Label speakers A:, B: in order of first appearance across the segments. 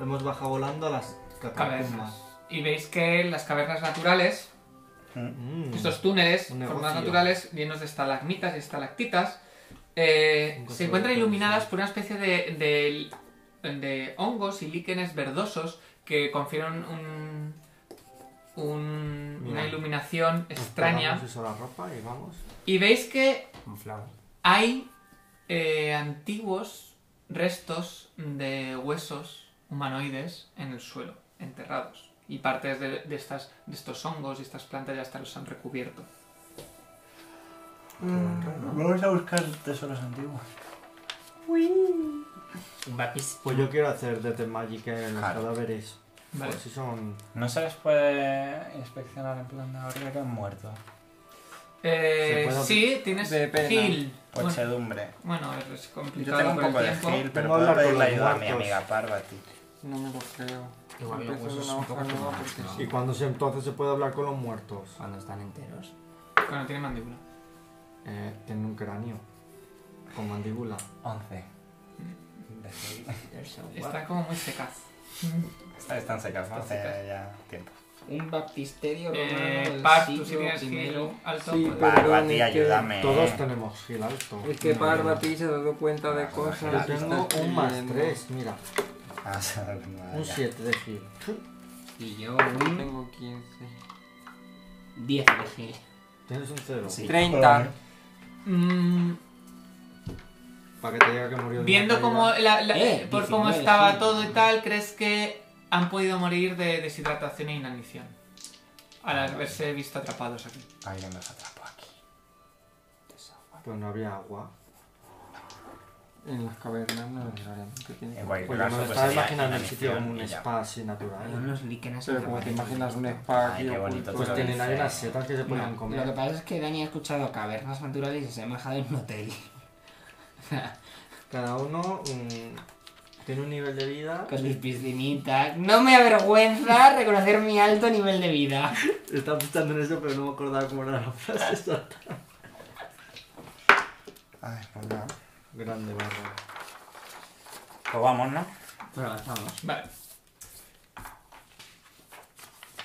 A: Hemos bajado volando a las
B: Cavernas.
A: catacumbas.
B: Y veis que las cavernas naturales,
A: Mm.
B: estos túneles,
A: Un
B: formas
A: negocio.
B: naturales llenos de estalagmitas y estalactitas, eh,
A: Un
B: se
A: conservatorio,
B: encuentran iluminadas
A: sí.
B: por una especie de, de- de hongos y líquenes verdosos que confieren un- un-
A: Mira.
B: una iluminación extraña.
A: Nos pegamos eso a la ropa y vamos.
B: Y veis que
C: Inflado.
B: Hay eh, antiguos restos de huesos humanoides en el suelo, enterrados. Y partes de, de estas, de estos hongos y estas plantas ya hasta los han recubierto.
D: Vamos a buscar tesoros antiguos.
C: Un vapis.
A: Pues yo quiero hacer Death and Magic en los
D: Claro.
A: cadáveres.
B: Vale.
A: Pues si son.
D: No se les puede inspeccionar en plan de ahora que han muerto.
B: Eh,
A: ¿Se puede-
B: sí, tienes
D: De pena.
B: heal. Bueno,
D: Podsedumbre.
B: bueno, es
D: Yo
B: complicado
D: tengo un
B: por el
D: poco de
B: tiempo.
D: heal, pero
A: No
D: puedo
A: hablar con
D: pedirle
A: los
D: ayuda a mi
A: muertos.
D: amiga Parvati.
B: No me lo creo.
C: Igual los
B: Empiezo
C: huesos
B: de una
C: un poco
B: hoja nueva
C: quemados,
B: porque
D: Ah.
C: ¿no?
B: sí.
A: Y cuando se entonces se puede hablar con los muertos.
C: Cuando están enteros.
B: Bueno, tiene mandíbula.
A: Eh, tiene un cráneo. Con mandíbula.
D: 11. De heal.
C: There's a
B: Está como muy secaz.
D: Esta- Están secas, ¿no?
C: Están secas.
D: Hace ya tiempo.
C: Un baptisterio romano
B: Eh,
C: del
B: Par, tú
C: siglo
B: si tienes
C: primero.
B: heal alto.
E: Sí,
B: pues-
E: pero
D: Parvati,
E: es que-
D: ayúdame.
A: Todos tenemos gil alto.
E: Es que
A: No,
E: Parvati se ha dado cuenta de
D: Yo
E: cosas.
A: Yo
E: que
A: tengo
E: estás
A: un más
E: leyendo.
A: 3, mira.
D: Ah, se- no,
A: Un
D: ya.
A: 7 de gil.
C: Y yo
E: Yo
C: un
E: Tengo 15.
C: 10 de gil.
A: Tienes un 0.
D: Sí.
E: 30.
B: Mm,
A: Para que te diga que murió de
B: Viendo
A: una
B: cómo,
A: caída.
B: la- la-
C: Eh,
B: por
C: 19,
B: cómo estaba
C: sí.
B: todo y tal, ¿crees que han podido morir de deshidratación e inanición? Al haberse visto atrapados aquí.
D: Alguien los atrapó aquí.
A: Pues no había agua.
E: En las cavernas no necesariamente tiene.
D: En cualquier
A: Pues yo
D: caso,
A: me lo
D: pues
A: estaba
D: sería
A: imaginando el sitio
D: inanición
A: como un
D: y ya.
A: spa así
C: Hay
A: natural.
C: unos líquenes.
E: Pero como te imaginas un spa
D: Ay,
E: aquí
D: qué bonito
E: oculto.
D: todo.
A: Pues tienen ahí
D: dice.
A: unas setas que se pueden
C: No, Lo que
A: comer.
C: pasa es que Dani ha escuchado cavernas naturales y se ha majado en un hotel.
A: Cada uno mm, tiene un nivel de vida.
C: Con sus piscinitas. No me avergüenza reconocer mi alto nivel de vida.
A: Estaba pensando en eso, pero no me acordaba cómo era la frase exacta.
D: Ay, pues no.
A: Grande barra.
D: Pues vamos, ¿no?
C: Pues avanzamos.
B: Vale.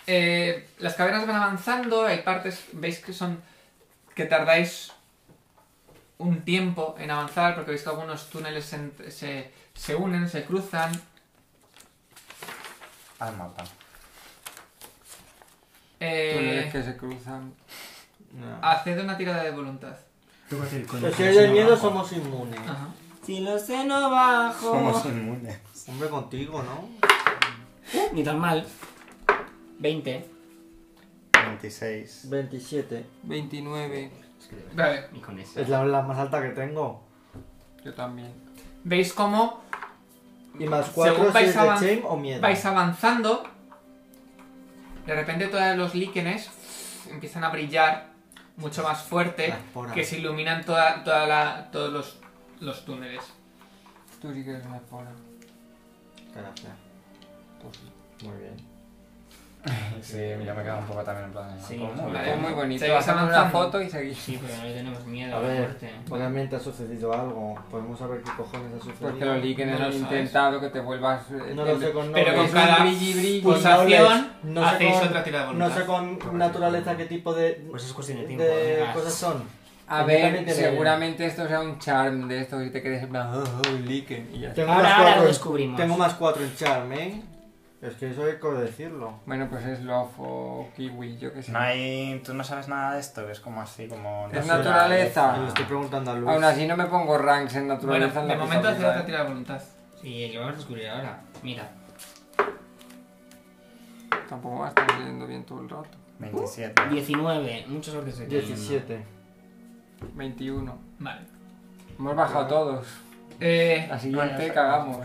B: Eh, las cavernas van avanzando, hay partes, veis que son que tardáis un tiempo en avanzar porque veis que algunos túneles se, se- se unen, se cruzan.
D: Al mapa.
B: Eh,
E: Túneles que se cruzan.
A: No.
B: haced una tirada de voluntad.
A: Pues si hay Ah, del miedo, somos inmunes.
B: Ajá.
C: Si lo sé, no bajo.
D: Somos inmunes.
A: Hombre, contigo, ¿no?
C: Ni tan mal. 20.
D: 26.
A: 27.
E: 29.
B: Vale.
C: Ni con eso.
A: Es la la más alta que tengo.
E: Yo también.
B: Veis cómo
A: Y más
B: Según
A: 4 si
B: vais
A: es de
B: avan-
A: shame o miedo.
B: Vais avanzando. De repente todos los líquenes empiezan a brillar mucho más fuerte
A: Las esporas.
B: que se iluminan toda, toda la- todos los, los túneles.
E: Tú sí que eres una espora.
A: Gracias.
E: Pues sí.
A: Muy bien.
D: Sí, yo me quedo un poco también en plan. "Pues
C: Sí,
D: ¿cómo?
C: vale.
E: Es muy bonito.
B: Seguís
E: Hacemos una
B: avanzando.
E: foto y seguís.
C: Sí, pero no le tenemos miedo
A: A
C: a la
A: ver,
C: muerte.
A: obviamente ha sucedido algo. Podemos saber qué cojones ha sucedido.
E: Porque los
B: No
E: líquenes
B: lo
E: han
B: sabes.
E: intentado que te vuelvas. eh,
A: No lo sé con
B: Pero
A: nombres.
B: con
E: Es un
B: cada
E: brilli, brilli.
A: Pues
B: pulsación
A: no les- no sé
B: hacéis
A: con-
B: otra tirada de
A: No
B: voluntad.
A: sé con naturaleza qué tipo de,
C: Pues es cuestión de tiempo.
A: de
C: venga.
A: cosas son.
E: A
A: Yo también
E: ver,
A: te leeré.
E: seguramente esto sea un charm de estos y te quedes en plan, oh, oh, líquen, y ya está.
A: Tengo
C: Ahora,
A: más
C: ahora
A: cuatro-
C: lo descubrimos.
A: Tengo más 4 en charm, ¿eh? Es que eso hay que decirlo.
E: Bueno, pues es Love o Kiwi, yo qué sé.
D: No hay. Tú no sabes nada de esto, es como así, como.
E: Es
A: Y Le
E: naturaleza.
A: estoy preguntando a Luz.
E: Aún así no me pongo ranks en
B: Bueno,
E: naturaleza. en la
B: de momento haced otra
E: contabilidad.
B: tirada de voluntad.
C: Sí, lo vamos a descubrir ahora. Mira.
E: Tampoco va a estar leyendo bien todo el rato.
D: eh, 27.
C: 19. Muchos orques de
A: 17.
E: 21.
B: Vale.
E: Hemos bajado todos.
B: Eh,
E: La
D: Vale,
E: siguiente
D: ya
E: cagamos.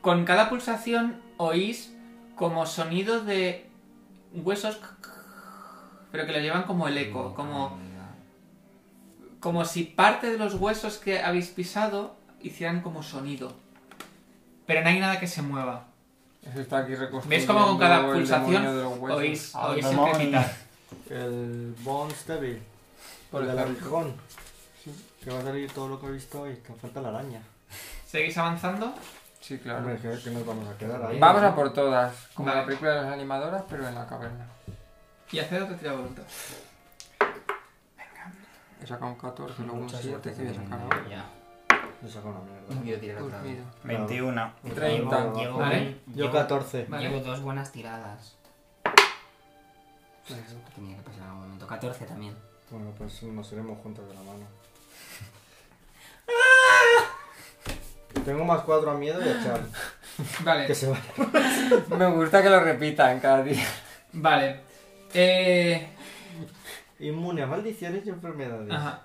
B: Con cada pulsación oís como sonido de huesos, pero que lo llevan como el eco, como, como si parte de los huesos que habéis pisado hicieran como sonido. Pero no hay nada que se mueva.
E: Eso está aquí reconstruido.
B: ¿Veis cómo con cada pulsación oís,
D: Ah,
B: oís
D: no,
B: el
D: no,
B: crepitar?
A: El Bones Devil.
E: Por
A: el del
E: ejemplo.
A: aguijón.
E: Sí.
A: Que va a salir todo lo que he visto hoy. Que falta la araña.
B: ¿Seguís avanzando?
E: Sí,
A: Hombre,
E: claro.
A: es que, que nos vamos a quedar ahí.
E: Vamos a por todas. Como
B: Vale.
E: la película de las animadoras, pero en la caverna.
B: Y hacer otra tira de voluntad.
E: He sacado un 14, luego un
A: Mucha
E: 7
A: suerte
E: que voy a
A: que
E: sacar
A: no.
E: ahora.
C: Ah, Ya.
A: Yo saco una mierda.
C: No quiero tirar
E: Pues
C: otra vez.
E: mira.
D: 21.
E: Treinta.
C: Llevo,
B: Vale.
A: Yo
C: llevo,
A: 14.
B: Vale.
C: llevo dos buenas tiradas. Pues eso que tenía que pasar en algún momento. 14 también.
A: Bueno, pues nos iremos juntos de la mano. Tengo más 4 a miedo y a Char. Que
B: Vale,
A: se vaya.
E: Me gusta que lo repitan cada día.
B: vale. Eh.
A: Inmune a maldiciones y enfermedades.
B: Ajá.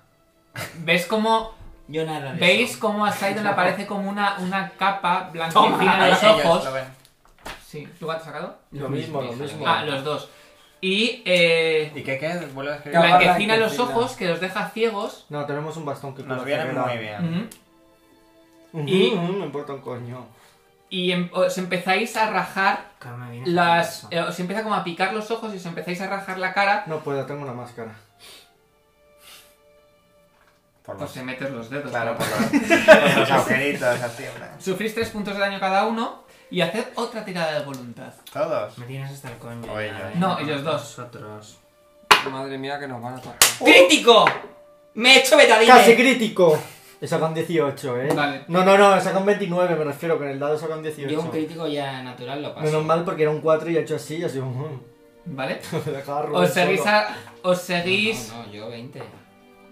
B: ¿Ves cómo
C: Yo nada de
B: ¿Veis
C: eso.
B: cómo a Sidon le aparece como una, una capa blanquecina
F: Toma,
B: en los
F: ellos
B: ojos?
F: lo ven.
B: Sí, ¿tú has sacado?
A: Lo mismo, lo mismo.
B: Ah, los dos. Y eh,
E: ¿Y qué qué? Vuelve a escribir.
B: blanquecina en los ojos que los deja ciegos.
A: No, tenemos un bastón que
D: Nos
A: cura
D: viene
A: ceguera.
D: muy bien.
B: Ujú.
A: Ujú,
B: Y-
A: ujú, me importa un coño.
B: Y em- os empezáis a rajar
C: Que me viene
B: las...
C: fatal
B: eh, os empieza como a picar los ojos y os empezáis a rajar la cara.
A: No puedo, tengo una máscara.
D: Por
B: Pues
D: los,
B: se metes los dedos.
D: claro,
B: claro.
D: por los, por los agujeritos, así, hombre.
B: Sufrís tres puntos de daño cada uno y haced otra tirada de voluntad.
D: Todos.
C: eso. Me tienes hasta el coño.
D: O
C: ya,
D: ellos.
C: ¿eh?
B: No, ellos dos.
C: Nosotros.
E: Madre mía, que nos van a tocar.
A: Oh.
C: ¡Crítico! ¡Me he hecho betadine!
A: ¡Casi crítico! He sacado un 18, ¿eh?
B: Vale.
A: No, no, no, he sacado un 29, me refiero, con el dado he sacado un
C: Yo un
A: 18.
C: crítico ya natural lo paso.
A: Menos mal porque era un 4 y he hecho así, y así. ujú.
B: ¿Vale?
A: Me dejaba Rubén
B: Os seguís
A: solo.
B: a- Os
C: No,
B: seguís...
C: No, no, yo 20.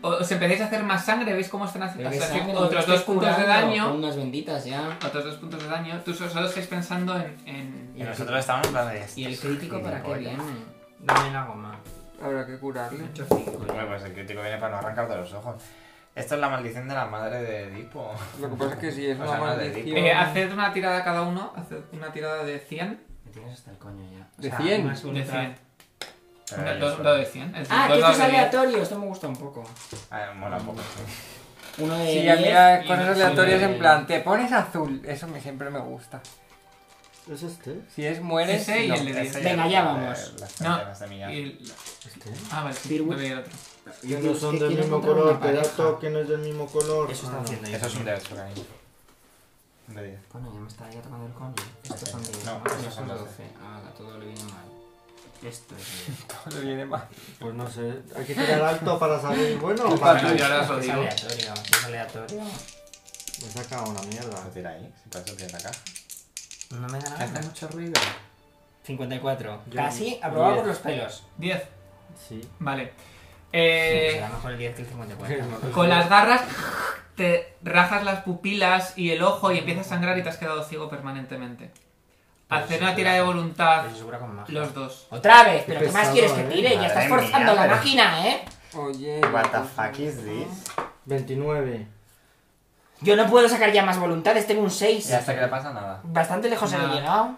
B: Os empezáis a hacer más sangre, veis cómo están haciendo
C: Pero que sangre, no
B: otros
C: estoy
B: dos puntos de
C: curando,
B: daño.
C: con unas benditas ya.
B: Otros dos puntos de daño. Tú solo, solo estáis pensando en. en-
D: Y nosotros estábamos en plan de
C: ¿Y el
D: estos
C: crítico para qué
D: gilipollas.
C: viene? Dame la goma.
E: Habrá que curarle.
C: Mucho cinco.
D: Hombre, pues el crítico viene para no arrancar de los ojos. Esto es la maldición de la madre de Edipo.
E: Lo que pasa es que si es
D: O
E: una
D: sea, no, de
E: maldición.
D: Edipo.
B: Eh, haced una tirada cada uno, haced una tirada de 100.
C: Me tienes hasta el coño ya.
E: De
C: O sea,
E: 100.
C: más
B: De
C: voluntad.
B: 100.
D: Pero
B: Un
D: ellos
B: dado-
D: son-
B: dado de 100. es
C: Ah,
B: decir,
C: que
B: dos
C: esto es
B: dados de 10.
C: aleatorio. Esto me gusta un poco.
D: Ah, mola un poco.
C: Uno de
A: Eh,
E: Sí,
C: 10.
E: a mí las cosas
C: y-
E: aleatorias
C: sí,
E: en plan, te pones azul, eso me, siempre me gusta.
A: ¿Es este?
E: Si es mueres,
B: Ese y
E: no.
B: el de 10.
D: Ese
C: Venga,
D: el-
C: ya
D: el-
C: vamos.
D: Las
B: No.
D: no. de Millán.
B: Y el-
A: ¿Este?
B: Ah, vale, sí,
C: Firewatch.
B: me veía el otro.
A: Que no
C: Dios,
A: son
C: ¿qué
A: del
C: quieres
A: mismo
C: encontrar
A: color,
C: una pareja?
A: pedazo que no es del mismo color.
C: Eso
A: Ah,
C: está
A: no.
C: haciendo yo.
D: Eso es un de ocho, cariño. Un de 10.
C: Bueno, ya me está ya tocando el coño. Estos son 10.
D: No,
C: Ah,
D: estos
C: no,
D: son
C: son
D: 12.
C: 12. Ah, a todo le viene mal. Esto es 10.
E: Todo le viene mal.
A: Pues no sé, hay que tirar alto para salir bueno o
E: Tú
A: para...
B: Bueno, yo ahora os lo
C: Es
B: digo.
C: aleatorio. Es aleatorio.
A: Me saca una mierda.
D: Lo tira ahí, si para eso tienes acá.
C: Ah, No me da
D: Que hace
C: nada.
D: mucho ruido.
C: 54.
A: Yo-
C: Casi aprobado por
A: diez.
C: los pelos.
B: 10.
A: Sí.
B: Vale.
C: Será
B: Eh,
C: pues mejor el 10 que el 54.
B: con las garras te rajas las pupilas y el ojo y empiezas a sangrar y te has quedado ciego permanentemente. Haced una tirada de voluntad
C: Eso segura con magia.
B: los dos.
C: Otra vez, pero
A: Qué
C: ¿qué más
A: pesado,
C: quieres que
A: eh.
C: tire? Ya estás
D: Madre
C: forzando
D: mía,
C: la
D: pero-
C: máquina, ¿eh?
E: Oye. pues,
D: What the fuck is this?
A: 29.
C: Yo no puedo sacar ya más voluntades, tengo un 6.
D: Y hasta que le pasa nada.
C: Bastante lejos
B: Nada.
C: había llegado.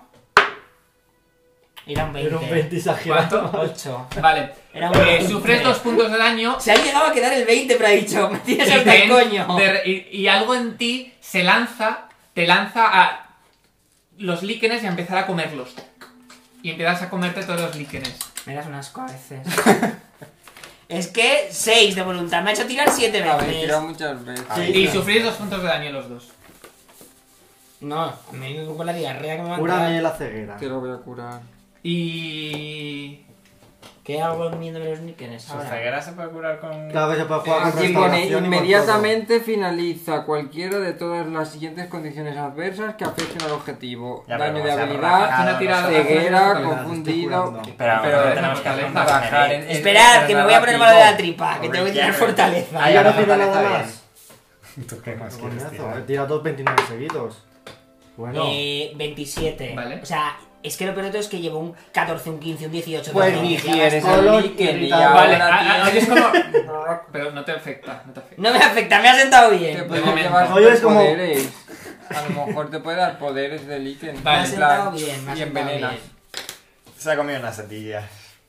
C: Era un 20.
A: Era un 20 exagerado.
C: 8.
B: Vale.
C: Era un
B: Eh,
C: 20.
B: sufres dos puntos de daño
C: Se ha llegado a quedar el 20, pero ha dicho, me tienes
B: y,
C: hasta el
B: ven,
C: coño.
B: de re- y- y algo en ti se lanza, te lanza a los líquenes y a empezar a comerlos. Y empiezas a comerte todos los líquenes.
C: Me das un asco a veces. es que 6 de voluntad, me ha hecho tirar 7
E: Habéis tirado
C: veces.
E: muchas veces.
D: Sí.
B: Y sufrís dos puntos de daño los dos.
C: No, me vivo con la diarrea que me va a
A: Cúrame
C: entrar.
A: la ceguera.
E: Te lo voy a curar.
A: Eh,
B: Y.
C: ¿Qué hago comiéndome los níquenes
D: ¿Su
C: ahora?
D: ceguera se puede curar con...?
A: Cada vez se puede jugar con
E: Aquí Eh, pone,
A: restauración y con
E: inmediatamente finaliza cualquiera de todas las siguientes condiciones adversas que afecten al objetivo.
D: Ya, pero
E: Daño de
D: se ha
E: habilidad,
D: rajado
B: Una tirada.
D: los ojos.
E: ceguera,
A: todo.
E: confundido...
A: Estoy curando.
D: Pero,
E: Pero
D: no
E: es
D: tenemos que hacer
B: fortaleza.
D: más
E: Bajar
D: genérico.
E: en- en-
C: Esperad,
E: en
C: que
E: el
C: me voy a poner
E: relativo.
C: malo de la tripa, que
D: Hombre,
C: tengo que tirar
D: Ah, ya.
C: fortaleza.
D: Ay,
A: Y ahora
D: ahora
A: tira nada
D: fortaleza
A: más. eh,
D: ¿Tú qué más quieres
A: Coñazo, he
D: tirar?
A: tirado 29 seguidos. Bueno.
C: Eh, 27.
B: Vale.
C: O sea, es que lo peor de todo es que llevo un 14, un 15, un 18.
E: Pues
C: todo.
E: digieres
A: Color
E: el líquen y
A: irritado.
B: Vale,
E: ahora
B: a- a- oyes
E: tienes-
B: como. Pero no te afecta, no te afecta.
C: No me afecta, me ha sentado
E: Te
C: bien.
E: puede
B: momento.
E: llevar
A: Oye, es como-
E: poderes. A lo mejor te puede dar poderes de
B: Vale,
E: líquen.
C: me ha
E: en
C: sentado
E: plan,
C: bien, me ha
E: y
C: sentado
E: envenenas.
C: bien.
D: Se ha comido unas setillas.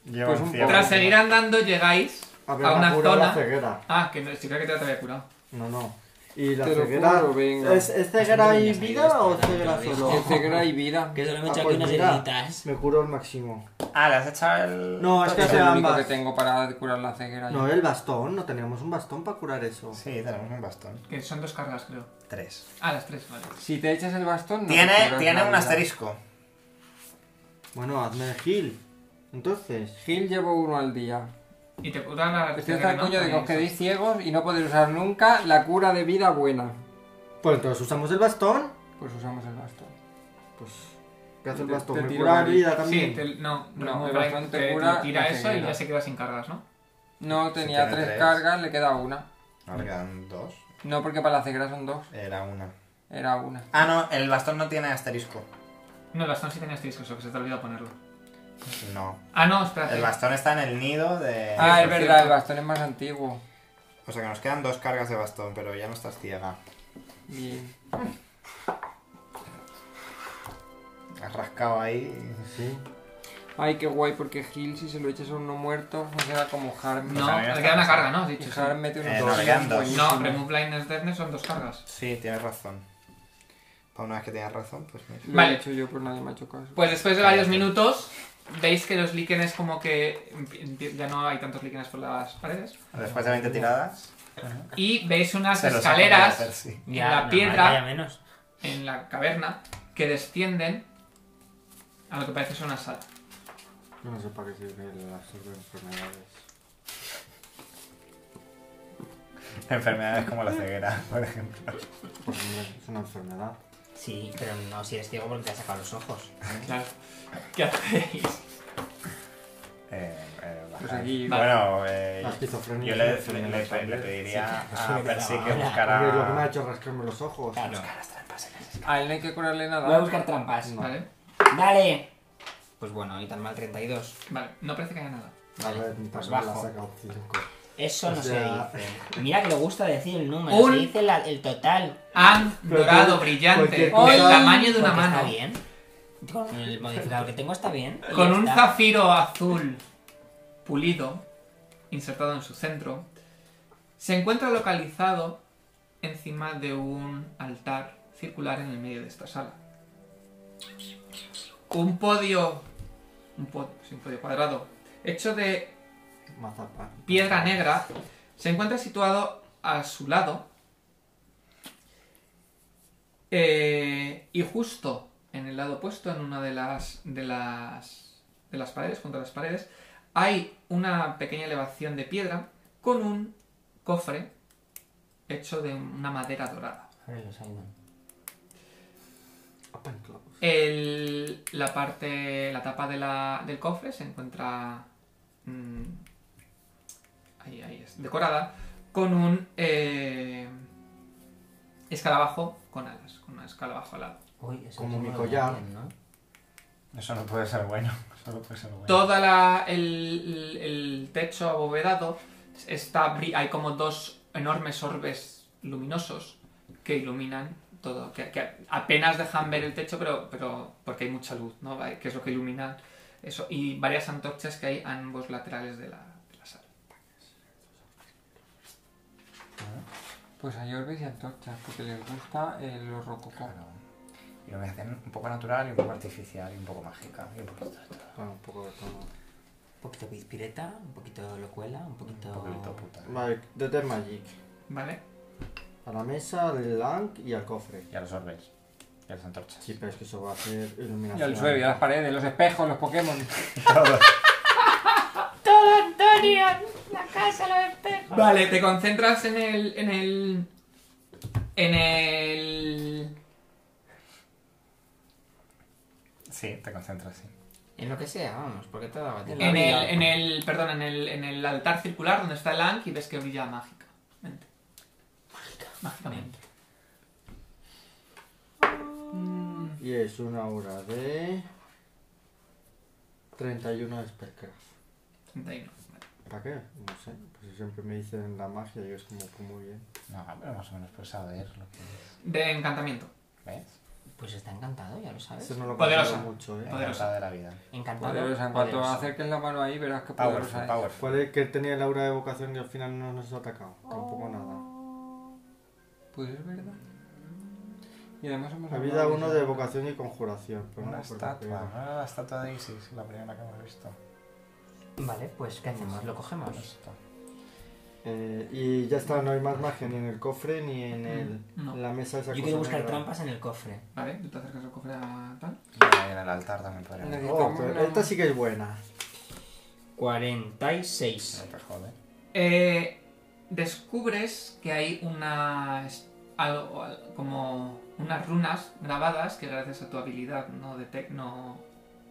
D: Llevo
E: Pues
D: un
E: un
D: ciego.
B: Tras seguir andando, llegáis
A: A
B: a
A: ver, me ha
B: una
A: curado la
B: zona.
A: ceguera.
B: Ah, que no, si creo que te la había curado.
A: No, no. Y la
E: Te lo
A: ceguera.
E: juro, venga.
A: ¿Es, es ceguera y vida o ceguera
C: Te lo
A: solo?
C: digo.
E: Que ceguera y vida.
C: Que solo me he
A: Ah,
C: hecho aquí
A: pues
C: unas
A: mira.
C: heriditas.
A: Me curo el máximo.
D: Ah, ¿le has echado el...?
A: No, es que
E: Es
A: hace
E: lo único que
A: ambas.
E: tengo para curar la ceguera.
A: No, el bastón, no teníamos un bastón para curar eso.
D: Sí, tenemos un bastón.
B: Que son dos cargas, creo.
D: Tres.
B: Ah, las tres, vale.
E: Si te echas el bastón, no te
D: Tiene,
E: curas
D: tiene
E: la
D: un
E: vida.
D: asterisco.
A: Bueno, hazme el heal. Entonces,
E: Gil llevo uno al día.
B: Y te curan a las
E: Estoy
B: tres.
E: hasta el coño de que os quedéis ciegos y no podéis usar nunca la cura de vida buena.
A: pues entonces usamos el bastón.
E: Pues usamos el bastón.
A: Pues, ¿qué hace el
E: Te-
A: bastón?
E: te
A: Me
E: tiro
A: cura
E: Mari.
A: vida
B: Sí,
A: también.
B: te- no,
E: No,
B: no,
E: el
B: Brian
E: bastón te
B: te, te
E: cura
B: tira
E: la
B: eso y
E: ceguera.
B: ya se queda sin cargas, ¿no?
E: No, tenía
D: tiene
E: tres,
D: tres.
E: cargas, le queda una.
D: Ahora quedan dos.
E: No, porque para la ceguera son dos.
D: Era una.
E: Era una.
D: Ah, no, el bastón no tiene asterisco.
B: No, el bastón sí tenía asterisco, eso que se te ha olvidado ponerlo.
D: No.
B: Ah, no, espera.
D: El bastón está en el nido de...
E: Ah, es
B: por
E: verdad, el
B: cierto.
E: bastón es más antiguo.
D: O sea que nos quedan dos cargas de bastón, pero ya no estás ciega.
E: Bien.
D: Has rascado ahí.
A: Sí.
E: Ay, qué guay, porque Gil, si se lo echas a uno muerto, funciona como harm.
D: Pues a
B: No,
D: mí me
B: le
D: está
B: queda una
D: pasando.
B: carga, ¿no? Has
E: Y
B: dicho. sí.
E: harm mete unos
D: Eh, no,
E: dos.
D: le quedan dos.
B: No, Remove Blindness Deafness son dos cargas.
D: Sí, tienes razón. Para una vez que tienes razón, pues mira.
E: Vale.
B: Vale.
E: Lo he hecho yo, pero nadie me ha hecho caso.
B: Pues después de varios minutos, veis que los líquenes como que empie- ya no hay tantos líquenes por las paredes.
D: Después de 20 tiradas...
B: Y veis unas
D: se los ha podido hacer,
B: escaleras
D: sí.
B: en
C: Ya,
B: la
C: no,
B: piedra,
C: ya menos.
B: en la caverna, que descienden a lo que parece ser una sala.
G: Yo no sé para qué sirve el absorber enfermedades.
D: Enfermedades como la ceguera, por ejemplo.
G: Pues no es una enfermedad.
C: Sí, pero no, si eres ciego porque te has sacado los ojos.
B: Claro. ¿Qué hacéis?
D: Eh, eh, bajar.
E: Pues aquí-
D: Bueno, eh,
G: La esquizofrenia
D: yo
G: es
D: le,
G: una
D: le-
G: enfermedad
D: le-
G: también.
D: le pediría
C: Sí,
D: a
C: sí,
D: Percy que
G: Porque lo
C: ahora.
G: que me ha
D: buscara...
G: hecho es rascarme los ojos.
C: Claro.
E: A él no hay que curarle
C: Voy a
E: nada.
C: buscar trampas.
B: eh. Vale,
C: Dale. Pues bueno, y tan mal 32.
B: vale, no parece que haya nada.
G: A ver, ni
C: pues
G: tan mal
C: bajo.
G: ha sacado cinco.
C: Eso
G: O
C: no
G: sea-
C: se dice. Mira que le gusta decir el número,
B: Un-
C: se dice la- el total.
B: Han
A: Pero
B: dorado
A: tú-
B: brillante,
A: cualquier
B: el
A: cosa-
B: tamaño de una
C: Porque
B: mano,
C: Está bien. Con el modificador que tengo está bien. Y
B: con
C: ya
B: un
C: está.
B: zafiro azul pulido, insertado en su centro, se encuentra localizado encima de un altar circular en el medio de esta sala. Un podio, un, po- sí, un podio cuadrado, hecho de
G: Mazapán.
B: piedra negra, se encuentra situado a su lado. eh, y justo en el lado opuesto, en una de las, de las. de las paredes, junto a las paredes, hay una pequeña elevación de piedra con un cofre hecho de una madera dorada.
C: Ábrelo, Simon.
G: Open close.
B: El- la parte. la tapa de la- del cofre se encuentra. mm, ahí, ahí es, decorada. Con un eh, escarabajo con alas. Con un escalabajo alado.
C: Uy, eso
G: Como
C: es
G: mi
C: muy
G: collar.
C: bien, ¿no?
D: Eso no puede ser bueno. Eso no puede ser bueno.
B: Toda la. el, el techo abovedado está. bri- hay como dos enormes orbes luminosos que iluminan todo. Que, que apenas dejan ver el techo, pero, pero. porque hay mucha luz, ¿no? Hay- Que es lo que ilumina eso. Y varias antorchas que hay a ambos laterales de la, de la sala.
E: Pues hay orbes y antorchas, porque les gusta eh, los rococó.
D: Claro. Y lo voy a hacer un poco natural y un poco artificial y un poco mágica. Y un poquito de todo.
G: Bueno, un poco de todo.
C: Un poquito pispireta, un poquito locuela, un poquito...
D: Un poquito puta.
A: Vale, Detect Magic.
B: ¿Vale?
A: A la mesa, al Lank y al cofre.
D: Y a los orbes. Y a las antorchas.
A: Sí, pero es que eso va a hacer iluminación.
E: Y al suelo, y a las paredes, los espejos, los Pokémon.
B: Vale, te concentras en el. en el. en el.
D: Sí, te concentras, sí.
C: En lo que sea, vamos, porque todo va a tener-
E: La
B: en el.
E: vida.
B: en el. perdón, en el. en el altar circular donde está el Ankh y ves que brilla mágicamente. Mágicamente.
A: Y es una hora de. 31 de Spellcraft.
B: 31. Vale.
A: ¿Para qué? No sé. Pues siempre me dicen la magia y es como que muy bien.
D: No, pero más o menos puedes saber lo que es.
B: De encantamiento.
D: ¿Ves?
C: Pues está encantado, ya lo sabes.
A: Eso no lo
B: Poderosa.
A: considero mucho, ¿eh?
B: Poderosa.
D: Encantada de la vida.
C: Encantado.
G: pues
E: Poderosa, en cuanto
C: poderoso.
E: acerques la mano ahí, verás que poderosa
D: Powerful,
E: es.
D: powerful.
A: ¿Cuál es que tenía el aura de vocación y al final no nos ha atacado? Tampoco nada.
E: Pues es verdad. Y además ¿eh? hemos
A: Había
E: hablado
A: uno
E: eso.
A: de vocación y conjuración. Pero
D: Una
A: no me acuerdo qué
D: estatua,
A: era.
D: no era la estatua de Isis, la primera que hemos visto.
C: Vale, pues ¿qué hacemos? ¿Lo cogemos?
D: Esto.
A: Eh, y ya está, no hay más magia ni en el cofre ni en, el,
B: No.
A: en la mesa esa
C: Mm, Yo
A: cosa
C: quiero buscar
A: negra.
C: trampas en el cofre.
B: Vale, tú te acercas al cofre a tal.
D: Y ahí en el altar también podría haber.
A: Oh, pero esta sí que es buena.
C: 46.
D: No te jode.
B: Eh, descubres que hay una es- algo, al- como unas runas grabadas que gracias a tu habilidad no detec- no,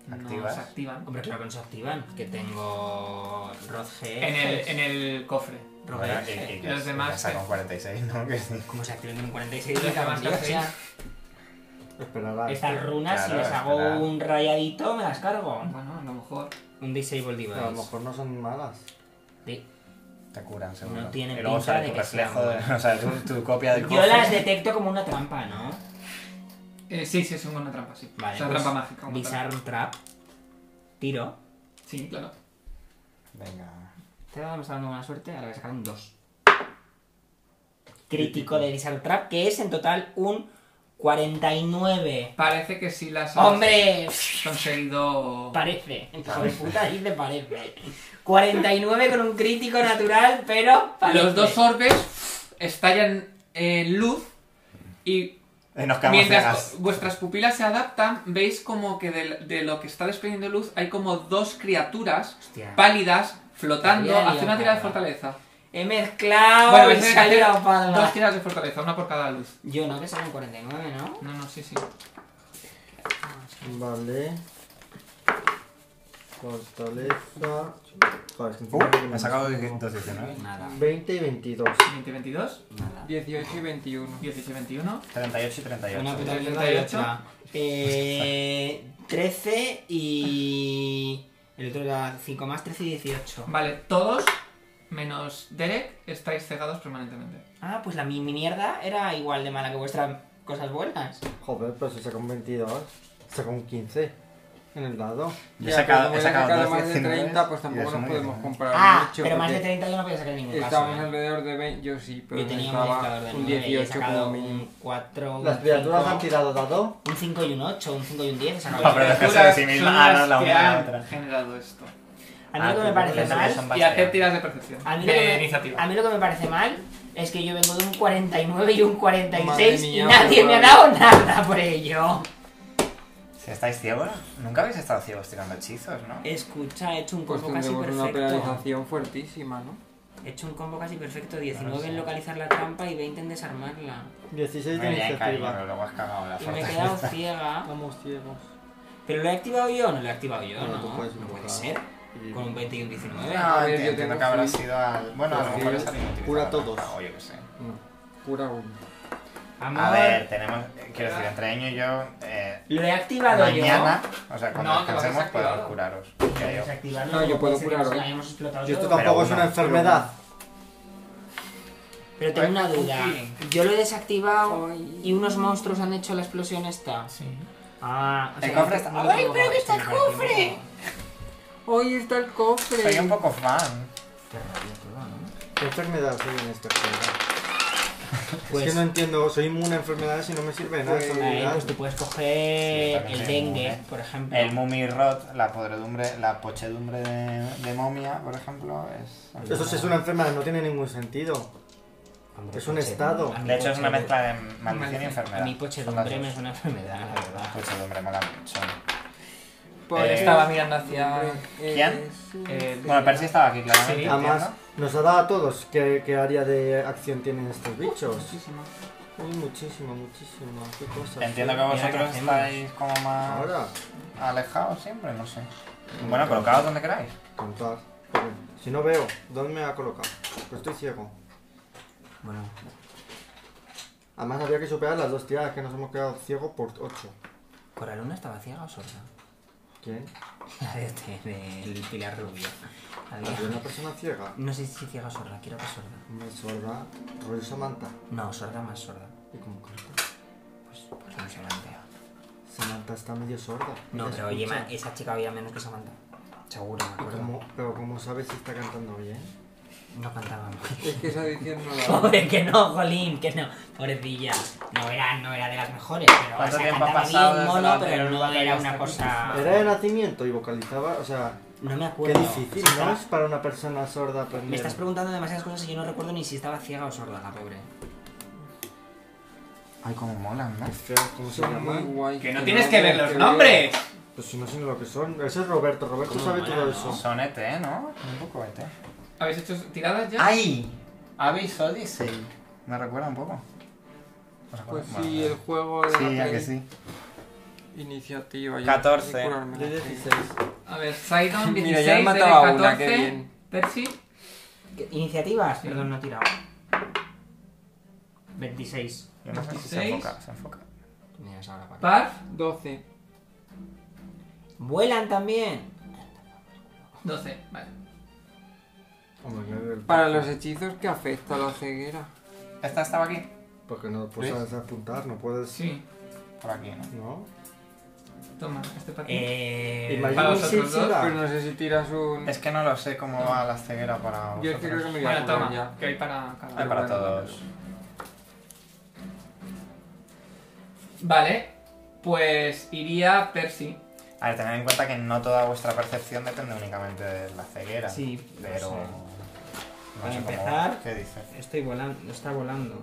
B: no
D: Activas.
B: se activan
C: Hombre, claro que no se activan. Que tengo. Rodge.
B: en el, en el cofre.
D: Bueno, y,
C: eh,
D: y que
B: Los
D: es-
B: demás,
D: que está con 46, ¿no? Que sí.
C: Como se activen con un 46
B: Los
C: de
B: demás que hacéis.
A: Esperará.
C: Estas runas, si
D: Claro,
C: les hago
D: espera.
C: un rayadito, me las cargo.
B: Bueno, a lo mejor.
C: Un disable device.
A: A lo mejor no son malas.
C: Sí.
D: Te curan, seguro.
C: No tiene
D: y luego
C: pinta
D: sale
C: de
D: tu
C: que
D: reflejo,
C: sea
D: de, o sea, tu, tu copia del
C: Yo
D: cofre.
C: las detecto como una trampa, ¿no?
B: Eh, sí, sí, es una trampa, sí.
C: Vale,
B: es una
C: pues,
B: trampa mágica. como tal.
C: Disarm trap. Tiro.
B: Sí, claro.
D: Venga.
C: Este dado me está dando buena suerte, ahora voy a sacar un 2. Crítico de Disarm Trap, que es en total un 49.
B: Parece que sí las has
C: ¡Hombre!
B: conseguido.
C: Parece. Hijo de puta, dice parece. 49 con un crítico natural, pero parece.
B: Los dos orbes estallan en luz y
D: Eh, nos quedamos
B: Mientras
D: ciegas.
B: vuestras pupilas se adaptan, veis como que del- de, lo que está desprendiendo luz hay como dos criaturas
C: Hostia.
B: pálidas flotando.
C: Había
B: Hace una
C: liado
B: tirada de
C: parda.
B: fortaleza.
C: He mezclado
B: Bueno,
C: y
B: vais a tener que
C: salido
B: hacer dos
C: para
B: tiradas de fortaleza, una por cada luz.
C: Yo no, que salgo un 49, ¿no?
B: No, no, sí, sí.
A: Vale. Fortaleza. Joder, es que encima creo que
D: Uh,
A: no
D: me ha sacado 219.
C: Nada,
A: 20 y 22.
B: 20, 22,
C: nada.
E: 18 y 21.
B: 18, 21.
D: 38 y 38.
C: Una puta
B: 38.
C: 38. Eh, 13 y. El otro era 5 más, 13 y 18.
B: Vale, todos menos Derek estáis cegados permanentemente.
C: Ah, pues la mi mi mierda era igual de mala que vuestras cosas buenas.
A: Joder, pero se sacó un 22. Sacó un 15 en el dado.
D: Yo he sacado, he sacado
E: pero como ya he sacado
D: dos
E: más de
D: 19,
E: 30, pues
D: y
E: tampoco
D: eso
E: nos
D: muy
E: podemos
D: bien.
E: comparar
C: Ah,
E: mucho.
C: pero más de
E: porque
C: 30 yo no podía sacar en ningún caso.
E: Estábamos
C: ¿eh?
E: alrededor de 20, yo sí, pero
C: Yo tenía un
E: estaba
C: modificador de
E: un
C: 9 y he
E: 18
C: sacado
E: como mínimo.
C: un 4, un
A: Las criaturas han
C: 5,
A: tirado dado.
C: un 5 y un 8, un 5 y un 10. he sacado.
D: No, pero las que son de sí mismas.
B: son
D: Ah,
B: las
D: no, la
B: que
D: una y la
B: han
D: otra.
B: generado esto.
C: A mí lo que me parece
D: Esas que
C: mal
D: Ah, son
B: Y
D: basteas.
B: hacer tiras de percepción.
C: A mí, lo
B: de
C: que me,
B: iniciativa.
C: a mí lo que me parece mal es que yo vengo de un 49 y un 46
E: Madre
C: y
E: mía,
C: nadie
E: qué
C: me ha dado
E: barbaridad.
C: nada por ello.
D: Si estáis ciegos, nunca habéis estado ciegos tirando hechizos, ¿no?
C: Escucha, he hecho un
E: Pues
C: combo casi
E: tendremos una
C: perfecto.
E: penalización fuertísima, ¿no?
C: He hecho un combo casi perfecto,
D: Claro,
C: 19
D: sí.
C: en localizar la trampa y 20 en desarmarla.
A: 16 de
D: Bueno, ya, cariño,
A: iniciativa.
D: pero luego has cagado la
C: Y me he
D: fortaleza.
C: quedado ciega.
A: Vamos, ciegos.
C: ¿Pero lo he activado yo o no lo he activado yo?
A: Bueno, tú
C: no,
A: puedes
C: no puede
A: invocar.
C: ser.
A: Y-
C: Con un 20 y un 19.
D: No,
E: A ver, yo
D: entiendo
E: tengo
D: que habrá
E: fluid.
D: sido al... Bueno, a lo
A: Porque
D: mejor es alguien utilizado.
A: cura a
D: la
A: todos.
D: trampa, O Ah, yo qué sé.
E: Pura uno.
C: Amor,
D: A ver, tenemos... eh, Quiero decir, entre Eño y yo... eh,
C: lo he activado
D: Mañana, o sea,
B: No,
D: cuando
B: te lo has
D: descansemos podemos
B: desactivado.
D: curaros.
C: yo.
D: creo.
C: Desactivarlo,
E: No, yo puedo
C: puede ser que
E: curar
C: nos
E: hoy.
C: lo hayamos explotado
A: Y esto
C: todo.
A: tampoco
D: Pero
A: es una
D: una,
A: enfermedad.
C: Pero tengo una
B: Ay,
C: duda.
B: confíen.
C: Yo lo he desactivado
E: Ay.
C: y unos monstruos han hecho la explosión esta.
B: Sí.
C: Ah, o
D: El
C: sea,
D: cofre
C: que
D: está-
C: no lo
D: ¡Ay,
C: tengo
D: pero que
C: guardado,
D: está el
C: me parece un
D: cofre!
C: poco-
E: Hoy está el cofre.
D: Soy un poco fan.
C: Qué rabia todo, ¿no?
A: ¿Qué enfermedad soy en esta enfermedad?
C: Pues-
A: Es que no entiendo, soy inmune a enfermedades y no me sirve de nada esa
E: Pues,
C: Vale,
A: habilidad.
C: pues tú puedes coger
D: Sí,
C: el
D: también
C: dengue,
D: tengo, ¿eh?
C: por ejemplo.
D: El mummy rot, la podredumbre, la pochedumbre de, de momia, por ejemplo, es...
A: Eso sí es una enfermedad, no tiene ningún sentido.
C: Hombre,
A: es un
C: poche-
A: estado.
C: a mí
D: De hecho, es una
C: poche-
D: mezcla de maldición y
C: A
D: enfermedad.
C: mí pochedumbre me es una enfermedad, la verdad.
D: Pochedumbre mola mucho.
E: Pues,
D: Eh,
B: Estaba mirando hacia.
E: Eh,
D: ¿Quién?
B: Eh,
D: Bueno, Percy estaba aquí, claramente.
B: Sí.
D: entiendo.
A: Además, nos ha dado a todos qué, qué área de acción tienen estos bichos.
B: muchísimo.
A: Uy, muchísimo, muchísimo. Qué cosa.
D: Entiendo que
A: sí.
C: Mira,
D: vosotros
C: ¿qué hacemos?
D: estáis como más
A: Ahora,
D: alejados siempre, no sé. Bueno, colocados donde queráis.
A: contar. Porque Si no veo, ¿dónde me va a colocar? Pues estoy ciego.
C: Bueno,
A: Además, había que superar las dos tiradas que nos hemos quedado ciegos por 8.
C: ¿Coraluna estaba ciega o sorda?
A: ¿Quién?
C: La de este, del Pilar Rubio. Había-
A: ¿Había una persona ciega?
C: No sé si ciega o sorda, quiero que sorda.
A: Una sorda. Rollo Samantha.
C: No, sorda más sorda.
A: ¿Y cómo canta?
C: Pues, pues no Pues se plantea.
A: Samantha está medio sorda.
C: No,
A: te
C: pero oye,
A: escucha.
C: ma, eh, esa chica había menos que Samantha. Seguro, me
A: ¿Y
C: acuerdo.
A: cómo- pero ¿cómo sabes si está cantando bien?
C: No cantaba mal.
E: Es que esa edición no la
C: Pobre, que no, Jolín, que no. Pobrecilla. No era, no era de las mejores, pero o
D: ¿Cuánto
C: sea,
D: tiempo ha
C: cantaba
D: pasado
C: bien
D: desde
C: mono,
D: la
C: pero no
D: anterior
C: era
D: batalla
C: una
D: hasta
C: cosa...
D: aquí?
A: Era de nacimiento y vocalizaba, o sea,
C: No me
A: qué
C: acuerdo.
A: difícil,
C: O sea,
A: ¿no?
C: estaba-
A: Es para una persona sorda pues, aprender.
C: Me estás preguntando demasiadas cosas y yo no recuerdo ni si estaba ciega o sorda, la pobre.
D: Ay, como molan, ¿no?
A: O sea, ¿Cómo se
E: Son muy
A: llama?
E: guay.
B: Que no tienes que
E: había
B: ver los
E: que
B: nombres.
A: Pues si no sé ni lo que son. Ese es Roberto, Roberto
C: Como
A: sabe
C: mola,
A: todo
C: ¿no?
A: eso.
D: Son ET, ¿no? Un poco ET.
B: ¿Habéis hecho tiradas ya?
D: ¡Ay! Abyss Odyssey. Me recuerda un poco. Me recuerda-
E: Pues
D: bueno,
E: sí, el juego de
D: Sí,
E: la
D: ya que
E: Play.
D: sí.
E: Iniciativa. yo
D: 14.
E: no sé curarme
A: Yo
E: la
A: 16.
B: A ver, Sidon, 16,
E: Mira, ya he
B: Derek,
E: matado a una,
B: 14,
E: qué bien.
B: Percy,
C: ¿Qué- ¿Iniciativas?
B: Sí.
C: Perdón, no he tirado. 26.
D: Yo no sé si se
B: 16.
D: enfoca, se enfoca.
C: Mira, es ahora para acá.
B: Parf,
E: 12.
C: ¡Vuelan también!
B: 12. Vale.
A: Hombre, yo Oh, el-
E: Para los hechizos que afecta a la ceguera.
D: Esta estaba aquí.
A: Porque no puedes apuntar, no puedes.
B: Sí,
D: Por aquí, ¿no?
A: ¿No?
B: toma, este para ti.
C: Eh...
B: para
A: Imagina un
B: los otros dos,
A: Sitsira.
E: Pero Pues no sé si tiras un.
D: Es que no lo sé cómo va la ceguera para
E: Yo es que creo que
D: vosotros.
E: me voy a
B: bueno,
E: curar
B: toma,
E: ya.
B: que hay para cada
D: Hay
B: uno.
D: para
E: Bueno,
D: todos.
B: Vale, pues iría Percy.
D: A ver, tened en cuenta que no toda vuestra percepción depende únicamente de la ceguera.
C: Sí,
D: Pero...
C: no sé.
D: No
C: Para
D: sé cómo
C: empezar-
D: va. ¿Qué dice?
C: Estoy volando, está volando.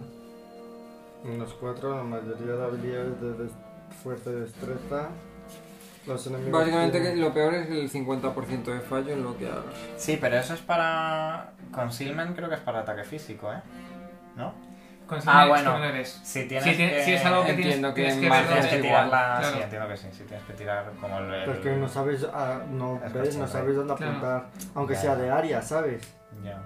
A: Menos 4, la mayoría de habilidades de des- fuerza y destreza. Los enemigos.
E: Básicamente que
A: tienen-
E: lo peor es el 50% de fallo en lo que hagas.
D: Sí, pero eso es para... Concealment creo que es para ataque físico, ¿eh? ¿no?
B: Considera que
D: Ah, bueno.
B: tú no eres.
D: Si tienes
B: Si, tiene-
D: que...
B: si es algo que tienes,
E: Entiendo que
B: tienes que
E: en
B: verlo
E: Marvel
D: Tienes que tirar
E: igual,
D: la...
B: claro.
D: Sí, entiendo que sí. Si tienes que tirar como el... el-
A: Porque no sabéis, ah, no
D: Es
A: veis, no
D: cachondeo.
C: ¿eh?
A: sabéis dónde
B: Claro.
A: apuntar, aunque
D: Ya.
A: sea de área, ¿sabes?
D: Ya.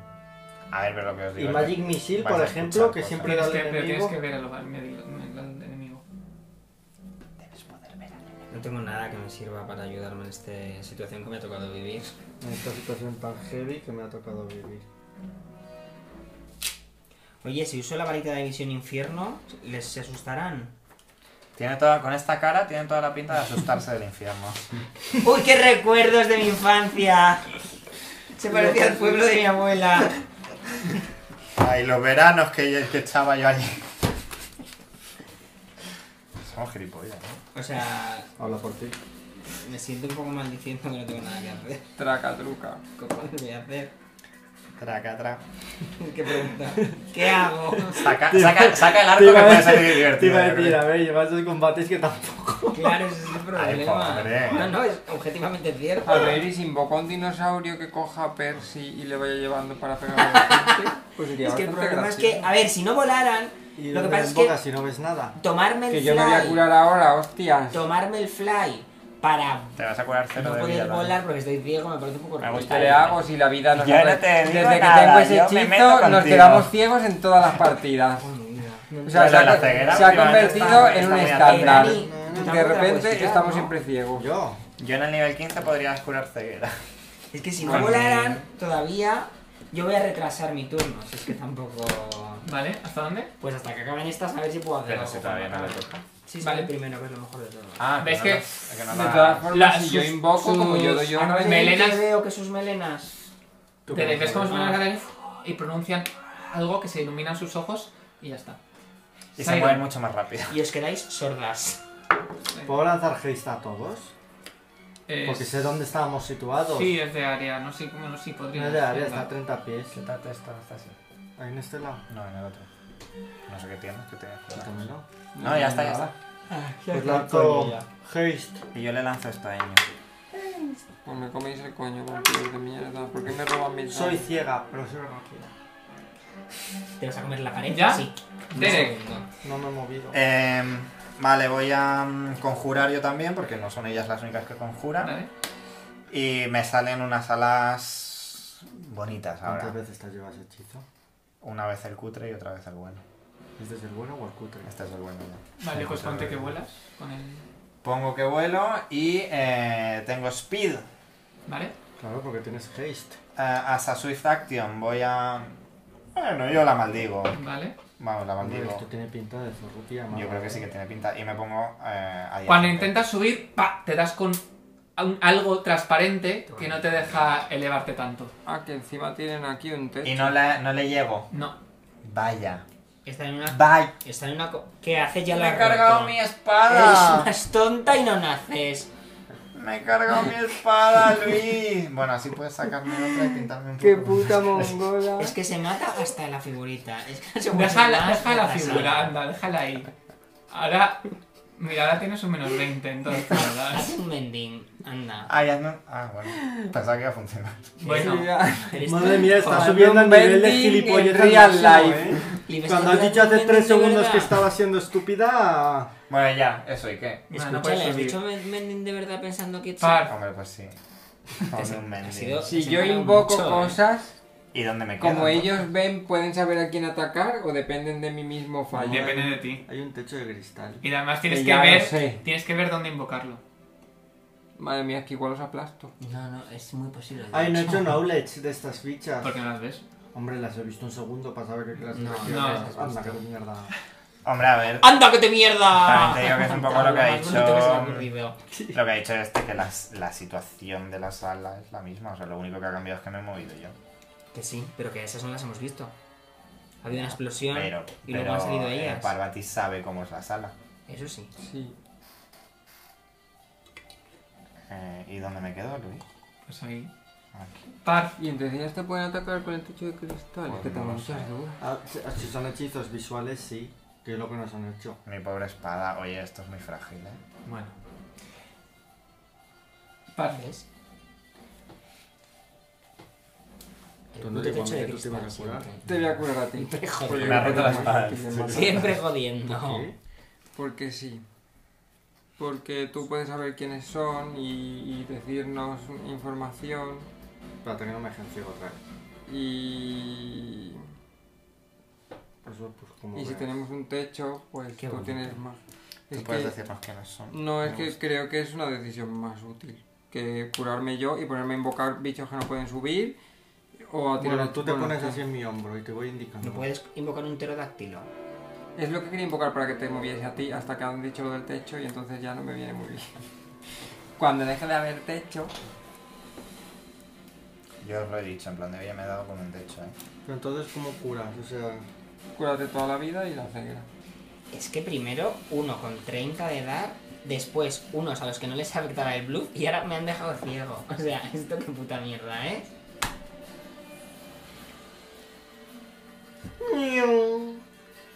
D: A ver, pero lo que os
A: Y
D: digo... es que
A: Magic Missile,
D: vais
A: por
D: a
A: ejemplo,
D: escuchar
A: que
D: cosas.
A: siempre da
B: Tienes
A: al
B: que, pero tienes
A: enemigo.
B: que ver al, al medio- al enemigo.
C: No tengo nada que me sirva para ayudarme en esta situación que me ha tocado vivir.
A: En esta situación tan heavy que me ha tocado vivir.
C: Oye, si uso la varita de visión infierno, ¿les se asustarán?
D: Tiene toda... Con esta cara tiene toda la pinta de asustarse del infierno.
C: ¡Uy, qué recuerdos de mi infancia! Se parecía al pueblo de mi abuela.
D: Ay, los veranos que, que echaba yo allí. Somos gilipollas, ¿no?
C: O sea,
A: Habla por ti.
C: me siento un poco maldiciendo que no tengo nada que hacer.
E: Traca, truca.
C: ¿Cómo lo voy a hacer?
D: Traca, atrás.
C: ¿Qué pregunta? ¿Qué hago?
D: Saca, saca, saca el arco que puede salir
A: Te
D: divertido.
A: iba a
D: yo creo.
A: decir, a ver, llevas dos combates que tampoco.
C: Claro, ese es el problema.
D: pobre.
C: no, no, es objetivamente cierto.
E: A ver, y si invoca un dinosaurio que coja a Percy y le vaya llevando para pegarle a la gente, pues sería
C: Es que el
E: bastante
C: problema es que,
E: gracioso.
C: a ver, si no volaran,
A: Y
C: Lo que
A: lo
C: pasa es
A: ves
C: que-
A: boca si no ves nada.
C: tomarme el
E: Que
C: fly,
E: yo me voy a curar ahora, hostias.
C: tomarme el fly para
D: Te vas a curar cero
C: no
D: de
C: poder
D: vida. ¿no?
C: volar porque estoy ciego me parece un poco
D: Me
C: ridículo.
E: ¿Qué le hago si la vida nos
D: Ya
E: da-
D: no te digo
E: Desde que
D: nada,
E: tengo ese
D: yo me meto
E: hechizo nos
D: contigo.
E: quedamos ciegos en todas las partidas. O sea,
D: Pero
E: se ha,
D: la
E: co-
D: ceguera
E: se ha
D: últimamente
E: convertido
D: está-
E: en
D: está
E: un
D: muy
E: estándar.
C: acertada. Dani, tú
E: De
C: tampoco te la puedes
E: repente
C: tirar,
E: estamos
C: ¿no?
E: siempre ciegos.
A: Yo.
D: Yo en el nivel 15 podría curar ceguera.
C: Es que si no
D: Bueno.
C: volaran, todavía yo voy a retrasar mi turno. Si es que tampoco.
B: ¿Vale? ¿Hasta dónde?
C: Pues hasta que acaben estas, a ver si puedo hacer
D: Pero
C: algo
D: si
C: para
D: todavía no le
C: matar.
D: toca.
C: Sí,
B: Vale.
C: vale. primero, que es lo mejor de todo.
D: Ah,
B: ¿Ves
D: no
B: que-
D: la- es que no
E: De
D: la-
E: todas formas,
B: La-
E: si yo
B: sus-
E: invoco, como
B: sus-
E: yo doy
B: Ah, no,
E: órdenes,
B: me- Melenas.
C: Yo veo que sus melenas.
B: Te ves cómo suben las
A: Ah.
B: galerías y pronuncian algo que se iluminan sus ojos y ya está.
D: Y se
B: Sidon.
D: mueven mucho más rápido.
C: Y os quedáis sordas.
A: ¿Puedo lanzar haste a todos?
B: Eh,
A: Porque sé dónde estábamos situados.
B: Sí, es de área, no sé cómo, no sé,
A: No
B: podría
A: es de área, está a 30 pies.
D: Quítate esto, está así.
A: Ahí en este lado.
D: No, en el otro. No sé qué tienes, que tienes.
A: Quítamelo.
D: No, ya está, ya está.
A: Pues lanzo haste.
C: Ah.
D: Y yo le lanzo esto a Eño.
E: Pues me coméis el coño, vampiros de mierda. ¿Por qué me roban mis
A: Soy
E: dados?
A: ciega, pero soy rápida.
C: Te vas a comer la pared.
B: ¿Ya?
C: Sí.
B: Derek.
A: No me he movido.
D: Eh, vale, voy a mm, conjurar yo también, porque no son ellas las únicas que conjuran.
B: Vale.
D: Y me salen unas alas bonitas
A: ¿Cuántas
D: ahora.
A: veces te llevas hechizo?
D: Una vez el cutre y otra vez el bueno.
A: ¿Este es el bueno o el cutre?
D: Este es el bueno. ya.
B: Vale,
D: El
B: pues
D: cutre
B: ponte
D: de-
B: que vuelas con el...
D: Pongo que vuelo y eh, tengo speed. Eh,
B: ¿Vale?
A: Claro, porque tienes haste.
D: hasta Swift Action voy a... Bueno, yo la maldigo.
B: Vale.
A: Eh,
D: Vamos, la
E: Ah,
A: Hombre,
D: maldigo.
A: Esto tiene pinta de zorrupia,
D: Yo creo que sí que tiene pinta. Y me pongo eh, ahí.
B: Cuando intentas subir, pa, te das con un- algo transparente que no te deja elevarte tanto.
E: Ah, que encima tienen aquí un
D: Y
E: techo.
D: no le, no le llego.
B: No.
D: Vaya.
C: Está en una.
D: Vaya.
C: Está en una. co- ¿Qué haces ya?
H: Me
C: la
H: he
C: has
H: cargado
C: roto.
H: mi
D: Ah.
C: Eres
H: espada.
C: más tonta y no naces.
D: Me he cargado mi espada, Luis. Bueno, así puedes sacarme otra y pintarme un poco.
E: ¡Qué puta mongola!
C: Es que se mata hasta la figurita. Es que se vuelve
B: Deja la,
C: más
B: deja la
C: retrasada.
B: figura, anda, déjala ahí. Ahora. Mira, ahora tienes un menos 20, entonces. ¿verdad?
C: Haz un mending, anda.
D: Ah, ya no. Ah, bueno. Pensaba que iba a funcionar.
B: Bueno,
C: Eres
A: Madre
C: tú.
A: mía, está
E: Hablando
A: subiendo el nivel de
E: bending en
A: gilipollas
E: real
A: al máximo,
E: life.
A: ¿eh?
C: Y me
A: Cuando has
C: estás
A: dicho hace
C: haciendo
A: tres
C: de
A: segundos que
C: verdad.
A: estaba siendo estúpida...
D: Bueno, ya, eso, ¿y qué?
B: no, no
C: Escucha,
B: puedes
C: ¿le has
B: subir.
C: dicho men- mending de verdad pensando que...
B: Par.
D: Hombre, pues sí.
C: Ha
D: Con
C: sido-
D: un
C: ha
D: mendigo.
C: sido-
E: Si
C: se
E: yo
C: me ha dado
E: invoco
C: mucho, ¿eh?
E: cosas,
D: ¿Y dónde me quedo?
E: como ellos ven, pueden saber a quién atacar o dependen de mi mismo fallo.
B: Depende de ti.
A: Hay un techo de cristal.
B: Y además tienes
E: Que
B: que
E: ya lo
B: ver.
E: sé.
B: Tienes que ver dónde invocarlo.
E: Madre mía, es que igual los aplasto.
C: No, no, es muy posible. de
A: Ay, no he
C: hecho.
A: hecho knowledge de estas fichas.
B: Porque no las ves.
A: Hombre, las he visto un segundo para saber qué clase
C: No,
A: de
B: no,
A: fichas.
C: no.
A: Anda, qué mierda.
D: Hombre, a ver.
C: ¡Anda, que te mierda!
D: También te digo que es un poco lo que ha
C: Más bonito que se me ha
D: dicho-
C: ocurrido.
D: Lo que ha dicho este que la, la situación de la sala es la misma. O sea, lo único que ha cambiado es que me he movido yo.
C: Que sí, pero que esas no las hemos visto. Ha habido una explosión
D: Pero,
C: y luego
D: pero
C: han salido
D: eh,
C: ellas.
D: Parvati sabe cómo es la sala.
C: Eso sí.
E: Sí.
D: Eh, ¿Y dónde me quedo, Luis?
B: Pues ahí.
D: Aquí.
B: Par.
E: Y entonces ya te pueden atacar con el techo de cristal.
D: Pues
E: que tengo
D: no lo
E: muchas
D: sé.
E: dudas.
A: Ah, si- si son hechizos visuales, sí. Que es lo que nos han hecho.
D: Mi pobre espada. Oye, esto es muy frágil, ¿eh?
B: Bueno. Par.
C: ¿Ves? El
A: Tú no
C: puto
A: te-
C: techo de
A: igualmente tú te
C: cristal
A: vas a curar.
C: siempre.
E: Te voy a curar a ti.
C: Siempre
D: Me
C: jodiendo.
D: ha roto la espada.
C: Siempre jodiendo.
A: ¿Qué?
E: Porque sí. Porque tú puedes saber quiénes son y, y decirnos información
A: Espérate que no me ejercigo otra vez.
E: y...
A: Eso, pues, como
E: Y si
A: veas.
E: tenemos un techo, pues
C: Qué
E: tú
C: bonito.
E: tienes más. Es
D: Tú puedes
E: que-
D: decirnos quiénes son.
E: No, es
D: Me
E: que
D: gusta.
E: creo que es una decisión más útil que curarme yo y ponerme a invocar bichos que no pueden subir o a tirar
A: Bueno, tú te
E: bueno,
A: pones
E: sí.
A: así en mi hombro y te voy indicando.
C: No puedes invocar un pterodáctilo.
E: Es lo que quería invocar para que te moviese a ti hasta que han dicho lo del techo y entonces ya no me viene muy bien. Cuando deje de haber techo,
D: Yo os lo he dicho, en plan de oye, me he dado con un techo, ¿eh?
A: Pero entonces, ¿cómo curas? O sea,
E: cúrate toda la vida y la ceguera.
C: Es que primero uno con 30 de edad, después unos a los que no les afectaba el bluff y ahora me han dejado ciego. O sea, esto qué puta mierda, ¿eh? Mm.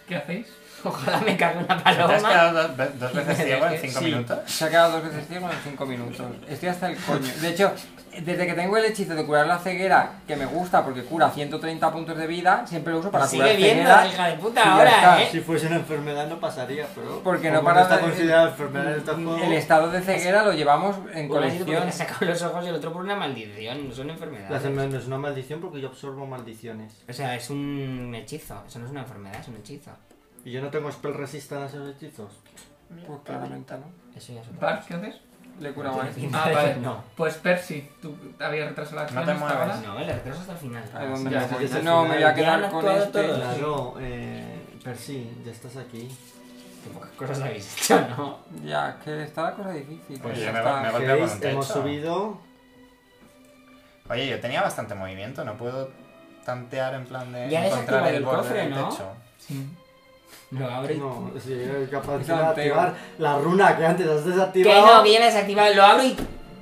B: ¿Qué hacéis?
C: Ojalá me cague una
D: ¿Te has
C: paloma.
D: quedado dos, ve- dos veces ciego en cinco
E: Sí,
D: minutos?
E: Se ha quedado dos veces ciego en cinco minutos. Estoy hasta el coño. De hecho, desde que tengo el hechizo de curar la ceguera, que me gusta porque cura 130 puntos de vida, siempre lo uso para curar
C: Sigue viendo,
E: ceguera.
C: hija de
E: y
C: puta,
E: ya
C: ahora,
E: está,
C: ¿eh?
A: si fuese una enfermedad no pasaría, pero.
E: Porque no
A: como
E: para
A: está
E: de-
A: considerada enfermedad en este juego.
E: El estado de ceguera lo llevamos en
C: Uno ha sido porque
E: colección.
C: le ha sacado los ojos y el otro por una maldición, no son
A: La
C: enfermedades.
A: enfermedad no es una maldición porque yo absorbo maldiciones.
C: O sea, es un hechizo, eso no es una enfermedad, es un hechizo.
A: Y yo no tengo spell resistance a esos hechizos.
E: Pues claramente no.
C: Eso ya es otra
B: Par,
C: cosa.
B: ¿qué haces?
E: Le curaba
C: Tiene
E: esto.
C: pinta
B: Ah,
C: de
B: vale.
C: que No,
B: Pues Percy, tú te habías retrasado la acción
D: te
B: hasta
D: muevas.
B: ahora.
C: Pues no, le retraso hasta el final.
E: ¿A dónde
B: Ya,
E: me
B: sí,
E: voy?
A: sí, sí,
E: No, me voy a
A: ya
E: quedar
C: han
E: con
C: actuado
E: este.
C: todos.
A: Claro, eh. Percy, ya estás aquí.
C: Qué pocas cosas habéis hecho, ¿no?
E: Ya, es que está la cosa difícil.
D: Oye,
E: Ya
D: me
E: está.
D: va- me va- golpeado con
A: ¿Veis?
D: un
A: Hemos
D: techo.
A: subido.
D: Oye, yo tenía bastante movimiento, no puedo tantear en plan de
C: Ya
D: encontrar
C: desactivado
D: el
C: el
D: borde
C: cofre,
D: del
C: ¿no?
D: techo.
B: Sí.
C: Lo abres.
A: No, si eres capaz de
E: Tanteo.
A: activar la runa que antes has
C: Que no,
A: desactivado.
C: bien desactivado, lo abro y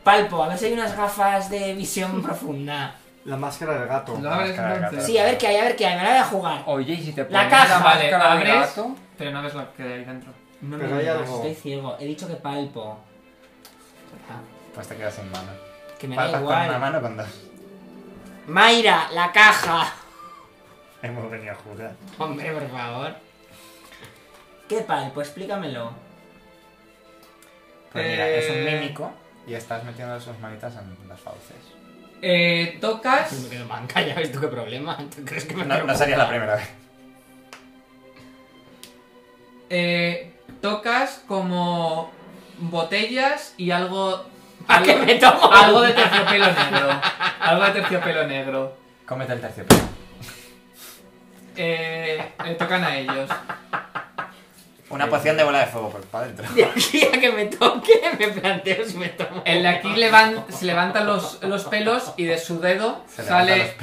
C: palpo, a ver si hay unas gafas de visión profunda.
A: La máscara del gato.
B: Lo abres
D: Máscara de
B: entonces.
D: gato.
C: Sí, a ver qué hay, a ver qué hay, me la voy a jugar.
D: Oh.
E: Oye, y si te pones
C: caja,
E: la
B: vale,
E: máscara de
B: abres.
E: gato,
B: Pero no ves lo que hay dentro.
C: No
A: Pero
C: me
A: hay
C: digas,
A: algo.
C: Ah, estoy ciego, he dicho que palpo. Ah,
D: Pues te quedas sin mano.
C: Que me da
D: Palpas con una
C: igual.
D: mano o con dos.
C: Mayra, la caja.
D: Hemos venido a jugar.
C: Hombre, por favor. ¿Qué palpo? Explícamelo.
D: Pues mira, es un
B: Eh,
D: mímico y estás metiendo sus manitas en las fauces.
B: Eh,
C: Si me
B: tocas.
C: quedo manca, ya ves tú qué problema. ¿Tú crees que me
D: No,
C: preocupa?
D: no sería la primera vez.
B: Eh, tocas como botellas y algo.
C: ¿A qué me tomo?
B: Algo de terciopelo negro. Algo de terciopelo negro.
D: Cómete el terciopelo.
B: Eh, le tocan a ellos.
D: Una poción de bola de fuego por para adentro.
C: De aquí a que me toque, me planteo si me tomo.
B: El de aquí levan- se levantan los, los pelos y de su dedo
D: Se levantan los
B: sale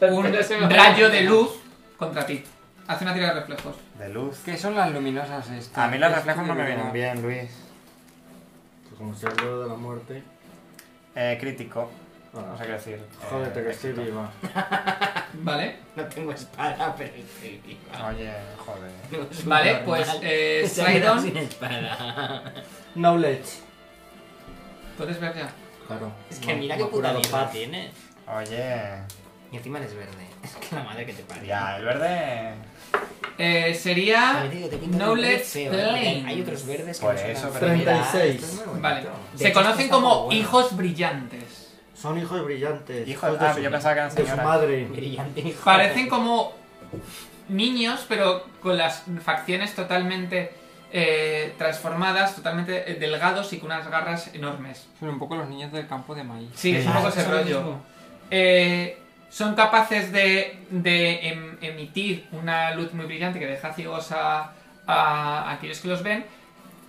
D: pelos
B: un
C: Pero se me van a-
B: rayo de luz contra ti. Hace una tira de reflejos.
D: de luz.
E: ¿Qué son las luminosas estas?
D: A mí los
E: Es
D: reflejos no me
E: que-
D: vienen bien, Luis.
A: Pues como sea el dedo de la muerte.
D: Eh, crítico. No
A: Ah,
D: sé qué decir.
A: jódete que
D: Eh,
A: estoy
D: éxito.
A: viva.
B: Vale,
C: No tengo espada, pero estoy viva.
D: Oye, joder.
C: No es
B: vale,
C: normal.
B: pues eh,
C: Se ha quedado
B: Sidon,
C: sin espada.
E: Knowledge.
B: puedes ver ya.
A: Claro.
C: Es que
A: No,
C: mira
A: me
C: qué
A: ha
C: puta
A: curado
C: mierda
A: paz.
C: tiene.
D: Oye.
C: Y encima eres verde. Es que la madre que te parió. Ah,
D: Ya, el verde.
B: Eh,
C: También
B: sería...
C: te digo, te pintan de
B: Knowledge
C: verde feo, ¿eh? Porque
B: Planes.
C: Hay otros verdes que
D: Por
C: no son
D: eso,
C: tan-
D: pero mira,
A: 36.
C: esto es muy bonito.
B: Vale,
C: De
B: se
C: hecho,
B: conocen
C: está muy
B: como
C: bueno.
B: hijos brillantes.
A: Son hijos brillantes.
D: Hijo de. Ah, yo
A: su,
D: pensaba que eran
A: de su
D: señoras.
A: madre.
C: Brillante hijo.
B: Parecen como niños, pero con las facciones totalmente eh, transformadas, totalmente eh, delgados y con unas garras enormes.
E: Son un poco los niños del campo de maíz.
B: Sí, es un
D: Ah,
B: poco
C: eso
B: ese
C: es lo
B: rollo.
C: mismo.
B: Eh, son capaces de, de em- emitir una luz muy brillante que deja ciegos a, a aquellos que los ven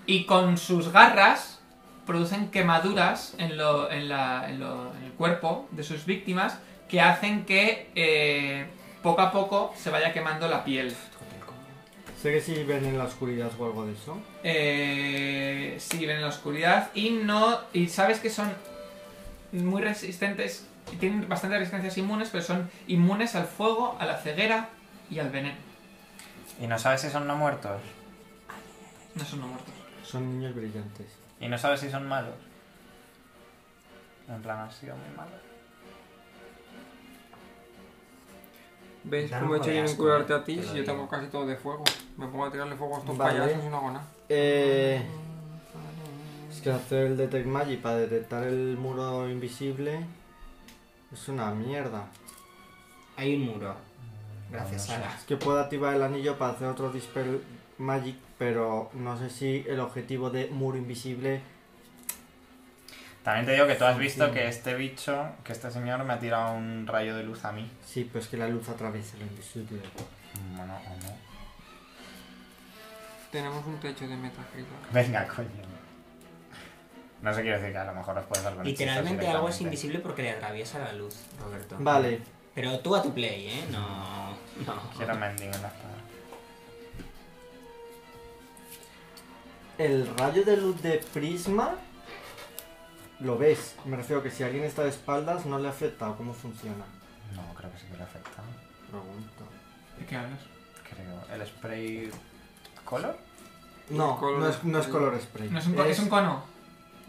B: y con sus garras producen quemaduras en, lo- en la- en lo- en el cuerpo de sus víctimas que hacen que eh, poco a poco se vaya quemando la piel.
A: Sé que si ven en la oscuridad o algo de eso.
B: Eh, sí, ven en la oscuridad y no y sabes que son muy resistentes y tienen bastantes resistencias inmunes pero son inmunes al fuego a la ceguera y al veneno
D: Y no sabes si son no muertos.
B: no son no muertos
A: Son niños brillantes.
D: Y no sabes si son malos. En plan, han sido muy malos.
E: ¿Ves
C: Dan
E: cómo he
C: un
E: hecho yo en
C: asco,
E: curarte
C: eh,
E: a ti
C: te lo
E: si yo tengo
C: digo.
E: casi todo de fuego? Me pongo a tirarle fuego a estos
A: Vale.
E: payasos y no hago nada.
A: Eh, es que hacer el Detect Magic para detectar el muro invisible es una mierda.
C: Hay un muro. Gracias,
D: No, no sé.
C: Sara.
A: Es que puedo activar el anillo para hacer otro Dispel Magic, pero no sé si el objetivo de muro invisible...
D: También te digo que tú has visto que este bicho, que este señor me ha tirado un rayo de luz a mí.
A: Sí, pero es que la luz atraviesa lo invisible.
D: Bueno, o no.
E: Tenemos un techo de metacrita.
D: Venga, coño. No se quiere decir que a lo mejor os puedes dar con
C: Literalmente
D: hechizos
C: algo es
D: directamente.
C: invisible porque le atraviesa la luz, Roberto.
A: Vale,
C: Pero tú a tu play, ¿eh? No.
D: Quiero
C: No.
D: mending en la espada.
A: el rayo de luz de prisma lo ves. Me refiero que si alguien está de espaldas no le afecta o cómo funciona.
D: No, creo que sí que le afecta.
A: Pregunto.
B: ¿de qué hablas?
D: Creo. ¿El spray color?
A: No,
E: Color
A: no es, no es
E: spray.
A: color spray.
B: ¿No es, un co- es un cono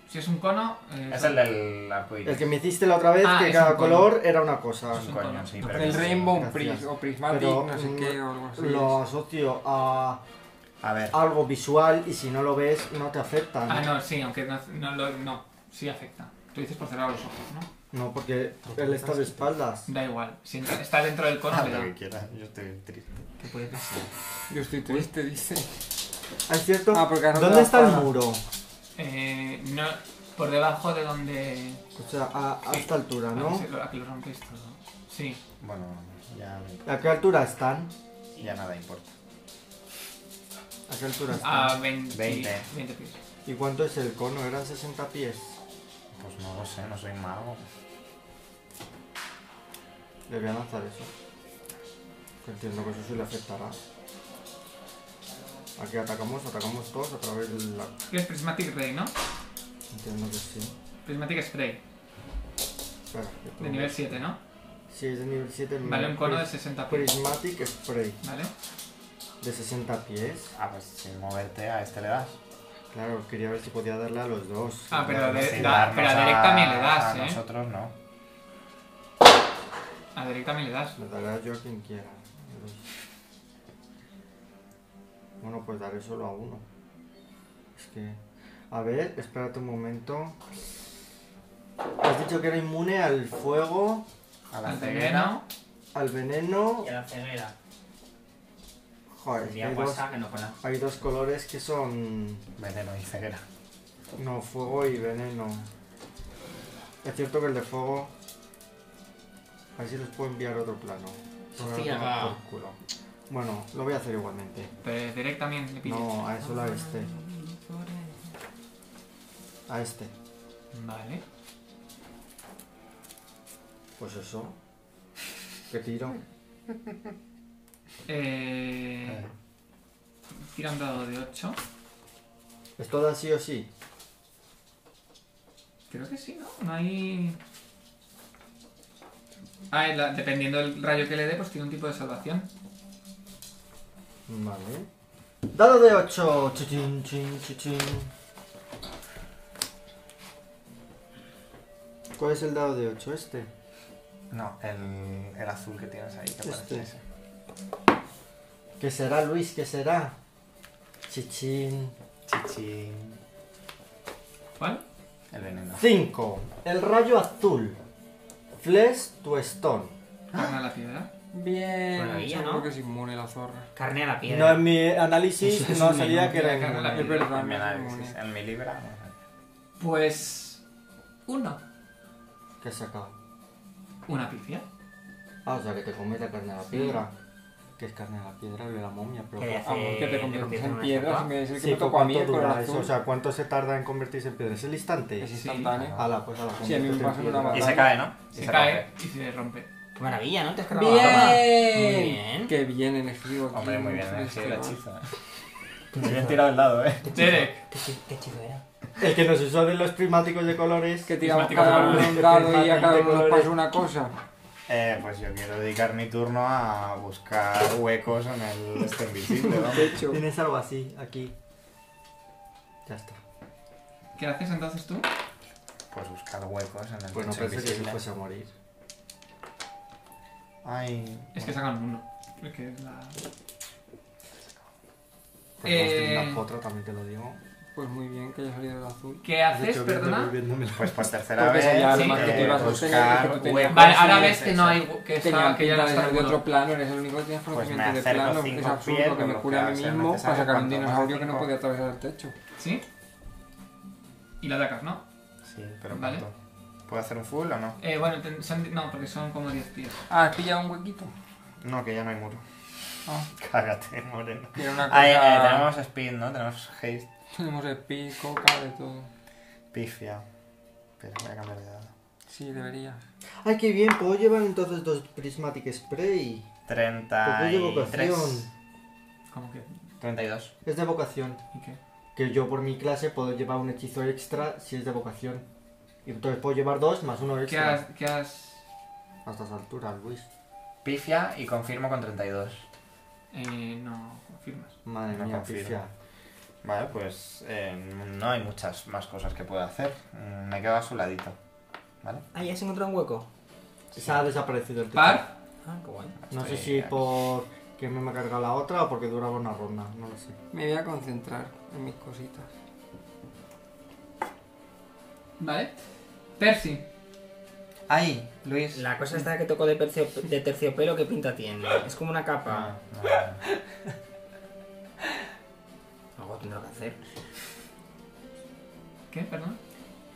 B: si es un cono eh,
D: Es el del arcoíris.
A: El que me hiciste la otra vez,
B: Ah,
A: que
B: es
A: cada
B: un color.
A: color era una cosa.
D: Es un coño, sí, pero.
E: El
D: que-
E: Rainbow
A: gracias.
E: Pris o Prismatic,
A: Pero,
E: no sé
A: mm,
E: qué o algo así.
A: Lo asocio a
D: A ver.
A: algo visual y si no lo ves no te afecta. ¿no?
B: ah no sí aunque no no, lo- no sí afecta tú dices por cerrar los ojos no
A: No, porque él está de espaldas.
B: da igual si entra- está dentro del cono
D: Haz
B: le da.
D: lo que quieras, yo estoy triste.
C: ¿Qué puede pasar?
E: Yo estoy triste, dice.
A: Ah, ¿Es cierto?
E: Ah, porque has roto
A: ¿Dónde
E: la
A: está el
E: espalda.
A: muro?
B: Eh, no por debajo de donde
A: O sea, a, a
B: Ah, Sí.
A: esta altura,
B: a
A: Ah, ¿no?
B: que se- a que lo rompéis todo sí
D: Bueno, ya, no importa,
A: ¿A qué altura están?
D: ya nada importa.
A: ¿A qué altura están?
B: A 20,
D: Veinte.
B: 20 pies.
A: ¿Y cuánto es el cono? ¿Eran 60 pies?
D: Pues no lo sé, no soy mago.
A: Le voy a lanzar eso. Que entiendo que eso sí le afectará. ¿A qué atacamos? Atacamos todos a través de la...
B: ¿Qué es Prismatic Ray, no?
A: Entiendo que sí.
B: Prismatic Spray,
A: Espera, que
B: de
A: tengo-
B: nivel 7, ¿no?
A: Sí, es de nivel 7.
B: Vale, un cono de 60 pies.
A: Prismatic Spray.
B: ¿Vale?
A: De 60 pies.
D: Ah, pues sin moverte a este le das.
A: Claro, quería ver si podía darle a los dos.
B: Ah, pero, de-
D: Sin
B: da- pero a
D: darnos
B: Derek también le
D: a
B: das, ¿eh?
D: nosotros no.
B: A Derek también le das.
A: Le daré yo a quien quiera. Bueno, pues daré solo a uno. Es que... A ver, espérate un momento. Has dicho que era inmune al fuego,
D: A la
B: Al
D: ceguera.
B: veneno.
A: al veneno...
C: Y a la ceguera.
A: Joder, es que
C: Tendría
A: hay dos,
C: WhatsApp que no conozco.
A: hay dos colores que son...
D: Veneno y ceguera.
A: No, fuego y veneno. Es cierto que el de fuego... A ver si los puedo enviar a otro plano. Por
C: Ciega.
A: culo. Bueno, lo voy a hacer igualmente.
B: Pero directamente le pides.
A: No, a eso a este. A este.
B: Vale.
A: Pues eso. ¿Qué tiro?
B: Eh, tira un dado de 8.
A: ¿Esto da sí o sí?
B: Creo que sí, ¿no? No hay... Ah, es la- dependiendo del rayo que le dé, pues tiene un tipo de salvación.
A: Vale. Dado de 8. Chuchín, chin, chuchín. ¿Cuál es el dado de 8? Este.
D: No, el, el azul que tienes ahí, que parece
A: Este.
D: ese.
A: ¿Qué será, Luis? ¿Qué será? Chichín.
D: Chichín.
B: ¿Cuál?
D: El veneno.
A: 5. El rayo azul. Flesh to stone.
B: Carne a la piedra.
E: Bien.
C: Maravilla,
E: seguro
C: ¿no?
E: que es inmune la zorra.
C: Carne a la
A: No,
C: piedra.
A: en mi análisis
C: Eso es
A: no
C: un
A: salía
C: menú.
A: que era
B: Mira, carga la
A: inmune.
E: Es verdad,
D: En mi
E: no es
D: análisis,
E: inmune.
D: en mi libra. no sé.
B: Pues... Uno.
A: ¿Qué he sacado?
B: Una pifia.
A: Ah, o sea, que te comes la carne a la piedra. ¿Qué es carne a la piedra? Lo de la momia, pero...
C: ¿Qué hace?
E: Amor, que te
C: Eh,
E: conviertes
C: empieza
E: en
C: una
E: piedra
C: estatua.
E: si me es el que
A: Sí,
E: me
A: pero
E: tocó a mí
A: ¿cuánto
E: el
A: dura
E: corazón.
A: eso? O sea, ¿cuánto se tarda en convertirse en piedra? ¿Es el instante?
E: es instantáneo.
A: Ala, pues ala,
E: Sí, a mí me
A: conviértete
E: pasa
A: en piedra.
E: una
D: Y
E: batalla.
D: se cae, ¿no? Y
B: Se, cae y se rompe.
C: Qué maravilla, ¿no? Te has cargado la barba.
E: ¡Bien!
C: Muy bien.
E: ¡Qué bien elegido! aquí, este
D: Hombre, muy bien,
E: fresco.
D: ha sido el hechizo. eh. Muy bien tirado el lado, eh.
B: Derek.
C: ¿Qué, chi- qué chido era?
A: El que nos usó de los prismáticos de colores.
E: Que tiramos
B: Prismáticos
E: cada
B: de
E: uno un
A: colores.
E: dado y a cada uno nos
A: Prismáticos de
E: pasa una cosa.
D: Eh, pues yo quiero dedicar mi turno a buscar huecos en el este invisible, ¿no?
E: De hecho,
A: Tienes algo así, aquí. Ya está.
B: ¿Qué haces entonces tú?
D: Pues buscar huecos en el
A: Pues no
D: techo
A: pensé que se
D: invisible.
A: fuese a morir.
D: Ay.
B: Es que sacan uno. Es que es la...
A: Porque hemos tenido
B: Eh.
A: una potra, también te lo digo.
E: pues muy bien que haya salido el azul.
B: ¿Qué haces, perdona?
D: Pues por tercera
E: Porque
D: vez,
E: sería
B: lo más que
D: eh,
B: tú ibas
E: a sostener, que tú
D: buscar
E: tenías-
D: huecos
B: Vale, ahora
D: en el
B: ves que
D: techo.
B: no hay... Que,
E: Tenía
B: está, que ya no
E: pinta de
B: está
E: ser de
B: alguno.
E: otro plano, eres el único que tienes
D: Pues me
E: conocimiento de
D: acerco
E: plano.
D: cinco
E: Es absurdo
D: pies,
E: que me
D: lo
E: cure a
D: que
E: mí
D: sea
E: mismo para
D: necesario,
E: sacar un
D: cuanto más
E: dinosaurio que no
D: cinco.
E: podía atravesar el techo.
B: ¿Sí? Y lo atacas, ¿no?
D: Sí, pero
B: Vale.
D: ¿cuánto? ¿Puedo hacer un full o no?
B: Eh, bueno, ten- son, no, porque son como 10 pies.
E: Ah, has pillado un huequito.
D: No, que ya no hay muro.
E: Ah.
D: Cágate, moreno.
E: Tiene una cosa.
D: Ah, eh, eh, tenemos speed, ¿no? Tenemos haste,
E: Tenemos el pico, coca, de todo.
D: pifia. Pero voy a cambiar de dado.
E: Sí, debería.
A: Ay, qué bien, puedo llevar entonces dos prismatic spray. Porque es de vocación.
D: 33.
B: Como que...
D: 32.
A: Es de vocación.
B: ¿Y qué?
A: Que yo por mi clase puedo llevar un hechizo extra si es de vocación. Y entonces puedo llevar dos más uno
B: ¿Qué
A: extra.
B: has, qué has
A: A estas alturas, Luis.
D: Pifia y confirmo con 32.
B: Eh, no confirmas.
A: Madre
D: No
A: mía,
D: confío.
A: pifia.
D: Vale, pues eh, no hay muchas más cosas que pueda hacer. Mm, Me quedo a su ladito. ¿Vale?
C: Ah, ya has encontrado un hueco.
A: Se ha desaparecido el techo.
B: Par,
C: Ah, qué guay.
A: No sé
D: Estoy
A: si
D: aquí.
A: por que me ha cargado la otra o porque duraba una ronda, no lo sé.
E: Me voy a concentrar en mis cositas.
B: ¿vale? Percy,
D: ¡Ay! Luis.
C: La cosa esta que tocó de, percio- de terciopelo, ¿qué pinta tiene? Es como una capa.
D: Ah, no, no, no.
C: Algo tendrá que hacer.
B: ¿qué? Perdón.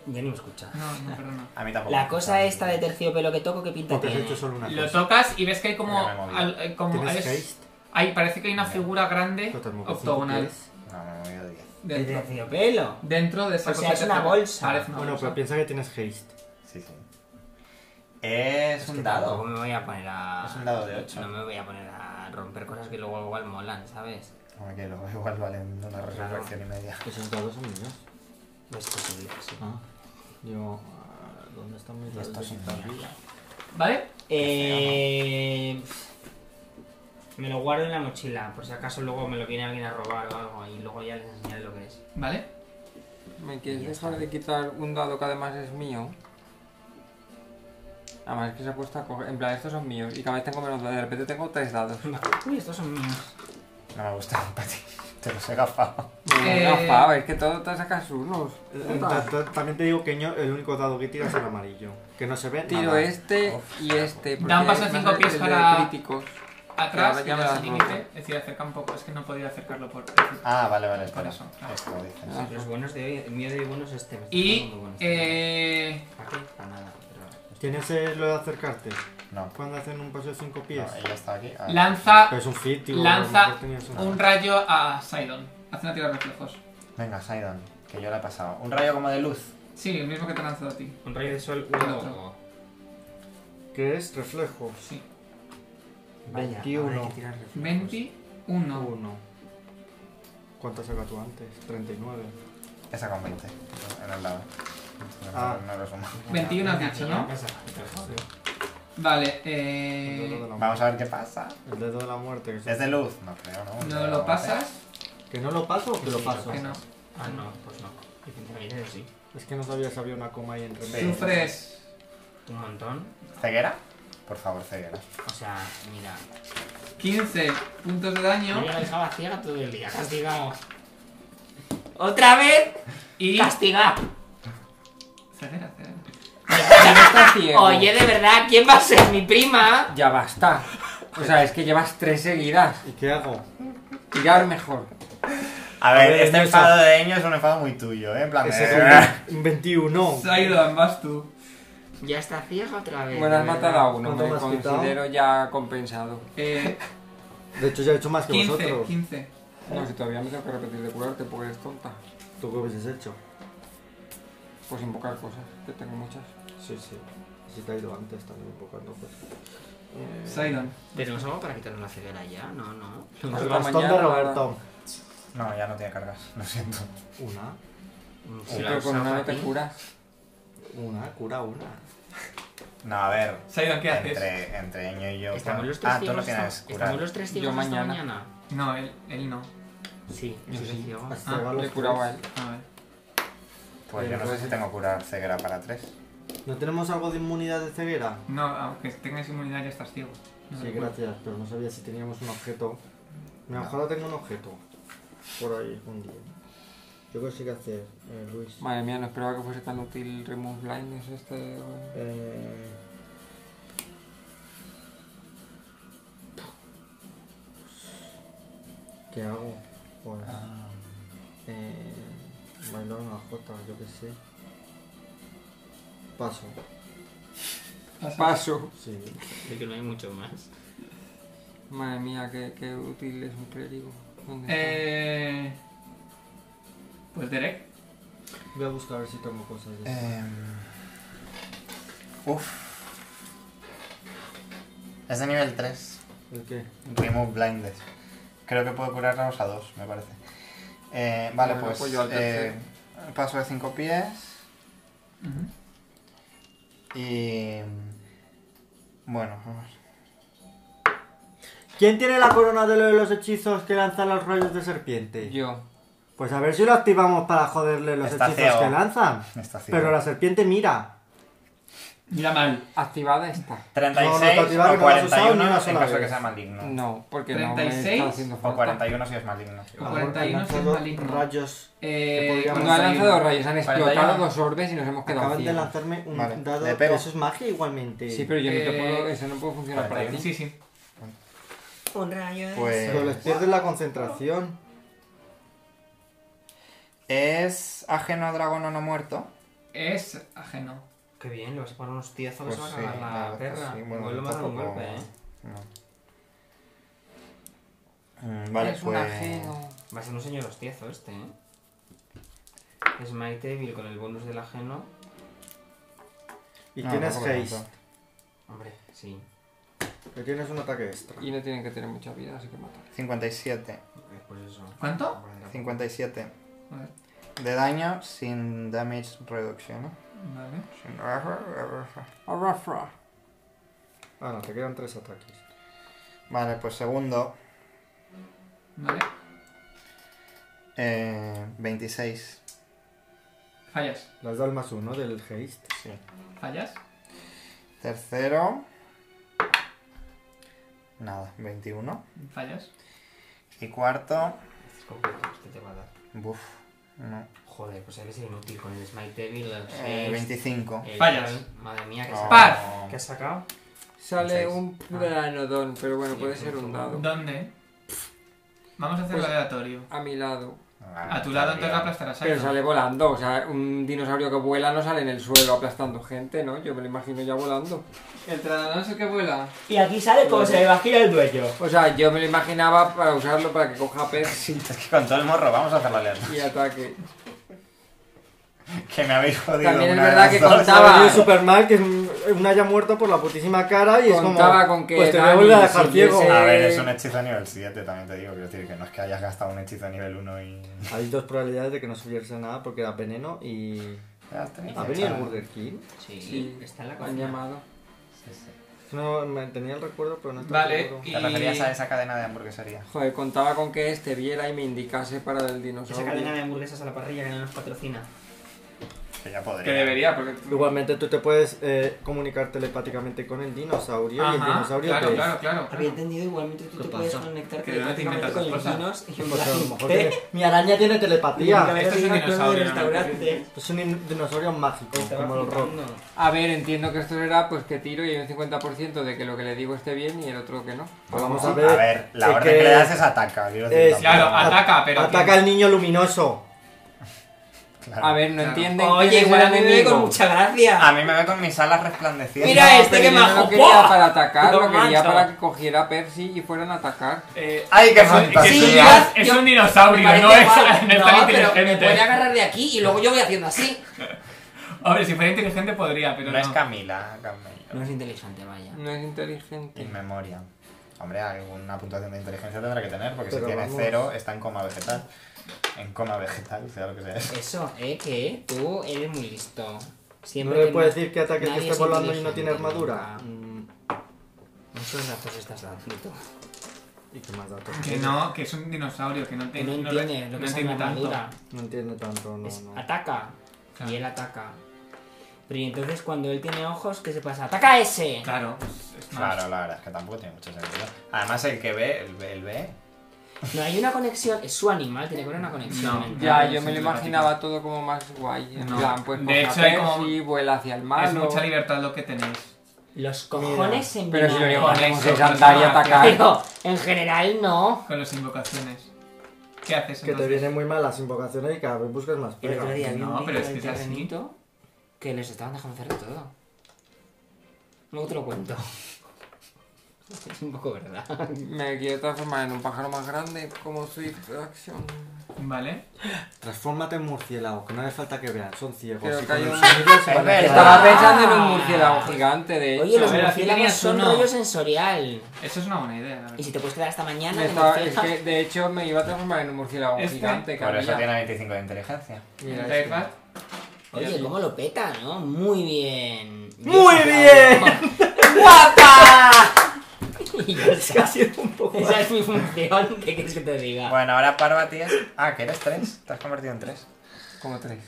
C: Ya ni me escucha.
B: No, no, perdona.
D: Ah, A mí tampoco.
C: La cosa esta de terciopelo que toco, ¿qué pinta
A: Porque has
C: tiene?
A: hecho solo una
B: Lo
A: cosa.
B: tocas y ves que hay como.
D: Ya me he movido.
B: al- eh, como
A: ¿Tienes
B: es-
A: haste?
B: hay, parece que hay una
D: Ya.
B: figura grande
A: Pero te has movido cinco
B: octogonal
A: pies.
D: No, me he movido 10.
C: ¿De
B: dentro,
C: terciopelo?
B: dentro de esa
C: O sea,
B: cosa
C: es
B: que
C: una
B: hace-
C: bolsa.
B: Parece una
A: Bueno,
B: bolsa.
A: pero piensa que tienes haste.
D: Sí, sí. Es,
C: Que
D: un
C: tampoco
D: dado.
C: me voy a poner a.
D: Es un dado de ocho.
C: No me voy a poner a romper cosas que luego igual molan, ¿sabes?
D: Hombre, que luego igual valen una resurrección y media.
A: Esos dados son míos.
C: No es posible que sí.
A: Ah. Yo, ah, ¿dónde están mis dados?
D: estos
A: de
D: son
A: quinta?
B: ¿Vale?
C: Eh. Me lo guardo en la mochila, por si acaso luego me lo viene alguien a robar o algo y luego ya les enseñaré lo que es.
B: ¿Vale?
E: ¿Me quieres dejar de quitar un dado que además es mío? Además es que se ha puesto a coger... En plan, estos son míos y cada vez tengo menos dados. De repente tengo tres dados.
C: Uy, estos son míos.
D: No me gustan, Pati. Te los he gafado.
E: Me
B: Eh.
E: he gafado, es que todo te sacas unos.
A: Eh, ta- ta- También te digo que ño- el único dado que tiras es el amarillo. Que no se ve
E: Tiro
A: nada.
E: este y este. porque
B: Da un paso de
E: me
B: cinco
E: sale
B: pies
E: el de
B: para-
E: críticos.
B: Atrás,
E: ahora
B: y
E: ya me
B: das
E: las
B: el
E: roto.
B: límite. Es decir, acerca un poco. Es que no podía acercarlo por.
D: Ah, vale, vale, espera.
B: Por eso.
D: Esto dices.
E: Ah.
C: Los buenos de hoy, el mío de hoy bueno es este. me está
B: Y.
C: dando muy buenos.
B: Eh,
C: ¿Para qué? Para nada. pero-
A: ¿Tienes eh, lo de acercarte?
D: No.
A: Cuando hacen un paso de cinco
D: No,
A: pies.
D: ella está aquí. Ah,
B: Lanza
A: Pero es un fit, tío.
B: Lanza
A: a lo mejor tenías un-
B: un rayo a Sidon. Hace una tira de reflejos.
D: Venga, Sidon, que yo la he pasado. Un rayo como de luz.
B: Sí, el mismo que te ha lanzado a ti.
C: Un rayo de sol,
B: Otro.
C: uno.
A: ¿Qué es? Reflejo.
B: Sí.
C: Vaya,
A: 21.
B: 21.
A: Uno. ¿Cuánto has sacado tú antes? 39.
D: Esa con 20. En el lado. No,
A: Ah.
D: no lo sumo.
B: 21 has dicho, ¿no? Vale,
A: El dedo de
B: eh.
A: la
D: Vamos a ver qué pasa.
A: mu- El dedo de la muerte. Que es-
D: Es de luz. No creo, ¿no?
B: No lo pasas,
A: ¿Que no lo paso o que lo paso?
B: que no.
C: Ah, no, pues no. Y pincelamiento sí.
A: Es que no sabía si había una coma ahí entre
D: Sí.
A: medio.
B: Sufres.
C: Un montón.
D: ¿Ceguera? Por favor, ceguera.
C: O sea, mira.
B: 15 puntos de daño
C: No me dejaba ciega todo el día. Castigado. ¡Otra vez!
B: y.
C: ¡Castigado!
B: Acelera, acelera.
E: Ya no estás ciego.
C: Oye, de verdad, ¿quién va a ser mi prima?
E: Ya basta. O sea, es que llevas tres seguidas.
A: ¿Y qué hago?
E: Tirar mejor.
D: A
A: ver,
D: ver, este
A: Ñoso.
D: enfado de Eño es un enfado muy tuyo, ¿eh? En plan,
A: Ese
D: eh,
A: es un- un 21.
B: Sidon, vas tú.
C: Ya está ciega otra vez.
E: Bueno,
C: de
E: has
C: verdad.
E: matado a uno.
A: Eh, ¿Cuánto
E: Me
A: me has quitado?
E: considero ya compensado.
B: Eh,
A: De hecho, ya he hecho más que
B: 15,
A: vosotros.
B: 15.
E: No, si todavía me tengo que repetir de curarte porque eres tonta.
A: ¿Tú qué hubieses hecho?
E: Pues invocar cosas, que tengo muchas.
A: Sí, sí. Si te ha ido antes también invocando, pues. Eh,
B: Sidon.
C: ¿Tenemos algo para quitarnos la ceguera ya? No, no.
A: El
E: Hasta
A: bastón de
E: mañana.
A: Roberto.
D: No, ya no tiene cargas. Lo siento.
A: Una,
C: Si
E: Sí,
C: la
E: pero con
C: usamos
E: una no te
C: aquí.
E: curas.
A: una, cura una.
D: No, a ver.
B: Sidon, ¿qué haces?
D: Entre, entre Eño y yo.
C: Estamos
D: bueno.
C: los tres
D: ah, tú
C: ciegos
D: no
C: hasta-
D: tienes curar.
C: Estamos los tres ciegos
E: Yo
C: hasta
E: mañana.
C: mañana.
B: No, él, él no.
C: Sí,
E: Yo
C: sí,
E: sí.
C: ciego.
A: Has
B: Ah,
A: cegado
E: Le
A: los
E: curaba a
A: tres.
E: él.
B: A ver.
D: Pues yo no sé si tengo curar ceguera para tres.
A: ¿No tenemos algo de inmunidad de ceguera?
B: No, aunque tengas inmunidad ya estás ciego. No
A: sí,
B: te puedo-
A: gracias, pero no sabía si teníamos un objeto. Mira,
D: No.
A: ojalá tenga un objeto. Por ahí, un día. Yo qué sé qué hacer, eh, Luis.
E: Madre mía, no esperaba que fuese tan útil Remove Blindness este. güey.
A: Eh... ¿Qué hago? Pues, eh, bailar una jota, yo qué sé. Paso,
E: Paso.
A: sí.
C: De que no hay mucho más.
E: Madre mía, qué, qué útil es un clérigo. ¿Dónde está?
B: Eh, pues Derek.
A: Voy a buscar a ver si tengo cosas. de esas.
D: Uf. Es de nivel 3.
A: ¿El qué?
D: Remove Blindness. Creo que puedo curarnos a dos, me parece. Eh, vale,
E: Bueno,
D: pues.
E: pues yo al
D: eh, paso de 5 pies. Y. Bueno, vamos.
A: ¿Quién tiene la corona de lo de los hechizos que lanza los rayos de serpiente?
E: Yo.
A: Pues a ver si lo activamos para joderle los
D: Está
A: hechizos
D: ciego.
A: que lanzan.
D: Está ciego.
A: Pero la serpiente mira.
B: Mira mal.
E: Activada está.
D: 36
A: No, no, Tatiana,
D: o
A: no la has usado
D: 41
A: ni una
D: en
A: sola
D: caso de que
A: vez.
D: sea maligno.
E: No, porque no me
B: 36
E: está haciendo
D: O
E: falta.
D: 41 si es maligno.
B: O
A: Ah,
B: 41 si es
A: Lanzado
B: maligno.
A: rayos.
B: Eh,
A: Que podríamos
E: Cuando han lanzado
B: 41.
E: rayos, han
D: 41.
E: explotado dos orbes y nos hemos quedado
A: Acaban de
E: ciegos.
A: lanzarme un
D: Vale,
A: dado.
D: le pego.
A: Eso es magia igualmente.
E: Sí, pero yo no te
B: Eh,
E: puedo, eso no puede funcionar para ti.
D: 41.
B: Sí, sí.
C: Un rayo de
A: Pero les
D: Pues.
A: pierdes la concentración.
D: Es ajeno a dragón o no muerto.
B: Es ajeno.
C: Qué bien, le vas a poner unos tiazos,
D: Pues
C: se va a
D: sí,
C: acabar
D: la
C: la
D: verdad que
C: perra.
D: sí, bueno,
C: Vuelve más de un
D: tampoco-
C: golpe, eh.
D: No. Mm, Vale,
E: es un
D: pues.
E: ajeno.
C: Va a ser un señor hostiazo este, eh. Es Might Evil con el bonus del ajeno.
A: Y
D: No,
A: tienes
D: no, no, no.
A: haste.
C: Hombre, sí.
A: Que tienes un ataque extra.
E: Y no tienen que tener mucha vida, así que matar.
D: 57.
C: Eh, Pues eso.
B: ¿Cuánto?
D: 57
B: Vale.
D: de daño sin damage reduction, ¿no?
B: Vale.
D: Sin-
E: Arrafra.
A: Ah, no, te quedan tres ataques.
D: Vale, pues segundo,
B: Vale.
D: eh, 26.
B: Fallas.
A: Las dado el más uno del haste.
D: Sí.
B: Fallas.
D: Tercero, nada, 21.
B: Fallas.
D: Y cuarto,
C: Este es complicado, este te va a dar.
D: buf, no,
C: Joder, pues eres inútil con el Smite Evil. El
D: eh,
C: haste,
D: 25.
C: el-
B: Fallas.
C: Madre mía, Ah. que
D: Oh,
B: Par.
C: ¿Qué has sacado?
E: Sale
D: Seis.
E: un planodón, pero bueno,
C: Sí,
E: puede
C: es
E: ser
C: un
E: un dado.
B: ¿Dónde? Vamos a hacerlo
E: Pues-
B: aleatorio.
E: A mi lado.
B: A tu lado entonces la aplastarás a
E: Pero
B: eso.
E: sale volando, o sea, un dinosaurio que vuela no sale en el suelo aplastando gente, ¿no? Yo me lo imagino ya volando.
B: El tranadón es el que vuela.
C: Y aquí sale como se le vacía el dueño.
E: O sea, yo me lo imaginaba para usarlo para que coja pez
D: Sí, es que con todo el morro vamos a hacer la lealtad.
E: y ataque.
D: Que me habéis jodido.
E: También es
D: una de
E: verdad
D: las
E: que
D: dos.
E: contaba,
A: Es Superman, que es un- una ya muerta por la putísima cara y es como.
E: contaba con que
A: Pues te voy a
E: Dani
A: volver a dejar ciego.
E: sirviese-
D: A ver, es un hechizo nivel 7, también te digo. Quiero decir que no es que hayas gastado un hechizo nivel 1 y.
A: Hay dos probabilidades de que no subiese nada porque era veneno y.
D: Ya has tenido,
A: ¿Ha venido el
D: chaval.
A: Burger King?
C: Sí,
E: Sí.
C: está en la
E: Han
C: cocina.
E: llamado.
D: Sí, sí.
A: No, me tenía el recuerdo, pero no estaba
B: Vale,
A: seguro.
B: y...
D: Te referías a esa cadena de hamburguesería.
E: Joder, contaba con que este viera y me indicase para el
C: Esa cadena
E: dinosaurio.
C: de hamburguesas a la parrilla que no nos patrocina.
D: Que ya podría.
B: Que debería, porque... tú-
A: Igualmente tú te puedes eh, comunicar telepáticamente con el dinosaurio y el
B: Ajá,
A: dinosaurio
B: claro,
A: te-
B: claro, claro,
C: Había
B: claro.
C: entendido igualmente tú
I: ¿Qué
C: te puedes
I: pasa?
C: conectar
B: Que de verdad te inventas
C: con los
B: cosas.
C: vinos y en
A: Pues a lo mejor
C: plan,
A: tiene- Mi araña tiene telepatía.
B: Esto es un
C: Había
B: dinosaurio,
C: de
B: ¿no?
C: restaurante.
A: Es un in- dinosaurio mágico,
C: Estaba
A: como el rock.
C: flipando.
E: A ver, entiendo que esto será pues que tiro y hay un 50% de que lo que le digo esté bien y el otro que no.
A: Pues vamos
D: A
A: a
D: ver,
A: ver.
D: la
A: es
D: orden que...
A: que-
D: le das es ataca. Quiero decir,
A: Es-
D: tampoco-
B: Claro, ataca, pero...
A: Ataca al niño luminoso.
D: Claro.
E: A ver, no
B: Claro.
E: entienden quién
C: Oye,
E: es el
C: igual a mí me ve
E: enemigo.
C: con mucha gracia.
D: A mí me ve con mis alas resplandeciendo.
C: Mira
E: No,
C: este
E: pero
C: que
E: yo
C: me
E: No
C: ajopó.
E: lo quería para atacar,
C: No
E: lo quería
C: mancha.
E: para que cogiera a Percy y fueran a atacar.
B: Eh,
D: ¡Ay, qué
B: es un-
D: fantasía!
B: es un-
C: ya-
B: Es
C: yo-
B: un dinosaurio,
C: Me parece
B: no es,
C: guay.
B: no es tan
C: No, pero Me
B: inteligente. pues.
C: puede agarrar de aquí y luego yo voy haciendo así.
B: Hombre, si fuera inteligente podría, pero
D: No
B: no.
D: es Camila, Camila.
C: No es inteligente, vaya.
E: No es inteligente.
D: En memoria. Hombre, alguna puntuación de inteligencia tendrá que tener, porque si
A: Pero
D: tiene
A: vamos.
D: cero, está en coma vegetal. En coma vegetal, sea lo que sea eso.
C: Eso, eh, que tú eres muy listo.
A: ¿No
C: Siempre
A: le
C: que
A: puedes
C: no-
A: decir que ataque que
C: nadie
A: esté
C: es
A: volando y no
C: inteligente,
A: tiene armadura?
C: nunca.
A: Mm,
C: Muchos datos estás dando tú.
A: ¿Y qué más datos?
B: Que no, que es un dinosaurio, que Eh, no,
C: Que
B: te,
C: no
B: le-
C: entiende lo
B: no
C: que es
B: entiende
C: una
B: tanto.
C: armadura.
A: No entiende tanto, no,
C: Es
A: no.
C: ataca.
B: Claro.
C: Y él ataca. Pero y entonces cuando él tiene ojos, ¿qué se pasa? ¡Ataca a ese!
B: Claro, pues, es más.
D: Claro, la verdad es que tampoco tiene mucho sentido. Además, el que ve, el ve, el ve.
C: No hay una conexión. Es su animal, tiene que haber una conexión.
B: No,
C: entre-
E: Ya,
B: no,
E: yo me lo
B: es
E: imaginaba todo como más guay. En
B: No.
E: plan, pues
B: De
E: coge
B: hecho,
E: a
B: hay
E: Percy, vuela hacia el
B: Es
E: malo.
B: mucha libertad lo que tenéis.
C: Los cojones se
E: Pero si lo único que
B: Con
E: hacemos
B: eso,
E: es
B: con
E: andar y
B: eso,
E: atacar.
C: Pero en general no.
B: Con las invocaciones. ¿Qué haces
A: Que te
B: entonces?
A: vienen muy mal las invocaciones y cada vez buscas más
C: El otro
A: pega.
C: día vi
B: no,
C: un vídeo
B: pero es
C: del
B: que es así.
C: terrenito que les estaban dejando hacer de todo. Luego te lo cuento. Es un poco verdad.
E: Me quiero transformar en un pájaro más grande como Swift Action.
B: Vale.
A: Transfórmate en murciélago, que no hace falta que vean, son ciegos.
E: Creo
A: y
E: que hay
A: con
E: un-
A: el sonido se van a
D: verdad.
A: quedar.
E: Estaba pensando en un murciélago gigante, de hecho.
C: Ah. Oye, los
B: a ver, aquí
C: murciélagos
B: tenías
C: son
B: uno.
C: rollo sensorial.
B: Eso es una buena idea, la
C: Y
B: verdad.
C: si te puedes quedar hasta mañana,
E: Me
C: te
E: estaba- es
C: mezclas.
E: que, de hecho, me iba a transformar en un murciélago
B: Este.
E: gigante. que
D: Por eso
E: había.
D: tiene 25 de inteligencia.
E: Mira,
B: ¿Te
E: este.
B: dejas?
C: "Ah, Oye, cómo lo peta, ¿no? Muy bien.
A: ¡Muy bien!
C: ¡Guapa! Y ya está. Esa es mi función. ¿Qué quieres que te diga?
D: Bueno, ahora Parvati es. Ah, que eres 3. Te has convertido en 3.
E: Como tres.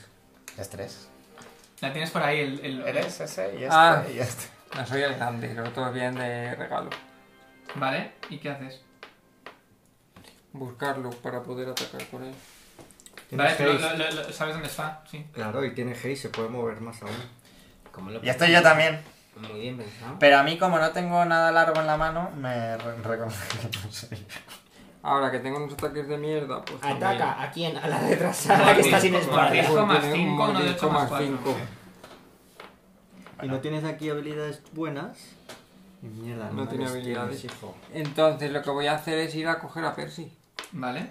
D: Es 3.
B: La tienes por ahí, el... el-
D: Eres ese y este
E: Ah.
D: y este.
E: No soy el grande, los otros vienen de regalo.
B: Vale, ¿y qué haces?
E: Buscarlo para poder atacar con él.
A: Tiene
B: Vale, lo-
A: haze.
B: lo- lo- lo- ¿sabes dónde está? Sí.
A: Claro, y tiene haze, se puede mover más aún.
C: ¿Cómo lo
D: Y estoy yo también.
C: Muy bien pensado.
D: Pero a mí, como no tengo nada largo en la mano, me re- reconoce que no soy.
E: Ahora que tengo unos ataques de mierda, pues. también.
C: Ataca a quién? A la retrasada que está sin
B: Mordisco
C: espalda.
B: más
E: Tiene un
B: 5, uno de
E: mordisco
B: 8 más
E: más
B: 4.
E: cinco.
A: ¿Y no tienes aquí habilidades buenas? Y mierda,
E: No tiene
A: las
E: habilidades.
A: tienes, hijo.
E: Entonces, lo que voy a hacer es ir a coger a Percy.
B: Vale.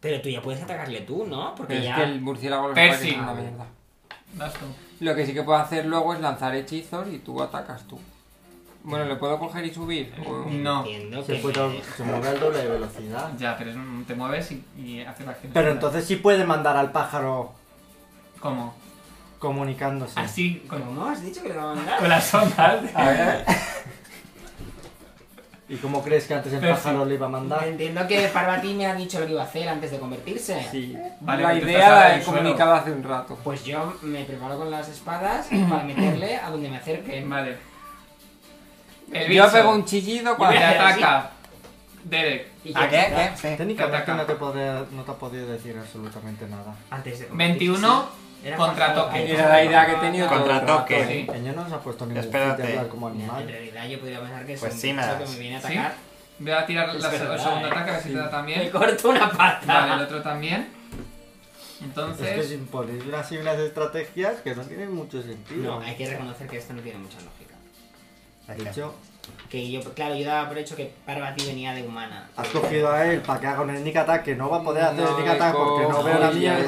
C: Pero tú ya puedes atacarle tú, ¿no? Porque
E: Pero es
C: ya.
E: que el murciélago lo
B: Percy.
E: una mierda.
B: Vas tú.
E: Lo que sí que puedo hacer luego es lanzar hechizos y tú atacas tú. Bueno, ¿le puedo coger y subir? O-
B: No.
C: Entiendo
A: Se,
C: que.
A: puede, se mueve al doble de velocidad.
B: Ya, pero es un- te mueves y, y haces acciones.
A: Pero entonces sí puede mandar al pájaro
B: ¿Cómo?
A: comunicándose.
B: Así, con,
C: ¿Cómo has dicho que le va a mandar?
B: con las ondas.
A: ¿Y cómo crees que antes el
B: Pero
A: pájaro le iba a mandar?
C: Entiendo que Parvati me ha dicho lo que iba a hacer antes de convertirse.
E: Sí.
B: Vale,
E: la
B: pero tú estás ahora en
E: idea la
B: el
E: he
B: suelo.
E: comunicado hace un rato.
C: Pues yo me preparo con las espadas para meterle a donde me acerque.
B: Vale. El
E: Yo
B: bicho
E: pego un chillido
B: te
E: cuando.
C: Yo-
B: ataca. Derek.
C: Y
D: ¿A
C: ya
D: qué?
C: está.
D: ¿Qué? Sí.
A: Técnicamente
B: ataca.
A: no te, podía- no te ha podido decir absolutamente nada.
C: Antes de convertirse.
B: 21
C: Era
B: contra
C: pasado.
B: toque.
E: Era la idea que he tenido. todo el rato,
D: Contratoque.
E: ¿eh?
B: Sí.
A: Ella no nos ha puesto ningún
D: Espérate.
A: fin de hablar como
C: Mira, En
A: animal.
C: realidad yo podría pensar que es
D: Pues
C: un
D: sí me
C: bicho
D: das.
C: que me viene a
B: ¿Sí?
C: atacar.
B: Voy a tirar
C: Es
B: la- el
C: verdad,
B: segundo
C: eh.
B: ataque, a ver si te da
C: Me
B: también.
C: corto una pata.
B: Vale, el otro también.
A: Es que
B: Entonces,
A: es imponer así unas estrategias que no tienen mucho sentido.
C: No, hay que reconocer que esto no tiene mucha lógica.
A: De hecho,
C: Que yo, claro, yo daba por hecho que Parvati venía de humana.
A: has cogido a él para que haga un sneak attack que no va a poder hacer
E: No
A: sneak
E: le
A: attack porque no
E: cojo,
A: veo la
E: ya
A: mierda.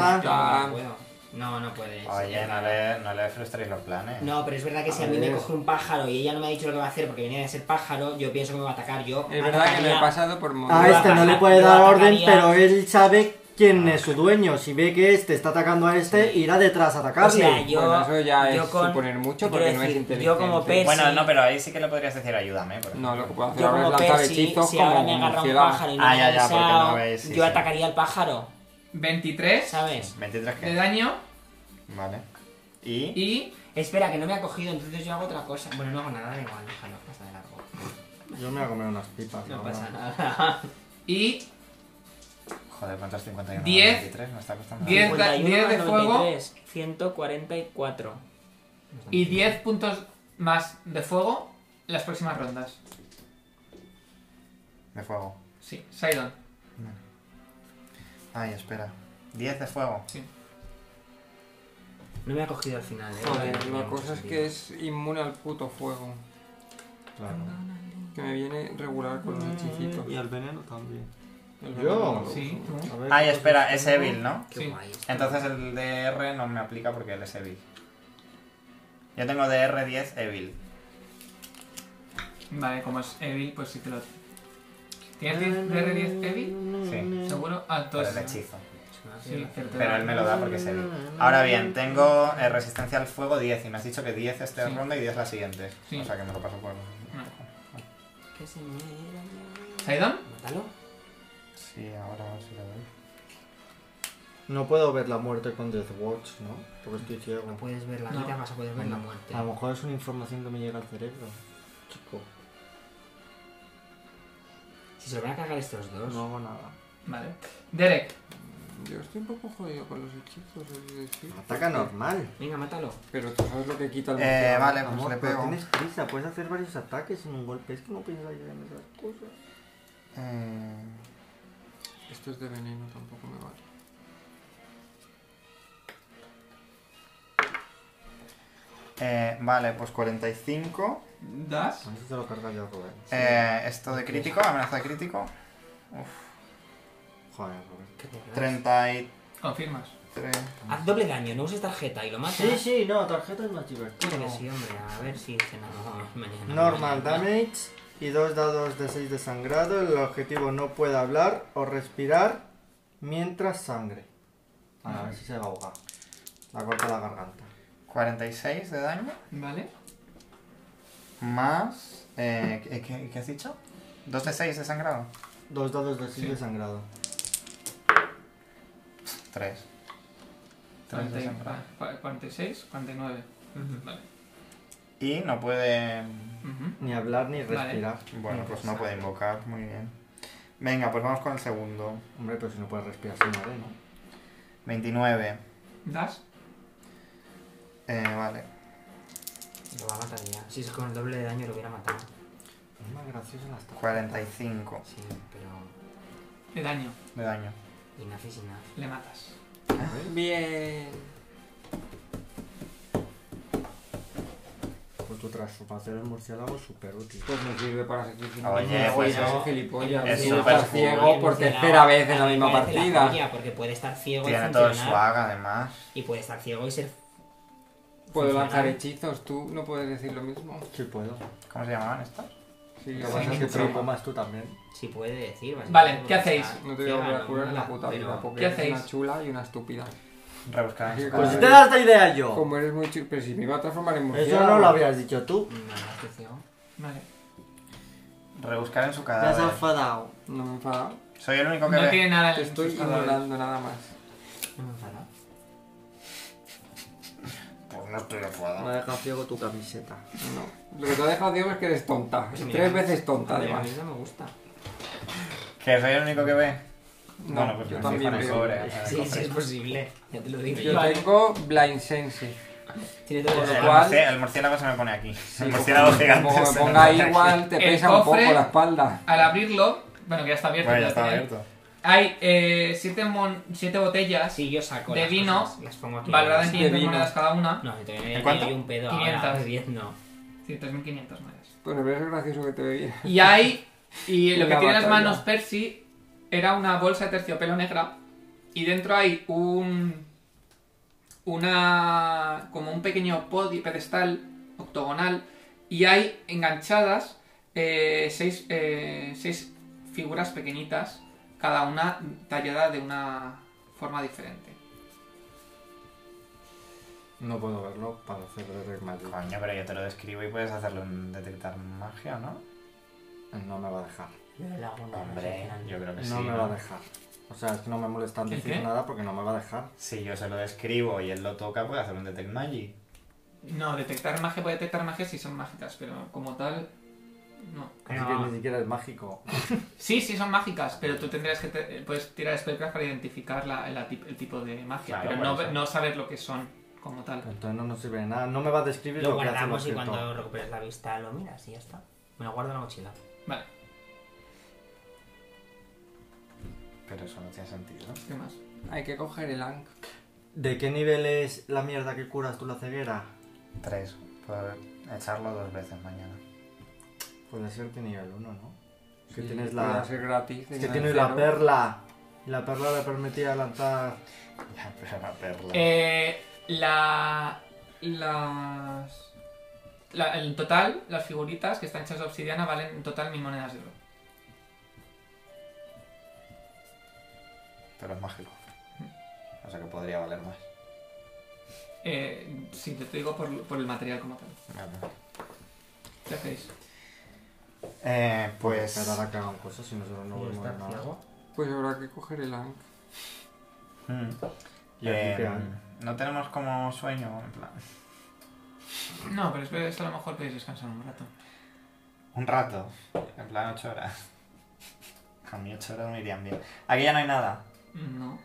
C: No,
E: está.
C: no puedo. No, no puedes.
D: Oye, no le, no le frustréis los planes.
C: No, pero es verdad que
A: A
C: si a mí me
A: ver.
C: coge un pájaro y ella no me ha dicho lo que va a hacer porque venía de ser pájaro, yo pienso que me va a atacar. Yo
E: Es verdad que me he
C: atacaría-
E: pasado por momentos.
A: A este no le puede
C: Yo
A: dar orden,
C: atacaría-
A: pero él sabe quién es su dueño. Si ve que este está atacando a este, irá detrás a
C: O
A: atacarle.
C: sea, yo.
E: Bueno, eso ya
C: yo
E: es suponer mucho, porque
C: quiero
E: no es
C: Yo como
E: inteligente.
C: Percy.
D: Bueno, no, pero ahí sí que le podrías decir ayúdame. Por
E: No,
D: ejemplo.
E: lo que puedo hacer
C: Yo
E: ahora es
C: como
E: lanzar
C: Percy,
E: hechizos
C: si ahora
E: como
C: me agarra un
E: murciélago.
C: pájaro y no
D: Ah,
C: me
D: ya,
C: ha
D: ya, porque
C: avisado,
D: no veis, sí,
C: yo
D: sí.
C: atacaría al pájaro,
B: 23
C: ¿sabes?
D: 23
B: de
D: que.
B: daño
D: Vale. Y.
B: y
C: Espera, que no me ha cogido, entonces yo hago otra cosa. Bueno, no hago nada, da igual, déjalo, pasa de largo.
A: Yo me voy a comer unas pipas.
C: No
A: ahora.
C: pasa nada.
B: y
D: Joder, ¿cuántos 51?
B: Diez.
D: 23, me está costando.
B: Diez.
D: 10
B: 10 de fuego.
C: 93, 144.
B: y 10 puntos más de fuego en las próximas rondas.
D: de fuego.
B: Sí, Sidon.
D: Ay, espera. 10 de fuego.
C: No me ha cogido al final, eh.
E: Joder,
C: No,
E: la
C: no,
E: cosa es
C: no.
E: que es inmune al puto fuego.
A: Claro.
E: Que me viene regular con los hechicitos.
A: Y al veneno también.
E: El
A: Yo.
E: veneno no lo
B: Sí,
E: uso.
B: tú.
A: A ver,
D: Ay,
A: ¿qué
D: espera,
A: cosas
D: es
A: tengo?
D: Evil, ¿no?
C: Qué
B: Sí.
C: guay esto.
D: Entonces el DR no me aplica porque él es Evil. Yo tengo DR10 Evil.
B: Vale, como es Evil, pues sí te lo. ¿Tienes 10 R10 Evil?
D: Sí.
B: Seguro. Ah,
D: Por
B: entonces.
D: el hechizo.
B: Sí, pero te
D: Pero
B: da-
D: él me lo da porque es
A: Mm.
D: Evil. Ahora bien, tengo eh, resistencia al fuego 10 y me has dicho que 10 esta
B: Sí.
D: ronda y 10 la siguiente.
B: Sí.
D: O sea que me lo paso por...
C: Que se muera ya.
B: ¿Sidon?
C: Mátalo.
D: Sí, ahora sí lo doy.
A: No puedo ver la muerte con Death Watch, ¿no? Porque estoy ciego.
C: No puedes ver la
B: No.
C: vida, vas a poder ver la muerte.
D: Ah,
A: A lo mejor es una información que me llega al cerebro. Chico,
C: Si se lo van a cargar estos dos.
A: no hago nada.
B: Vale. Derek.
E: Yo estoy un poco jodido con los hechizos, es decir.
A: Ataca normal.
C: Venga, mátalo.
E: Pero tú sabes lo que quita el
D: Eh,
E: murciélago.
D: vale, pues
A: Amor,
D: le
A: pero
D: pego.
A: tienes prisa, puedes hacer varios ataques en un golpe. Es que no piensas en esas cosas.
D: Eh,
E: Esto es de veneno, tampoco me vale.
D: eh, vale, pues 45.
B: Das.
A: A eso te lo carga yo, Robert.
D: Eh, esto de crítico, amenaza de crítico.
A: Joder, Robert.
C: ¿Qué te crees?
D: 33.
B: Confirmas.
C: Haz doble daño, no uses tarjeta y lo matas.
A: Sí, sí, no, tarjeta es más divertido.
C: Porque sí, hombre, a ver si cenamos mañana.
A: Normal damage y dos dados de 6 de sangrado. El objetivo no puede hablar o respirar mientras sangre. A ver si se va a ahogar. La corta la garganta.
D: 46 de daño.
B: Vale.
D: Más. Eh, ¿qué- ¿qué, qué has dicho? 2 de 6 de sangrado.
A: Dos dados de 6 de sangrado.
D: 3. 3 de
B: 40
D: sangrado.
B: cua- 46, 49. Vale.
D: Y no puede.
B: Ujú.
A: Ni hablar ni
B: Vale.
A: respirar.
D: Bueno, pues no puede invocar. Muy bien. Venga, pues vamos con el segundo.
A: Hombre, pero si no puedes respirar, se muere, ¿no?
D: 29.
B: Das.
D: Eh, vale.
C: Lo va a matar ya. Si es con el doble de daño lo hubiera matado.
A: Es más graciosa las tarjetas.
D: 45
C: Sí, pero.
B: De daño.
D: de daño.
C: Enough is enough.
B: Le matas.
E: Bien.
A: Pues tu transformación en murciélago es súper útil.
E: Pues me sirve para seguir
C: Eh,
E: siendo
D: Oye,
E: gilipollas,
D: pues
E: soy
D: eso-
E: gilipollas.
D: es
E: Y
D: súper
E: estás
D: cool.
E: ciego por tercera vez en la misma partida.
C: porque puede estar ciego y
D: Tiene
C: funcionar.
D: todo el swag además.
C: Y puede estar ciego y ser.
E: Puedo
C: Funciona.
E: lanzar hechizos, tú no puedes decir lo mismo.
A: Sí puedo.
D: ¿Cómo se llamaban estos?
E: Sí,
A: Lo que
E: sí,
A: pasa es que
E: sí.
A: te lo comas tú también.
C: Si puede decir,
B: Vale,
C: básicamente,
B: ¿qué hacéis?
C: porque está
E: No te voy a volver a
C: ciega,
E: curar en la
C: no,
E: puta
C: pero-
E: vida porque
B: ¿Qué
E: eres
B: hacéis?
E: una chula y una estúpida.
D: Rebuscar en
E: Sí,
D: su
E: pues
A: Pues
E: si
A: si
E: te
A: te
D: cadáver.
A: das la idea yo.
E: Como eres muy chula, pero si me iba a transformar en
A: Eso
E: murciélago.
A: no lo habías dicho tú.
C: No, no, estoy ciego.
B: Vale.
D: Rebuscar en su
A: Te has
D: cadáver.
A: enfadado.
E: No me enfada.
D: Soy el único que
B: No
D: ve.
B: tiene
C: Ah,
B: nada
E: Te
B: en
E: estoy
B: sus cadáveres.
E: ignorando nada más.
C: No me he enfadado.
D: Pues no estoy de
A: Me
D: acuerdo.
A: ha dejado ciego tu camiseta.
E: No. Lo que te ha dejado Dios es que eres tonta.
C: Pues mira,
E: Tres veces tonta
C: a mí-
E: además.
C: A mí no me gusta.
D: ¿Que soy el único que ve?
E: No,
D: bueno, pues
E: yo
D: me
E: también
D: fijo en el
E: veo.
D: sobre. en el
C: Sí, sí,
D: cofre.
C: es posible. Ya te lo digo.
E: Yo tengo blind sense.
C: Tiene todo
E: Con
C: el
E: lo
D: El,
C: daño.
E: cual-
D: murci- el murciélago se me pone aquí. el murciélago gigante.
E: Como
D: se
E: me
D: me
E: ponga
D: pone
E: ahí
D: aquí.
E: igual, te
B: El
E: pesa un poco
B: cofre-
E: la espalda.
B: Al abrirlo, bueno, que ya está abierto.
D: Bueno, ya
B: lo
D: está
B: tiene.
D: abierto.
B: Hay eh, siete, mon- siete botellas
C: Sí, yo saco
B: De
C: las
B: vino,
C: cosas, las pongo aquí.
B: valoradas en
C: Sí.
B: 500
E: vino.
B: monedas cada una.
C: No, te voy
D: ¿En
C: a
D: cuánto?
C: un pedo
B: 500.
C: ahora. 10 no.
B: 100.500 monedas.
E: Pues me parece gracioso que te veía.
B: Y hay. Y lo que
E: Una
B: tiene en las
E: batalla.
B: manos Percy era una bolsa de terciopelo negra. Y dentro hay un. Una. Como un pequeño podi, pedestal octogonal. Y hay enganchadas eh, seis, eh, seis figuras pequeñitas. Cada una tallada de una forma diferente.
G: No puedo verlo para hacer Detect Magic.
D: Coño, pero yo te lo describo y puedes hacerle un detectar magia, ¿no?
G: No me va a dejar.
C: Yo le hago una
D: Hombre,
C: cosa.
D: yo creo que Pues sí.
G: No me va a dejar. O sea, es que no me molesta en
B: ¿El
G: decir
B: qué?
G: nada porque no me va a dejar.
D: Si yo se lo describo y él lo toca, puede hacer un detect magic.
B: No, detectar magia puede detectar magia si son mágicas, pero como tal. No.
G: Así que ni siquiera es mágico.
B: Sí, sí, son mágicas, pero tú tendrías que. te- eh, puedes tirar Spellcraft para identificar la, la tip- el tipo de magia,
D: Claro,
B: pero no,
D: por eso.
B: no saber lo que son como tal.
G: Entonces no nos sirve de nada. No me va a describir
C: Lo
G: lo, que hace el
C: guardamos y
G: objeto.
C: cuando recuperes la vista lo miras y ya está. Me lo guardo en la mochila.
B: Vale,
D: Pero eso no tiene sentido.
B: ¿qué más?
E: Hay que coger el Ankh.
G: ¿De qué nivel es la mierda que curas tú la ceguera?
D: Tres. Por echarlo dos veces mañana.
G: Puede ser que nivel 1, ¿no? Que
E: Sí,
G: tienes
E: puede
G: la.
E: ser gratis.
G: Es
E: y
G: que
E: no
G: tienes
E: es
G: la
E: cero.
G: perla. Y la perla le permitía lanzar.
D: Ya, pero la perla.
B: Eh, la. Las. La, en total, las figuritas que están hechas de obsidiana valen en total mil monedas de oro.
D: Pero es mágico. O sea que podría valer más.
B: Eh, sí, te, te digo por, por el material como tal.
D: Vale.
B: ¿Qué hacéis?
D: Eh, pues.
G: Esperar a que hagan cosas si nosotros no
C: Yo
G: vemos
C: estar
G: nada.
C: ciego.
E: Pues habrá que coger el Ankh.
D: mm,
G: Y aquí
D: eh,
G: que hay.
D: no tenemos como sueño, en plan.
B: No, pero espero que a lo mejor podéis descansar un rato.
D: Un rato. En plan, ocho horas. A mí ocho horas me irían bien. Aquí ya no hay nada.
B: No.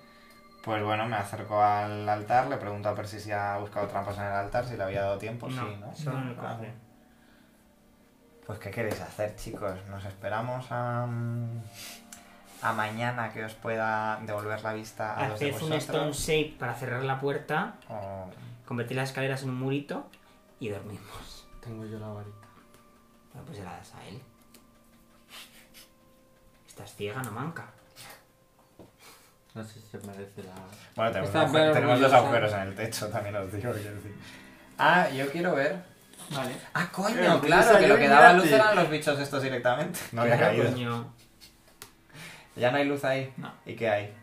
D: Pues bueno, me acerco al altar, le pregunto a Percy si ha buscado trampas en el altar, si le había dado tiempo, sí, ¿no?
C: solo en el
D: Ah,
C: cofre.
D: Pues ¿qué queréis hacer, chicos? Nos esperamos a, mm, a mañana que os pueda devolver la vista a Ah, los de
C: Haced un stone
D: vosotros.
C: shape para cerrar la puerta,
D: O-
C: convertir las escaleras en un murito y dormimos.
G: Tengo yo la varita.
C: Bueno, pues se la das a él. Estás ciega, no manca.
G: No sé si se merece la.
D: Bueno, tenemos,
E: Está
D: un
E: bien
D: agujero- tenemos dos
E: orgullosa.
D: agujeros en el techo, también os digo. quiero decir. Ah, yo quiero ver.
B: Vale.
D: Ah,
G: Eh,
D: coño, claro,
G: utiliza
D: que lo
G: yo
D: que
G: y
D: daba
G: mírate.
D: luz eran los bichos estos directamente. No había
C: Claro,
D: caído.
C: coño.
D: Ya no hay luz ahí.
B: No.
D: ¿Y qué hay?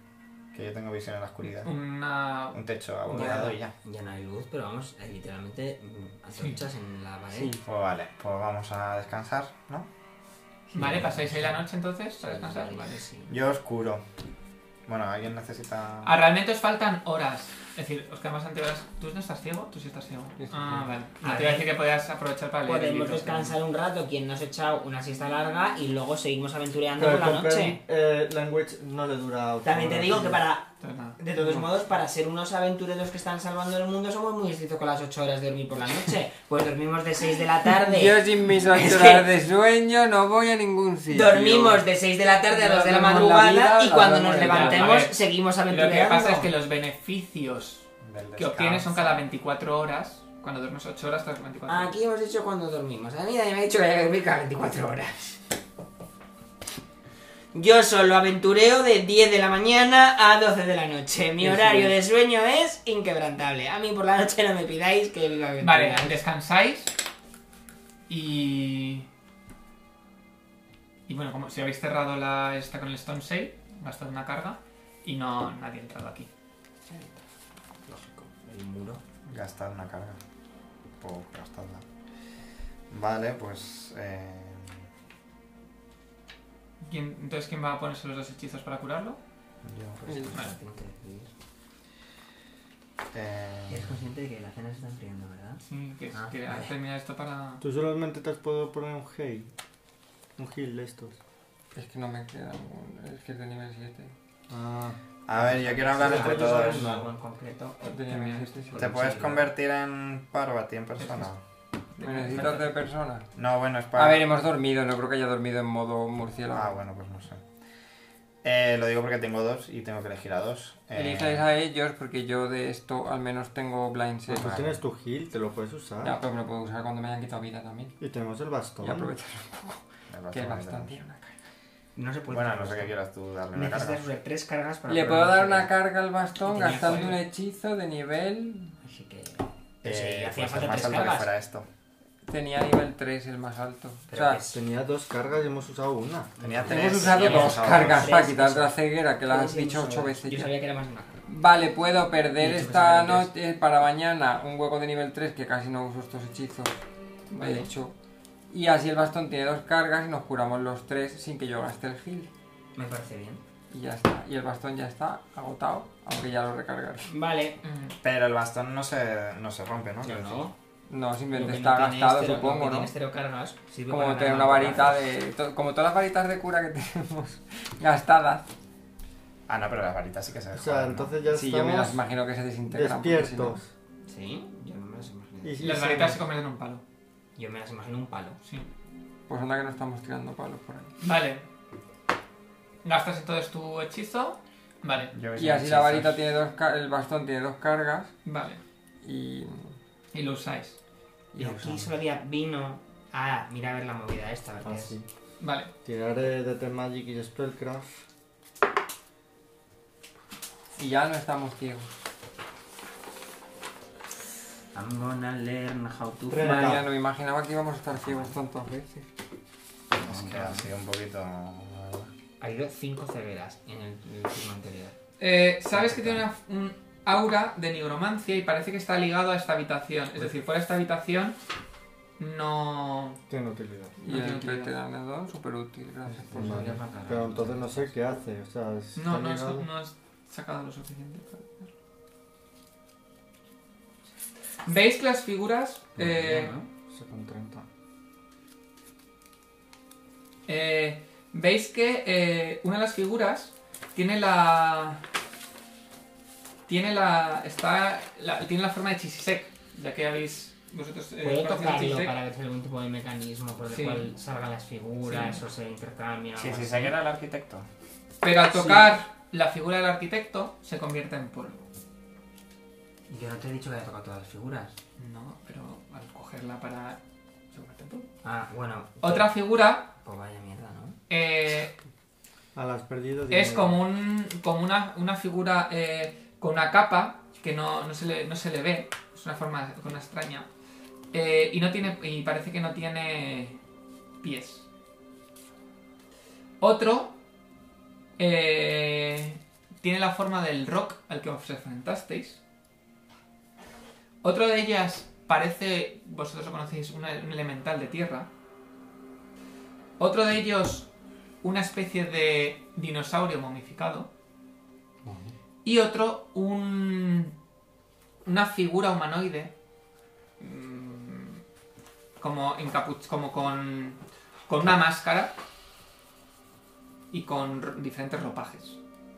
D: Que yo tengo visión en la oscuridad.
B: Una.
D: Un techo
C: dorado.
D: abollado y ya.
C: Ya no hay luz, pero vamos, hay literalmente mm, antorchas en la pared.
D: Pues vale, pues vamos a descansar, ¿no?
B: Vale, pasáis ahí la noche entonces para
C: Sí,
B: descansar.
C: sí,
B: Vale.
C: sí.
D: Yo os curo. Bueno, alguien necesita.
B: Ah, realmente os faltan horas. Es decir, os quedan bastante horas. ¿Tú no estás ciego? Tú sí estás ciego. Ah, vale. No te iba a decir que podías aprovechar para leer. el
C: Podemos
B: libro,
C: descansar un rato, quien nos ha echado una siesta larga, y luego seguimos aventureando
A: Pero
C: por
A: el
C: la
A: Comprehend
C: noche.
A: eh, Language no le dura ocho
C: También te
A: horas.
C: digo que para,
B: pero- Entonces, nada.
C: de todos modos, para ser unos aventureros que están salvando el mundo, somos muy estrictos con las 8 horas de dormir por la noche. Pues dormimos de 6 de la
E: Yo
C: tarde.
E: sin mis
C: Es
E: ocho
C: que-
E: horas de sueño no voy a ningún sitio.
C: Dormimos de 6 de la tarde a 2 de la
E: Nos vemos la vida,
C: madrugada y
E: nos
C: cuando
E: vemos
C: nos
E: el día.
B: A
C: levantemos
B: ver,
C: seguimos
B: Lo que
C: aventureando.
B: pasa es que los beneficios
D: del
B: que obtienes son
D: descanso.
B: cada 24 horas. Cuando duermes 8 horas, estás 24 horas.
C: Aquí hemos dicho cuando dormimos. A mí nadie me ha dicho que haya que dormir cada 24 horas. Yo solo aventureo de 10 de la mañana a 12 de la noche. Mi horario de sueño es inquebrantable. A mí por la noche no me pidáis que viva aventuras.
B: Vale, descansáis. Y. Y bueno, como si habéis cerrado la esta con el Stone Sail, gastad una carga. Y no nadie ha entrado aquí.
C: El muro.
D: Gastad una carga. O gastadla. Vale, pues. Eh...
B: ¿Quién- entonces, ¿quién va a ponerse los dos hechizos para curarlo?
C: Pues,
D: Yo.
B: Vale.
D: Eh...
C: Eres consciente de que la cena se está enfriando, ¿verdad?
B: Sí, Mm, que,
C: Ah,
B: que
C: vale.
B: termina esto para.
A: Tú solamente te has podido poner un heal. Un heal de estos.
E: Es que no me queda ningún. Es que es de nivel 7.
G: Ah,
D: A ver, yo quiero hablar entre todos.
C: algo en concreto.
E: No tenía
B: Mira,
E: miedo.
B: este sí.
D: ¿Te puedes convertir en Parvati en persona?
E: ¿Me necesitas de persona?
D: No, bueno, es para.
E: A ver, hemos dormido, no creo que haya dormido en modo murciélago.
D: Ah, bueno, pues no sé. Eh, lo digo porque tengo dos y tengo que elegir a dos. Eh,
E: Elijáis a ellos porque yo de esto al menos tengo blind set.
D: Ah,
A: Tú
D: vale.
A: tienes tu heal, te lo puedes usar.
E: Ya, pero me lo puedo usar cuando me hayan quitado vida también.
A: Y tenemos el bastón.
E: Y aprovechar un poco,
D: me parece
E: que es
D: muy
E: bastante
D: bien.
E: una carga.
C: No se puede.
D: Bueno, no sé qué quieras tú darle una carga.
C: Necesitas usar tres cargas para.
E: Le
C: probar
E: puedo dar
C: sé
E: una
C: qué.
E: carga al bastón
C: Tenía
E: gastando un
C: fuego.
E: hechizo de nivel...
C: Así que.
D: Eh,
C: sí, hacía
D: pues es
C: falta
D: más
C: tres
D: alto que
C: cargas.
D: fuera esto.
E: Tenía nivel 3 el más alto.
C: Pero
E: o sea,
C: que sí.
A: Tenía dos cargas y hemos usado una.
D: Tenía tres.
E: hemos
D: y
E: usado
D: hemos
E: dos
D: usado
E: cargas
C: tres,
E: para quitar
C: sí.
E: la ceguera, que la has
C: Sí, sí,
E: dicho
C: no
E: ocho
C: sabía.
E: veces
C: Yo
E: ya.
C: sabía que era más una carga.
E: Vale, puedo perder
C: Mucho más
E: esta
C: adelante.
E: noche para mañana un hueco de nivel 3 que casi no uso estos hechizos. De
C: Vale.
E: hecho. Y así el bastón tiene dos cargas y nos curamos los tres sin que yo gaste el heal.
C: Me parece bien.
E: Y ya está. Y el bastón ya está agotado, aunque ya lo recargaré.
C: Vale.
D: Pero el bastón no se, no se rompe, ¿no?
C: No, no.
E: No,
C: Lo
E: simplemente
C: que
E: está
C: no tienes
E: gastado,
C: cero- lo
E: supongo,
C: que
E: ¿no?
C: tienes cero cargas. sirve
E: Como
C: para
E: tener una
C: ganar
E: varita
C: cargas.
E: de... to- Como todas las varitas de cura que tenemos gastadas.
D: Ah, no, pero las varitas sí que se
A: O
D: joden,
A: sea,
D: ¿no?
A: entonces ya
E: Sí, yo me las
A: estamos
E: imagino que se desintegran. porque si no-
A: despiertos.
C: Sí, yo no me las imagino.
A: Y- y
B: Las
A: se-
B: varitas se convierten en un palo.
C: Yo me las imagino un palo.
B: Sí.
E: Pues anda que no estamos tirando palos por ahí.
B: Vale. Gastas entonces tu hechizo. Vale,
D: Yo
C: Pues
E: Y
D: sin
E: así la
D: hechizos.
E: varita tiene dos... ca- El bastón tiene dos cargas
B: vale.
E: y...
B: Y lo usáis.
C: Y aquí solo había vino. Ah, mira a ver la movida esta, a ver qué
A: Ah,
C: es.
A: sí.
B: Vale.
A: Tiraré de The Magic y Spellcraft.
E: Y ya no estamos ciegos.
C: I'm gonna learn how to
A: Tres. Venga.
C: fly.
E: Madre mía, no me imaginaba que íbamos a estar ciegos tantas veces.
D: Es que ha sido un poquito.
C: Ha ido 5 cegueras en el, en el turno anterior.
B: Eh, Sabes que tiene una- un aura de nigromancia y parece que está ligado a esta habitación.
A: Pues
B: Es decir, fuera de esta habitación no...
A: Tiene utilidad.
E: Y
B: No
E: el
B: tiene utilidad.
E: entretenedor, súper útil, gracias por
A: Vale.
E: saber.
A: Pero entonces no sé qué hace. O sea, es-
B: No, no,
A: está
B: has-
A: ligado.
B: no has sacado lo suficiente. para hacerlo. ¿Veis que las figuras... eh,
A: Se con 30.
B: Eh, Veis que eh, una de las figuras tiene la. Tiene la. Está. la- tiene la forma de Chisisek. Ya que habéis. Vosotros. eh,
C: Puedo
B: conocéis el
C: tocarlo
B: Chisisek.
C: para ver si hay algún tipo de mecanismo por el
B: Sí.
C: cual salgan las figuras
B: Sí.
C: o se intercambian.
D: Sí,
C: o
D: sí,
C: así.
D: sé que era el arquitecto.
B: Pero al tocar la figura del arquitecto, se convierte en polvo.
C: Yo no te he dicho que haya tocado todas las figuras.
B: No, pero al cogerla para. se convierte en polvo.
C: Ah, bueno.
B: Otra figura.
C: Pues vaya mierda, ¿no?
B: eh,
A: A las perdidas.
B: es como un. como una, una figura eh, con una capa que no, no se le, no se le ve. Es una forma una extraña. Eh, y no tiene. Y parece que no tiene pies. Otro. eh, tiene la forma del rock al que os enfrentasteis. Otro de ellas parece. Vosotros lo conocéis, una- un elemental de tierra. Otro de ellos una especie de dinosaurio momificado y otro un una figura humanoide mm, como encapuch como con con una máscara y con ro- diferentes ropajes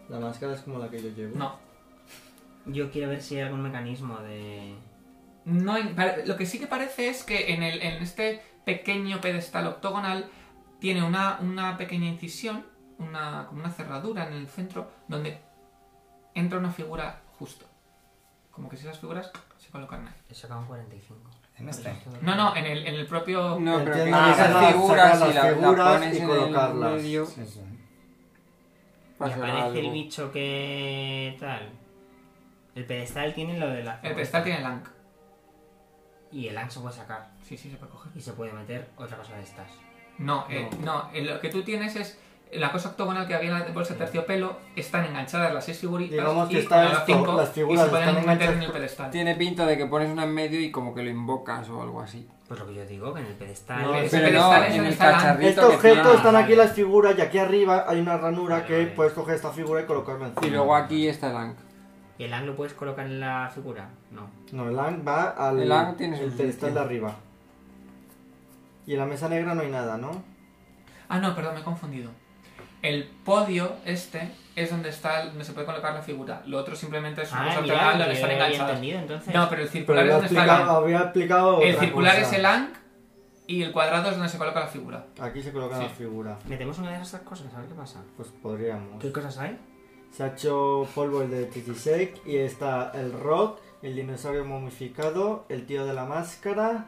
A: La máscara es como la que yo llevo.
B: no
C: Yo quiero ver si hay algún mecanismo de.
B: no hay- pare- lo que sí que parece es que en el en este pequeño pedestal octogonal tiene una, una pequeña incisión una como una cerradura en el centro donde entra una figura justo como que si las figuras se colocan ahí
C: He sacado un 45.
D: En este.
B: No, no, en el, en el propio.
E: No, pero
A: Entiendo
E: claro,
A: que
E: esas
A: sacar-
E: figuras
A: sacar
E: y
A: las
E: la, la
A: figuras
E: pones
A: y
E: en
A: colocarlas.
E: el medio
D: Sí, sí.
E: para
C: Me
E: hacer
C: parece el
E: algo.
C: bicho que. tal. El pedestal tiene lo de la.
B: El pedestal tiene el Ankh.
C: Y el axe se puede sacar.
B: Sí, sí, se puede coger.
C: Y se puede meter otra cosa de estas.
B: No, eh, no, eh, lo que tú tienes es. La cosa octogonal que había en la bolsa de terciopelo están enganchadas las seis figuritas.
A: Digamos que
B: y
A: está
B: a las
A: esto,
B: cinco,
A: las
B: y
A: figuras
B: se pueden
A: están
B: meter en
A: enganchadas
B: el pedestal.
E: Tiene pinta de que pones una en medio y como que lo invocas o algo así.
C: Pues lo que yo digo, que en el pedestal.
A: No,
C: Ese
B: pero
C: pedestal
B: no,
C: es
B: en
C: donde
B: el
C: está la-
E: cacharrito.
A: Este
E: Esto que
A: objeto
E: tiene-
A: están
C: Ah,
A: aquí
C: vale.
A: las figuras y aquí arriba hay una ranura que
C: Vale.
A: puedes coger esta figura y colocarla encima.
E: Y luego aquí está el Ankh.
C: ¿Y el ángulo puedes colocar en la figura? No.
A: No, el Ang va al este,
E: El Ankh tiene su
A: el pedestal
E: sitio.
A: de arriba. Y en la mesa negra no hay nada, ¿no?
B: Ah, no, perdón, me he confundido. El podio este es donde está donde se puede colocar la figura. Lo otro simplemente es un
C: Ah,
B: cosa
C: mira,
B: octagonal donde
C: yo
B: están
C: había
B: enganchadas.
C: entendido, entonces.
B: No, pero el
A: Pero
B: circular
A: había
B: es donde está el
A: aplicado,
B: ang.
A: había aplicado
B: El
A: otra
B: circular
A: cosa.
B: es el ang y el cuadrado es donde se coloca la figura.
A: Aquí se coloca
B: Sí.
A: la figura.
C: Metemos una de esas cosas, a ver qué pasa.
A: Pues podríamos.
C: ¿Qué cosas hay?
A: Se ha hecho polvo el de Titi Shake y está el rock, el dinosaurio momificado, el tío de la máscara,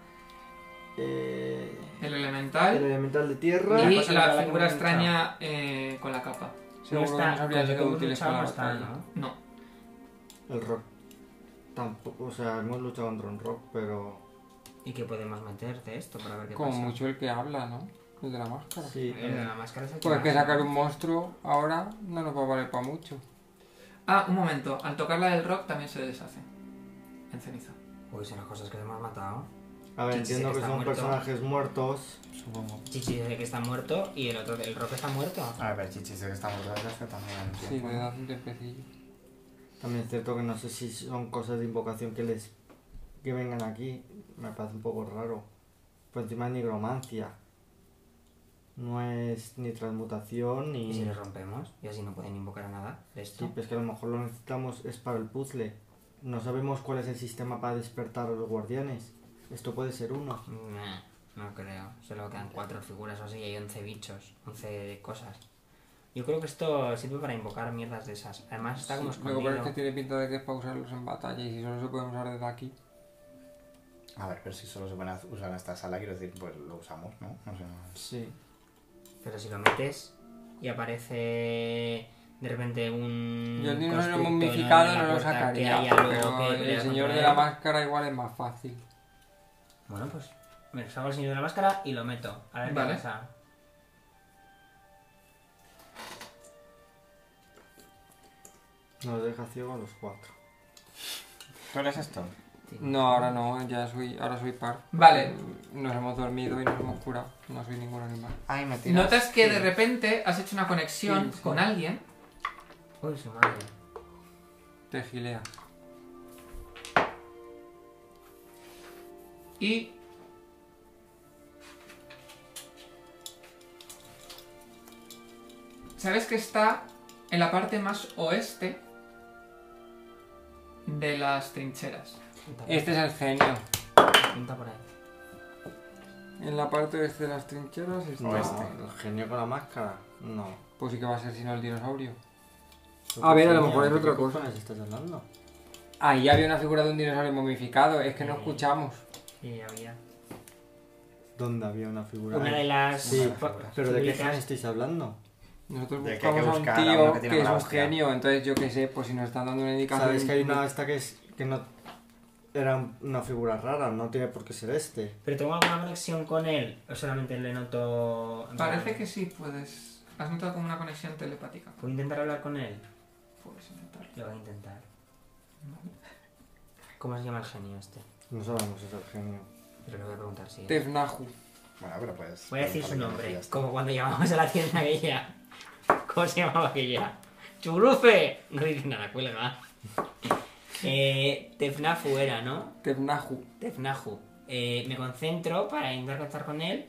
A: eh,
B: El
A: el
B: elemental
A: elemental de
B: y
A: tierra.
B: la,
E: cosa que la que
B: figura
E: hemos
B: extraña eh, con la capa.
E: Seguro que nos habrían sido útiles para la batalla.
B: No.
A: El rock. Tampoco, o sea, hemos luchado contra un rock, pero.
C: ¿Y qué podemos meter de esto para ver qué
E: Como
C: pasa?
E: mucho el que habla, ¿no? El de la máscara.
A: Sí.
C: El de la máscara es el que
E: Pues que
C: más-
E: sacar un monstruo ahora no nos va a valer para mucho.
B: Ah, un momento. Al tocar la del rock también se deshace. En ceniza.
C: Uy, son las cosas que le hemos matado.
A: A ver,
C: Titi Shake
A: entiendo que
C: está
A: son
C: muerto.
A: personajes muertos.
D: Supongo.
C: Chichi dice que está muerto y el otro, el rock está muerto.
D: A ver, chichis, que estamos desde hace también un
E: Sí,
D: tiempo.
E: le das un tiempecillo.
A: También es cierto que no sé si son cosas de invocación que les que vengan aquí. Me parece un poco raro. Por encima es nigromancia. No es ni transmutación
C: Y
A: ni.
C: si lo rompemos y así no pueden invocar a nada de esto.
A: Sí, pues que a lo mejor lo necesitamos es para el puzzle. No sabemos cuál es el sistema para despertar a los guardianes. Esto puede ser uno.
C: Nah, no creo. Solo quedan cuatro figuras o así y hay 11 bichos, 11 cosas. Yo creo que esto sirve para invocar mierdas de esas. Además está como
E: Sí, Lo que pasa es
C: escondido.
E: que tiene pinta de que es para usarlos en batalla y si solo se pueden usar desde aquí.
D: A ver, pero si solo se van a usar en esta sala, quiero decir, pues lo usamos, ¿no? No sé. no-
A: Sí.
C: Pero si lo metes y aparece de repente un...
E: Yo el dinosaurio
C: constructo, Mm, ¿no? en
E: momificado
C: la
E: no lo
C: puerta, que
E: sacaría,
C: hay algo
E: pero
C: que
E: el
C: pueda
E: señor de
C: controlar.
E: la máscara igual es más fácil.
C: Bueno, pues me saco el señor de la máscara y lo meto. A ver
B: Vale.
C: qué pasa.
A: Nos deja ciego a los cuatro.
D: ¿Tú eres esto?
E: No, ahora no, ya soy, ahora soy par.
B: Vale.
E: Nos hemos dormido y nos hemos curado. No soy ningún animal.
D: Ay, me tiras.
B: Notas que de repente has hecho una conexión
E: Sí, sí.
B: con alguien.
C: Uy, su madre.
E: Te gilea.
B: Y. Sabes que está en la parte más oeste de las trincheras.
C: Pinta por ahí,
E: Este es el genio.
C: Pinta por ahí.
E: En la parte oeste de las trincheras está...
A: No, Pues este, el genio con la máscara. No.
E: Pues sí que va a ser sino el dinosaurio. A ver, a lo
A: Genio,
E: mejor es
A: ¿de
E: otra
A: qué
E: cosa.
A: cojones estás hablando?
E: Ahí había una figura de un dinosaurio momificado. Es que no
C: Sí.
E: escuchamos.
C: Sí, había.
A: ¿Dónde había una figura?
C: Una de las...
A: Sí,
C: fa-
A: pero ¿de qué
C: públicas-
A: genio estáis hablando?
E: Nosotros
D: De que hay que
E: buscamos a
D: buscar a
E: un
D: uno
E: tío
D: que
E: que,
D: tiene
E: es
D: mala
E: un
D: hostia.
E: genio. Entonces yo qué sé, pues si nos están dando una indicación...
A: Sabes que hay una esta que es que no era una figura rara, no tiene por qué ser este.
C: ¿Pero tengo alguna conexión con él? ¿O solamente le noto...? en plan,
B: Parece que sí puedes. Has notado como una conexión telepática.
C: ¿Puedo intentar hablar con él?
B: Puedes intentarlo.
C: Lo voy a intentar. ¿Cómo se llama el genio este?
A: No sabemos si es el genio.
C: Pero le voy a preguntar si...
E: Tefnaju.
D: Bueno, pero pues.
C: Voy a decir su
D: preguntarle que
C: nombre,
D: ya está.
C: como cuando llamamos a la tienda aquella. ¿Cómo se llamaba aquella? ¡Churufe! No dice nada, cuelga. Eh, Tefnafu era, ¿no?
E: Tefnaju.
C: Tefnaju. Eh, me concentro para intentar contactar con él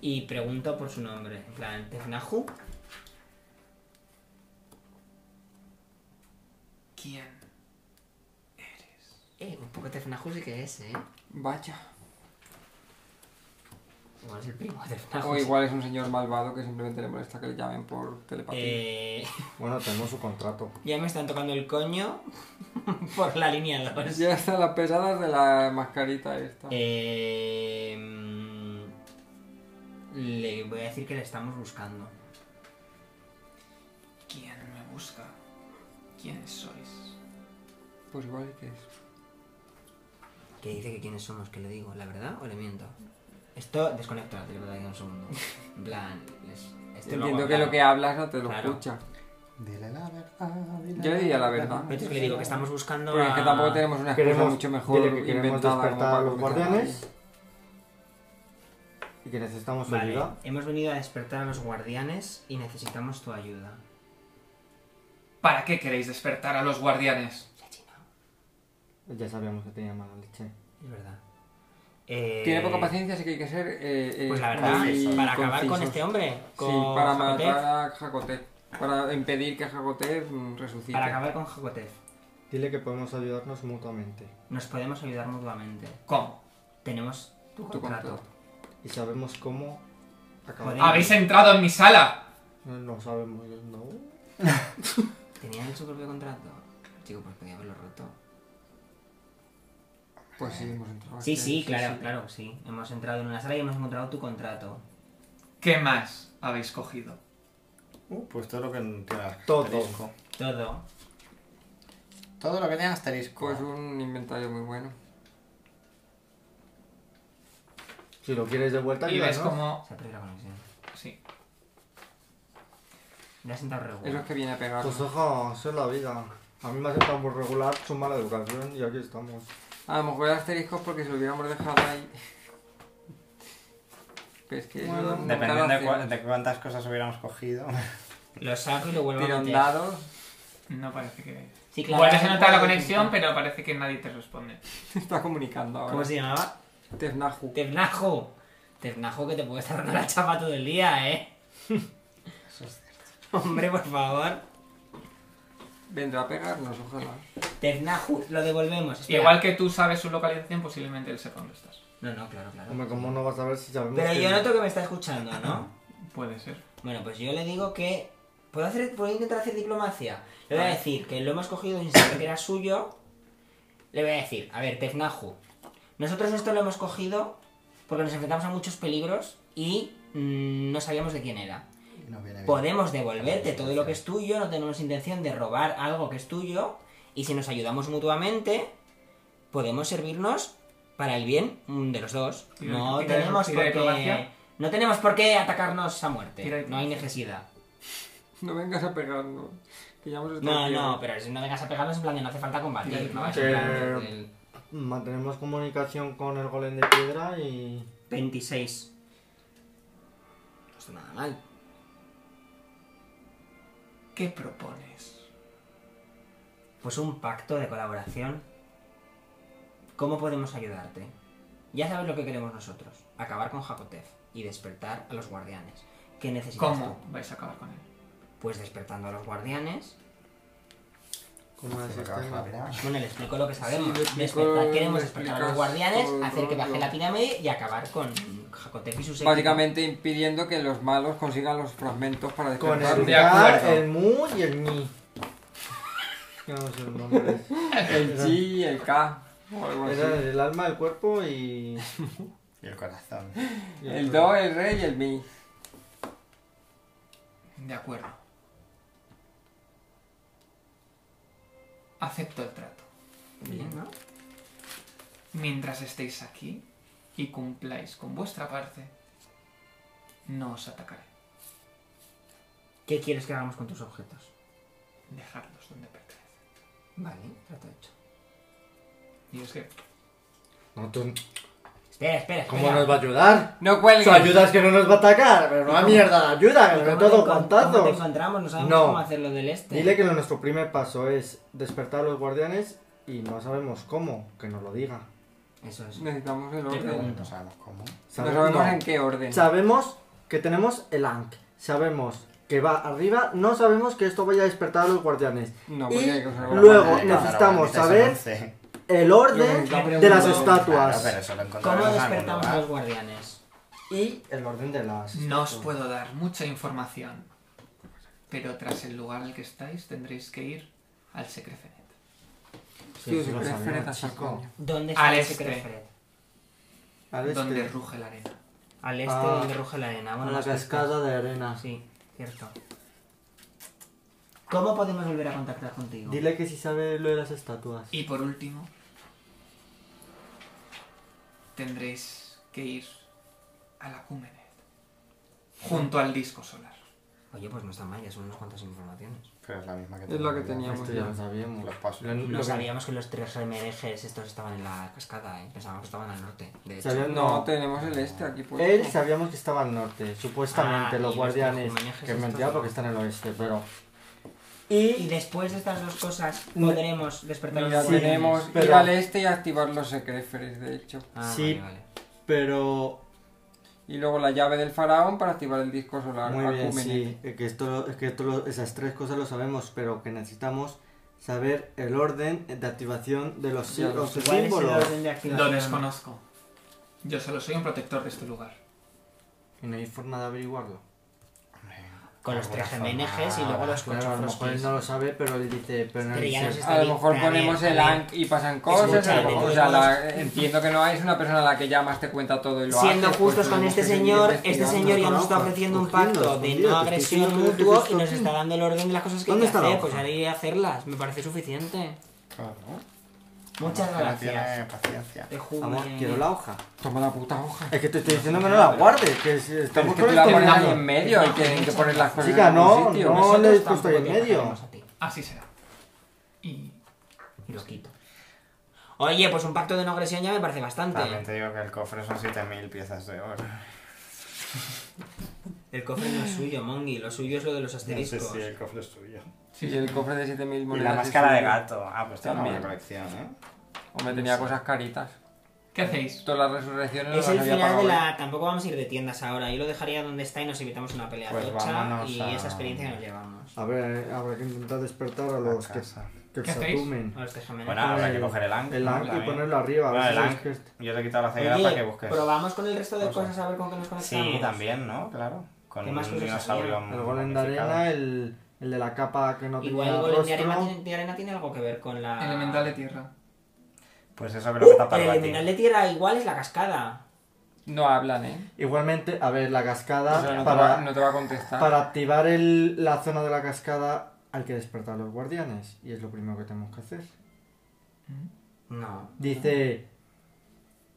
C: y pregunto por su nombre. En plan, Tefnaju.
B: ¿Quién?
C: Eh, un poco Tefnaju sí que es, ¿eh?
E: Vaya.
C: Igual es el primo de Tefnaju.
E: O Oh, igual es un señor malvado que simplemente le molesta que le llamen por telepatía.
C: Eh,
A: Bueno, tenemos su contrato.
C: ya me están tocando el coño por la línea
A: pues
C: 2.
E: Ya están las pesadas de la mascarita esta.
C: Eh, mm, le voy a decir que le estamos buscando.
B: ¿Quién me busca? ¿Quiénes sois?
E: Pues igual que es.
C: Que dice que quiénes somos, que le digo, ¿la verdad o le miento? Esto desconecto la telepatía en un segundo. En plan, es, esto lo hago
E: Entiendo que
C: hablado.
E: lo que hablas no te lo
C: Claro.
E: escucha.
D: Dile la verdad. dile
E: Yo diría la verdad.
C: Pero es que le digo que estamos buscando.
E: Porque es que
C: a-
E: tampoco tenemos una excusa
A: Queremos-
E: mucho mejor
A: dile que queremos
E: inventada. como
A: despertar
E: para
A: a los
E: convencer a
A: guardianes
E: nadie.
A: y que necesitamos su
C: Vale,
A: ayuda.
C: hemos venido a despertar a los guardianes y necesitamos tu ayuda.
B: ¿Para qué queréis despertar a los guardianes?
C: La china.
A: Ya sabíamos que tenía mala leche.
C: Es verdad.
D: Eh,
E: Tiene poca paciencia, así que hay que ser. eh, eh,
C: Pues la verdad,
E: muy
C: para acabar con
E: concisos.
C: este hombre, con
E: sí, para
C: Jacotez,
E: matar a Jacotez. Para impedir que Jacotez mm, resucite.
C: para acabar con Jacotez,
A: Dile que podemos ayudarnos mutuamente.
C: nos podemos ayudar mutuamente.
B: ¿Cómo?
C: Tenemos tu
E: Tu
C: contrato.
E: contrato.
A: Y sabemos cómo acabar.
C: Joder.
B: ¡Habéis entrado en mi sala!
A: No, no sabemos, no.
C: ¿Tenían su propio contrato? Chico, pues podía haberlo roto.
E: Pues sí, hemos entrado.
C: Sí,
E: Este-
C: sí, claro, claro, sí. Hemos entrado en una sala y hemos encontrado tu contrato.
B: ¿Qué más habéis cogido?
D: Uh, pues todo lo que tiene
A: Todo.
D: asterisco.
C: Todo.
D: Todo lo que tenga asterisco.
E: Pues un inventario muy bueno.
A: Si lo quieres de vuelta,
B: Y ves
A: ayúdanos.
B: como...
C: Se ha perdido la conexión.
B: Sí.
C: Le has sentado re
E: Es
C: bueno.
E: lo que viene a pegar.
A: Pues deja ser la vida. A mí me ha sentado muy regular su mala educación y aquí estamos.
E: A lo mejor el asterisco es porque si lo hubiéramos dejado ahí. Pues que eso
A: Bueno,
E: nunca lo
D: Dependiendo de, cua-
E: hacemos.
D: de cuántas cosas hubiéramos cogido.
C: Lo saco y lo vuelvo a
E: Tiran
C: meter.
E: dados.
B: No parece que...
C: Sí, claro.
B: Vuelves a notar la conexión, pero parece que nadie te responde.
E: Está comunicando ahora.
C: ¿Cómo se llamaba?
E: Tefnaju.
C: Ternajo. Ternajo que te puede estar dando la chapa todo el día, ¿eh? Hombre, por favor.
E: Vendrá a pegarnos, ojalá.
C: Ternajo, lo devolvemos. espera.
B: Igual que tú sabes su localización, posiblemente él sepa dónde estás.
C: No, no, claro, claro.
A: Hombre, ¿cómo no vas a ver si sabemos
C: Pero
A: que
C: yo noto que me está escuchando, ¿no?
B: Puede ser.
C: Bueno, pues yo le digo que. ¿Puedo, hacer, puedo intentar hacer diplomacia? Le voy a decir que lo hemos cogido sin saber que era suyo. Le voy a decir, a ver, Tefnaju, nosotros esto lo hemos cogido porque nos enfrentamos a muchos peligros y mm, no sabíamos de quién era.
D: No viene bien.
C: Podemos devolverte todo lo que es tuyo, no tenemos intención de robar algo que es tuyo y si nos ayudamos mutuamente, podemos servirnos para el bien mm, de los dos.
B: Tira-
C: No
B: tira-
C: tenemos
B: tira
C: por qué...
B: diplomacia.
C: No tenemos por qué atacarnos a
B: Tira
C: muerte, no hay
B: diplomacia.
C: necesidad.
E: No vengas a pegarnos. Que ya hemos estado
C: No,
E: bien.
C: no, pero si no vengas a pegarnos en plan de no hace falta combatir, ¿no? Es en
A: Eh,
C: plan del
A: Mantenemos comunicación con el golem de piedra y.
C: 26. No está nada mal.
B: ¿Qué propones?
C: Pues un pacto de colaboración. ¿Cómo podemos ayudarte? Ya sabes lo que queremos nosotros. Acabar con Jacotef y despertar a los guardianes. ¿Qué necesitas
B: ¿Cómo
C: tú?
B: vais a acabar con él?
C: Pues despertando a los guardianes.
A: ¿Cómo es
D: Se
A: el
D: me acaba
A: sistema?
D: de la
C: Bueno, le explico lo que sabemos.
E: Sí, le explico-
C: Despertar-
E: le
C: queremos despertar a los
E: explicas
C: guardianes,
E: todo el
C: hacer que baje
E: rollo.
C: la pirámide y acabar con Jacotef y sus equipos.
E: Básicamente impidiendo que los malos consigan los fragmentos para
A: Con
E: despertarlo.
A: el
B: De
A: Gar,
B: acuerdo.
A: el Mu y el Mi. Yo No sé los nombres.
E: El
A: Era-
E: chi y el K. o algo así.
A: Era el alma, el cuerpo y.
D: Y el corazón.
A: y
E: El do, el re y el mi.
B: De acuerdo. Acepto el trato.
C: Bien, ¿no?
B: Mientras estéis aquí y cumpláis con vuestra parte, no os atacaré.
C: ¿Qué quieres que hagamos con tus objetos?
B: Dejadlos donde pertenecen.
C: Vale, trato hecho.
B: Y es que
A: No, tú-
C: Espera, espera, espera.
A: ¿Cómo nos va a ayudar?
E: No
A: Su
E: cuelgues.
A: ayuda es que no nos va a atacar. Pero no a mierda la ayuda,
C: ¿Y
A: que
C: cómo
A: no todo
C: te encon- ¿Cómo te
A: guantazos.
C: encontramos? No sabemos
A: No.
C: cómo hacer lo del este.
A: Dile que nuestro primer paso es despertar a los guardianes y no sabemos cómo, que nos lo diga.
C: Eso es.
E: Necesitamos el orden.
C: pregunto.
D: No sabemos cómo.
E: No
A: Sabe-
E: sabemos
A: no.
E: en qué orden.
A: Sabemos que tenemos el Ankh, sabemos que va arriba, no sabemos que esto vaya a despertar a los guardianes.
E: No,
A: Y
E: porque hay que usar algo
A: luego-
E: para-
D: Vale, claro,
A: necesitamos
D: ahorita son
A: saber-
D: 11.
A: El orden
E: Luego
A: de las
E: necesitamos-
D: Claro,
A: estatuas
D: pero eso lo
C: ¿Cómo
D: encontraremos en algún
C: despertamos a
D: lugar.
C: los guardianes?
A: y el orden de las...
B: no os puedo dar mucha información. Pero tras el lugar al que estáis tendréis que ir al Secrecenet.
A: Sí,
E: Sí, sí,
A: lo
E: pero
A: sabemos,
E: espérate,
A: chico.
E: coño.
C: ¿Dónde está
B: Al
C: el
B: este.
C: secreto Fred?
A: Al este,
B: Donde ruge la arena.
C: Al este
A: Ah.
C: donde ruge la arena.
A: a
C: Bueno,
A: la
C: las
A: cascada de arena.
C: pistas. Sí, cierto. ¿Cómo podemos volver a contactar contigo?
A: Dile que si sabe lo de las estatuas.
B: Y por último, tendréis que ir a la Cúmenet, junto al disco solar.
C: Oye, pues no está mal, ya son unas cuantas informaciones.
D: Pero es la misma que
E: Es la que
D: teníamos
E: teníamos.
A: Esto ya lo sabíamos.
D: Los pasos.
A: Lo-
C: No
A: lo que-
C: sabíamos que los tres remerejes estos estaban en la cascada, ¿eh? pensábamos que estaban al norte. De hecho,
A: Sabía-
E: No, tenemos el este aquí puesto.
A: Él sabíamos que estaba al norte, supuestamente
C: Ah,
A: los
C: y los
A: guardianes,
C: tejemanejes
A: que es
C: estos
A: mentira
C: no.
A: porque están en el oeste, pero...
C: Y después de estas dos cosas
A: No.
C: podremos despertar a los
E: Ya
A: Sí,
C: guardianes.
E: tenemos
A: pero-
E: ir al este y activar los secreferes, de hecho.
C: Ah,
A: Sí.
C: vale, vale.
A: Pero
E: Y luego la llave del faraón para activar el disco solar.
A: Muy bien,
E: Acumenid.
A: sí. eh, Que esto, lo- es que esto lo- esas tres cosas lo sabemos, pero que necesitamos saber el orden de activación de los, sí-
E: Ya lo
A: los
E: sé.
C: ¿Cuál es el
A: símbolos.
C: orden de
B: Lo
C: activación?
B: desconozco. Yo solo soy un protector de este lugar.
A: Y no hay forma de averiguarlo.
C: Con los tres
D: Alguna
C: MNGs y
D: forma.
C: luego los
A: pues Claro, a lo mejor él
C: cochofrosquis.
A: no lo sabe, pero él dice... Pero no
C: Pero ya
A: dice-
C: nos está
E: A lo
C: bien, pero
E: mejor
C: a ver,
E: ponemos
C: a
E: el
C: ver.
E: ANC y pasan cosas.
C: Escucha,
E: a lo mejor-
C: de
E: o sea,
C: todos
E: la- entiendo que no es una persona a la que llamas, te cuenta todo y lo
C: Siendo
E: haces,
C: justos
E: pues
C: con
E: tenemos
C: este
E: que seguir
C: señor, este
E: investigando.
C: señor ya nos
A: trabajo.
C: está ofreciendo un
A: Cogiendo,
C: pacto de
A: escondido,
C: no
A: te estoy
C: agresión
A: diciendo que
C: mutua
A: esto
C: y nos
A: aquí.
C: está dando el orden de las cosas que hay
A: ¿Dónde
C: que
A: está la
C: hacer.
A: hoja?
C: Pues ahora iré a hacerlas, me parece suficiente.
D: Claro.
C: Muchas
D: Además, que no
C: gracias.
D: tiene paciencia.
C: Te juro
A: Amor,
C: que-
A: quiero la hoja.
E: Toma la puta hoja.
A: Es que te estoy diciendo que no la guardes, que si
E: Pero
A: estamos
E: es que
A: con este
E: tú la
A: esto
E: pones ahí
A: mirando.
E: en medio, hay que, hay que poner las cosas
A: Chica,
E: en algún
A: no,
E: sitio.
A: no.
C: Nosotros
A: le he puesto ahí en
C: tampoco te
A: medio.
C: dejaremos a ti.
B: Así será. Y
C: Y lo quito. Oye, pues un pacto de no agresión ya me parece
D: También
C: bastante.
D: te digo que el cofre son 7000 piezas de oro.
C: El cofre no es suyo, Mongi, lo suyo es lo de los
D: No sé
C: asteriscos.
D: si el cofre es tuyo.
E: Sí, y el cofre de 7000
D: Y
E: monedas.
D: la
E: es
D: máscara de
E: suyo.
D: gato. Ah, pues tiene una buena
E: También.
D: colección, ¿eh?
E: Hombre, tenía cosas caritas.
B: ¿qué hacéis?
E: Todas las resurrecciones
C: Es
E: no
C: el
E: las había
C: final de
E: pagado.
C: la. Tampoco vamos a ir de tiendas ahora. Yo lo dejaría donde está y nos evitamos una pelea
D: Pues
C: tocha
D: vámonos
C: y
D: a-
C: esa experiencia nos llevamos.
A: A ver, eh, habrá que intentar despertar a los
D: A
A: que,
D: casa.
A: que
B: ¿Qué
A: se
B: hacéis?
A: atumen.
C: A este los tejamenes.
D: Bueno, habrá que coger el ancla.
A: El
D: ¿no?
A: ancla y
D: También.
A: ponéis arriba, a ver
D: Bueno,
A: si
D: el
A: sabéis
D: ancla-
A: que es-
D: Yo le he quitado la ceguera para que
C: Oye,
D: busques.
C: probamos con el resto de
D: Vamos a
C: cosas a ver con qué nos conectamos.
D: Sí, también, ¿no? Claro. Con
C: ¿Qué más
D: un
C: cosas
D: dinosaurio
C: había?
D: mu-
A: El golem de
D: modificado.
A: arena, el, el de la capa que no
C: Igual
A: tenía
C: el golem de arena,
A: rostro.
C: tiene, de arena tiene algo que ver con la.
B: Elemental de tierra.
D: Pues eso creo que
C: Uh,
D: está
C: el
D: para
C: elemental de tierra igual es la cascada.
E: No hablan, ¿eh?
A: Igualmente, a ver, la
E: O
A: cascada
E: sea, no, te
A: para,
E: va, no te va a contestar.
A: para activar el- la zona de la cascada hay que despertar a los guardianes y es lo primero que tenemos que hacer.
C: No.
A: Dice,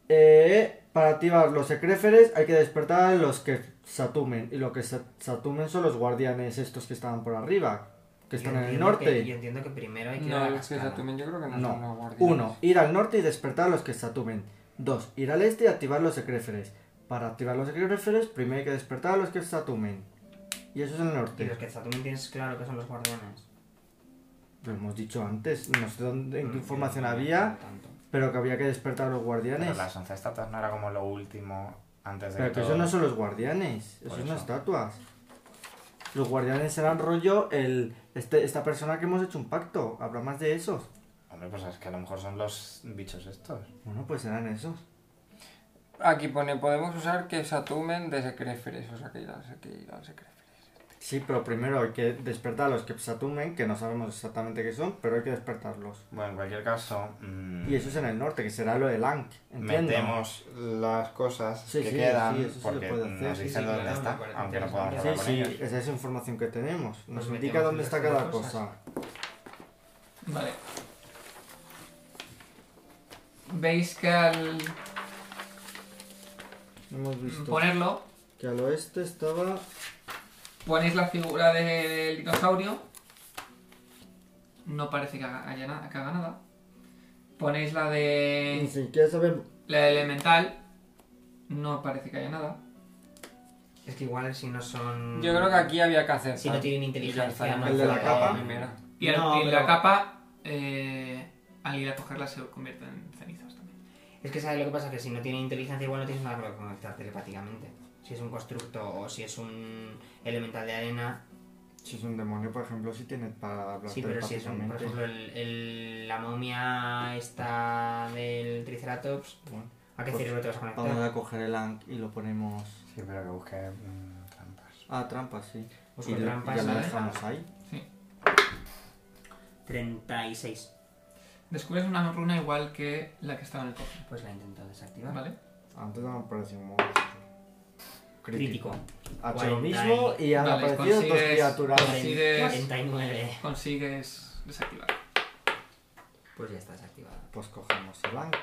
A: eh, para activar los secréferes hay que despertar a los que satumen y los que sa- satumen son los guardianes estos que estaban por arriba, que están
C: Yo
A: en el
C: entiendo
A: norte.
C: que- yo entiendo que primero hay que ir
E: No,
C: a la
E: es que
C: cascada.
E: Satumen yo creo que no, son los
A: No.
E: guardianes.
A: 1. Ir al norte y despertar a los que satumen. 2. Ir al este y activar los secréferes. Para activar los secréferes, primero hay que despertar a los que satumen. Y eso es el
C: Y los
A: norte.
C: que Satumen tienes claro que son los guardianes.
A: Lo hemos dicho antes, no sé dónde, en qué
C: Mm,
A: información
C: no,
A: había,
C: no tanto.
A: pero que había que despertar a los
D: Pero
A: guardianes.
D: las 11 estatuas no era como lo último antes de
A: Pero que
D: todo-
A: esos no son los guardianes,
D: Por
A: esos son
D: eso.
A: estatuas. Los guardianes eran rollo el este, esta persona que hemos hecho un pacto, habrá más de esos.
D: Hombre, pues es que a lo mejor son los bichos estos.
A: Bueno, pues eran esos.
E: Aquí pone, podemos usar que Satumen de Secreferes, o sea que irán que ir al Secreferes.
A: Sí, pero primero hay que despertar a los que satumen, que no sabemos exactamente qué son, pero hay que despertarlos.
D: Bueno, en cualquier caso. mm,
A: Y eso es en el norte, que será lo de Lank. Entiendo.
D: Metemos las cosas
A: Sí,
D: que
A: sí,
D: quedan
A: sí, eso sí lo
D: porque
A: puede hacer,
D: nos
A: sí,
D: dicen
C: sí,
D: dónde
C: claro, me
D: está,
C: parece
D: aunque no
C: interesante.
D: podamos
A: Sí,
D: hablar con
A: sí,
D: ellos.
A: esa es la información que tenemos. Nos
C: Pues
A: indica
C: metemos
A: dónde
C: el
A: está
C: resto de
A: cada
C: cosas.
A: cosa.
B: Vale. Veis que al
A: Hemos visto
B: ponerlo
A: que al oeste estaba.
B: ponéis la figura de- del dinosaurio. No parece que haga, haya nada, que haga nada. Ponéis la
A: Ni
C: Eh.
B: de.
A: siquiera sabemos.
B: La de elemental. No parece que haya nada.
C: Es que igual si no son.
E: Yo creo que aquí había que hacer.
C: Si no tienen inteligencia, Ah,
A: no El de la capa.
B: Y, al-
C: No,
B: y
C: pero-
B: la capa. eh, al ir a cogerla se convierte en cenizas también.
C: Es que sabes lo que pasa, que si no tienen inteligencia igual no tienes nada con lo que conectar telepáticamente. Si es un constructo o si es un elemental de arena.
A: Si es un demonio, por ejemplo, si tiene para hablar
C: Sí, pero si es un, por
A: telepáticamente.
C: ejemplo, el, el- la momia esta del Triceratops,
A: Bueno,
C: ¿a qué
A: Pues,
C: cerebro te vas a
A: Vamos
C: conectar?
A: a coger el Ankh y lo ponemos.
D: Sí, pero que busque mm, trampas.
A: Ah, trampa, sí.
C: Busco
A: Y le-
C: trampas
A: ya
C: y
A: la
C: ya
A: dejamos
C: está.
A: ahí.
C: ¿eh? 36.
B: Descubres una runa igual que la que estaba en el cofre.
C: Pues la intento desactivar.
B: ¿Vale?
A: Antes no apareció un
C: Crítico.
A: Ha hecho lo
C: Cuarenta y-
A: mismo y han
B: Vale,
A: aparecido dos
B: consigues-
A: criaturas.
B: Consigues.
C: 49.
B: Consigues desactivar.
C: Pues ya está desactivado.
A: Pues cogemos el Ankh.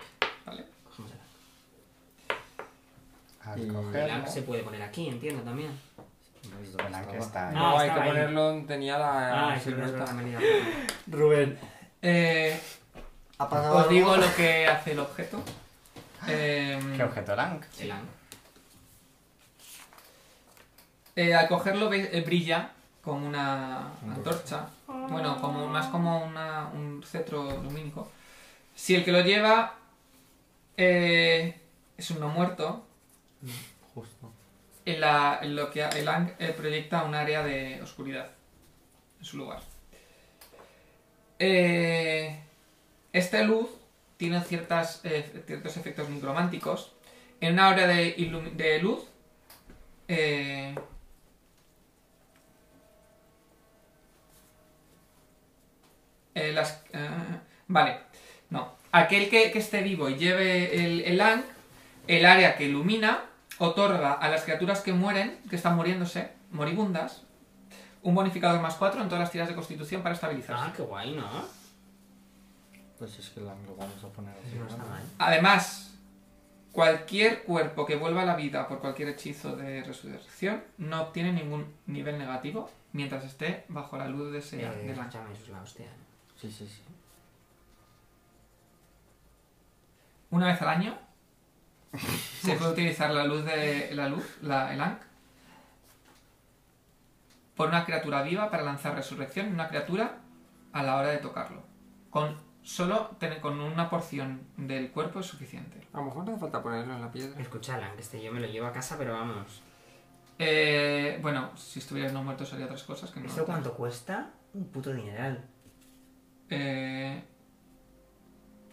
B: ¿Vale?
C: Cogemos el arco.
D: Al
A: Y-
C: El
D: cogerlo,
C: arco se puede poner aquí, entiendo también.
D: el ancla está ahí.
C: Ah,
E: No, hay que
C: estaba ahí.
E: ponerlo. Tenía la.
C: Ah, eso no es
E: silueta.
C: verdad, me he liado.
A: Rubén, Ah,
B: Eh,
A: ha pasado
B: os
A: algo?
B: digo lo que hace el objeto. Em,
D: ¿Qué objeto Lank?
C: El arco.
B: Eh, al cogerlo veis- eh, brilla como una antorcha. Bueno, como más como una- un cetro lumínico. Si el que lo lleva eh, es un no muerto.
A: Justo.
B: En, la, en lo que el Ankh eh, proyecta un área de oscuridad en su lugar. Eh, esta luz tiene ciertas, eh, ciertos efectos micrománticos. En una hora de, ilumi- de luz, eh, eh, las- ah, vale, no. Aquel que, que esté vivo y lleve el, el Ankh, el área que ilumina otorga a las criaturas que mueren, que están muriéndose, moribundas, un bonificador más 4 en todas las tiras de constitución para estabilizarse.
C: Ah, qué guay, ¿no?
A: Pues es que la- lo vamos a poner así.
C: No está
A: ¿no?
C: mal.
B: Además, cualquier cuerpo que vuelva a la vida por cualquier hechizo de resurrección no obtiene ningún nivel negativo mientras esté bajo la luz de ese
C: Eh,
B: de la-
C: escúchame, eso es la hostia. ¿eh?
A: Sí, sí, sí.
B: Una vez al año se puede utilizar la luz de la luz, la, el Ankh, por una criatura viva para lanzar resurrección en una criatura a la hora de tocarlo. Con solo tener con una porción del cuerpo es suficiente.
E: A lo mejor no hace falta ponerlo en la piedra.
C: Escúchala, que este yo me lo llevo a casa, pero vamos.
B: Eh, bueno, si estuvieras no muerto sería otras cosas que no.
C: ¿Esto cuánto cuesta? Un puto dineral.
B: Eh,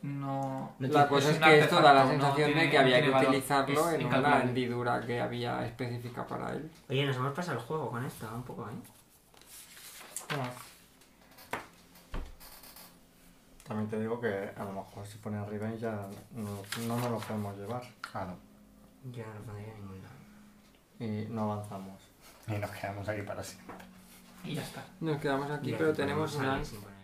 B: no.
C: No
E: La
C: tiene-
E: cosa
B: es
E: es
B: un
E: que esto da la
B: artefacto, no
E: sensación de
B: tiene-
E: que
B: no
E: había
B: tiene
E: que
B: valor,
E: utilizarlo
B: es
E: en una
B: incalculable.
E: hendidura que había específica para él.
C: Oye, nos hemos pasado el juego con esto, un poco, ¿eh?
A: También te digo que a lo mejor si pone arriba y ya no, no nos lo podemos llevar
D: Claro.
C: Yo no lo pondría en ningún lado.
A: y no avanzamos.
D: Y nos quedamos aquí para siempre.
B: Y ya está.
E: Nos quedamos aquí,
C: Ya,
E: pero
C: ponemos
E: tenemos un
C: a alguien
E: ansia.
C: sin poner.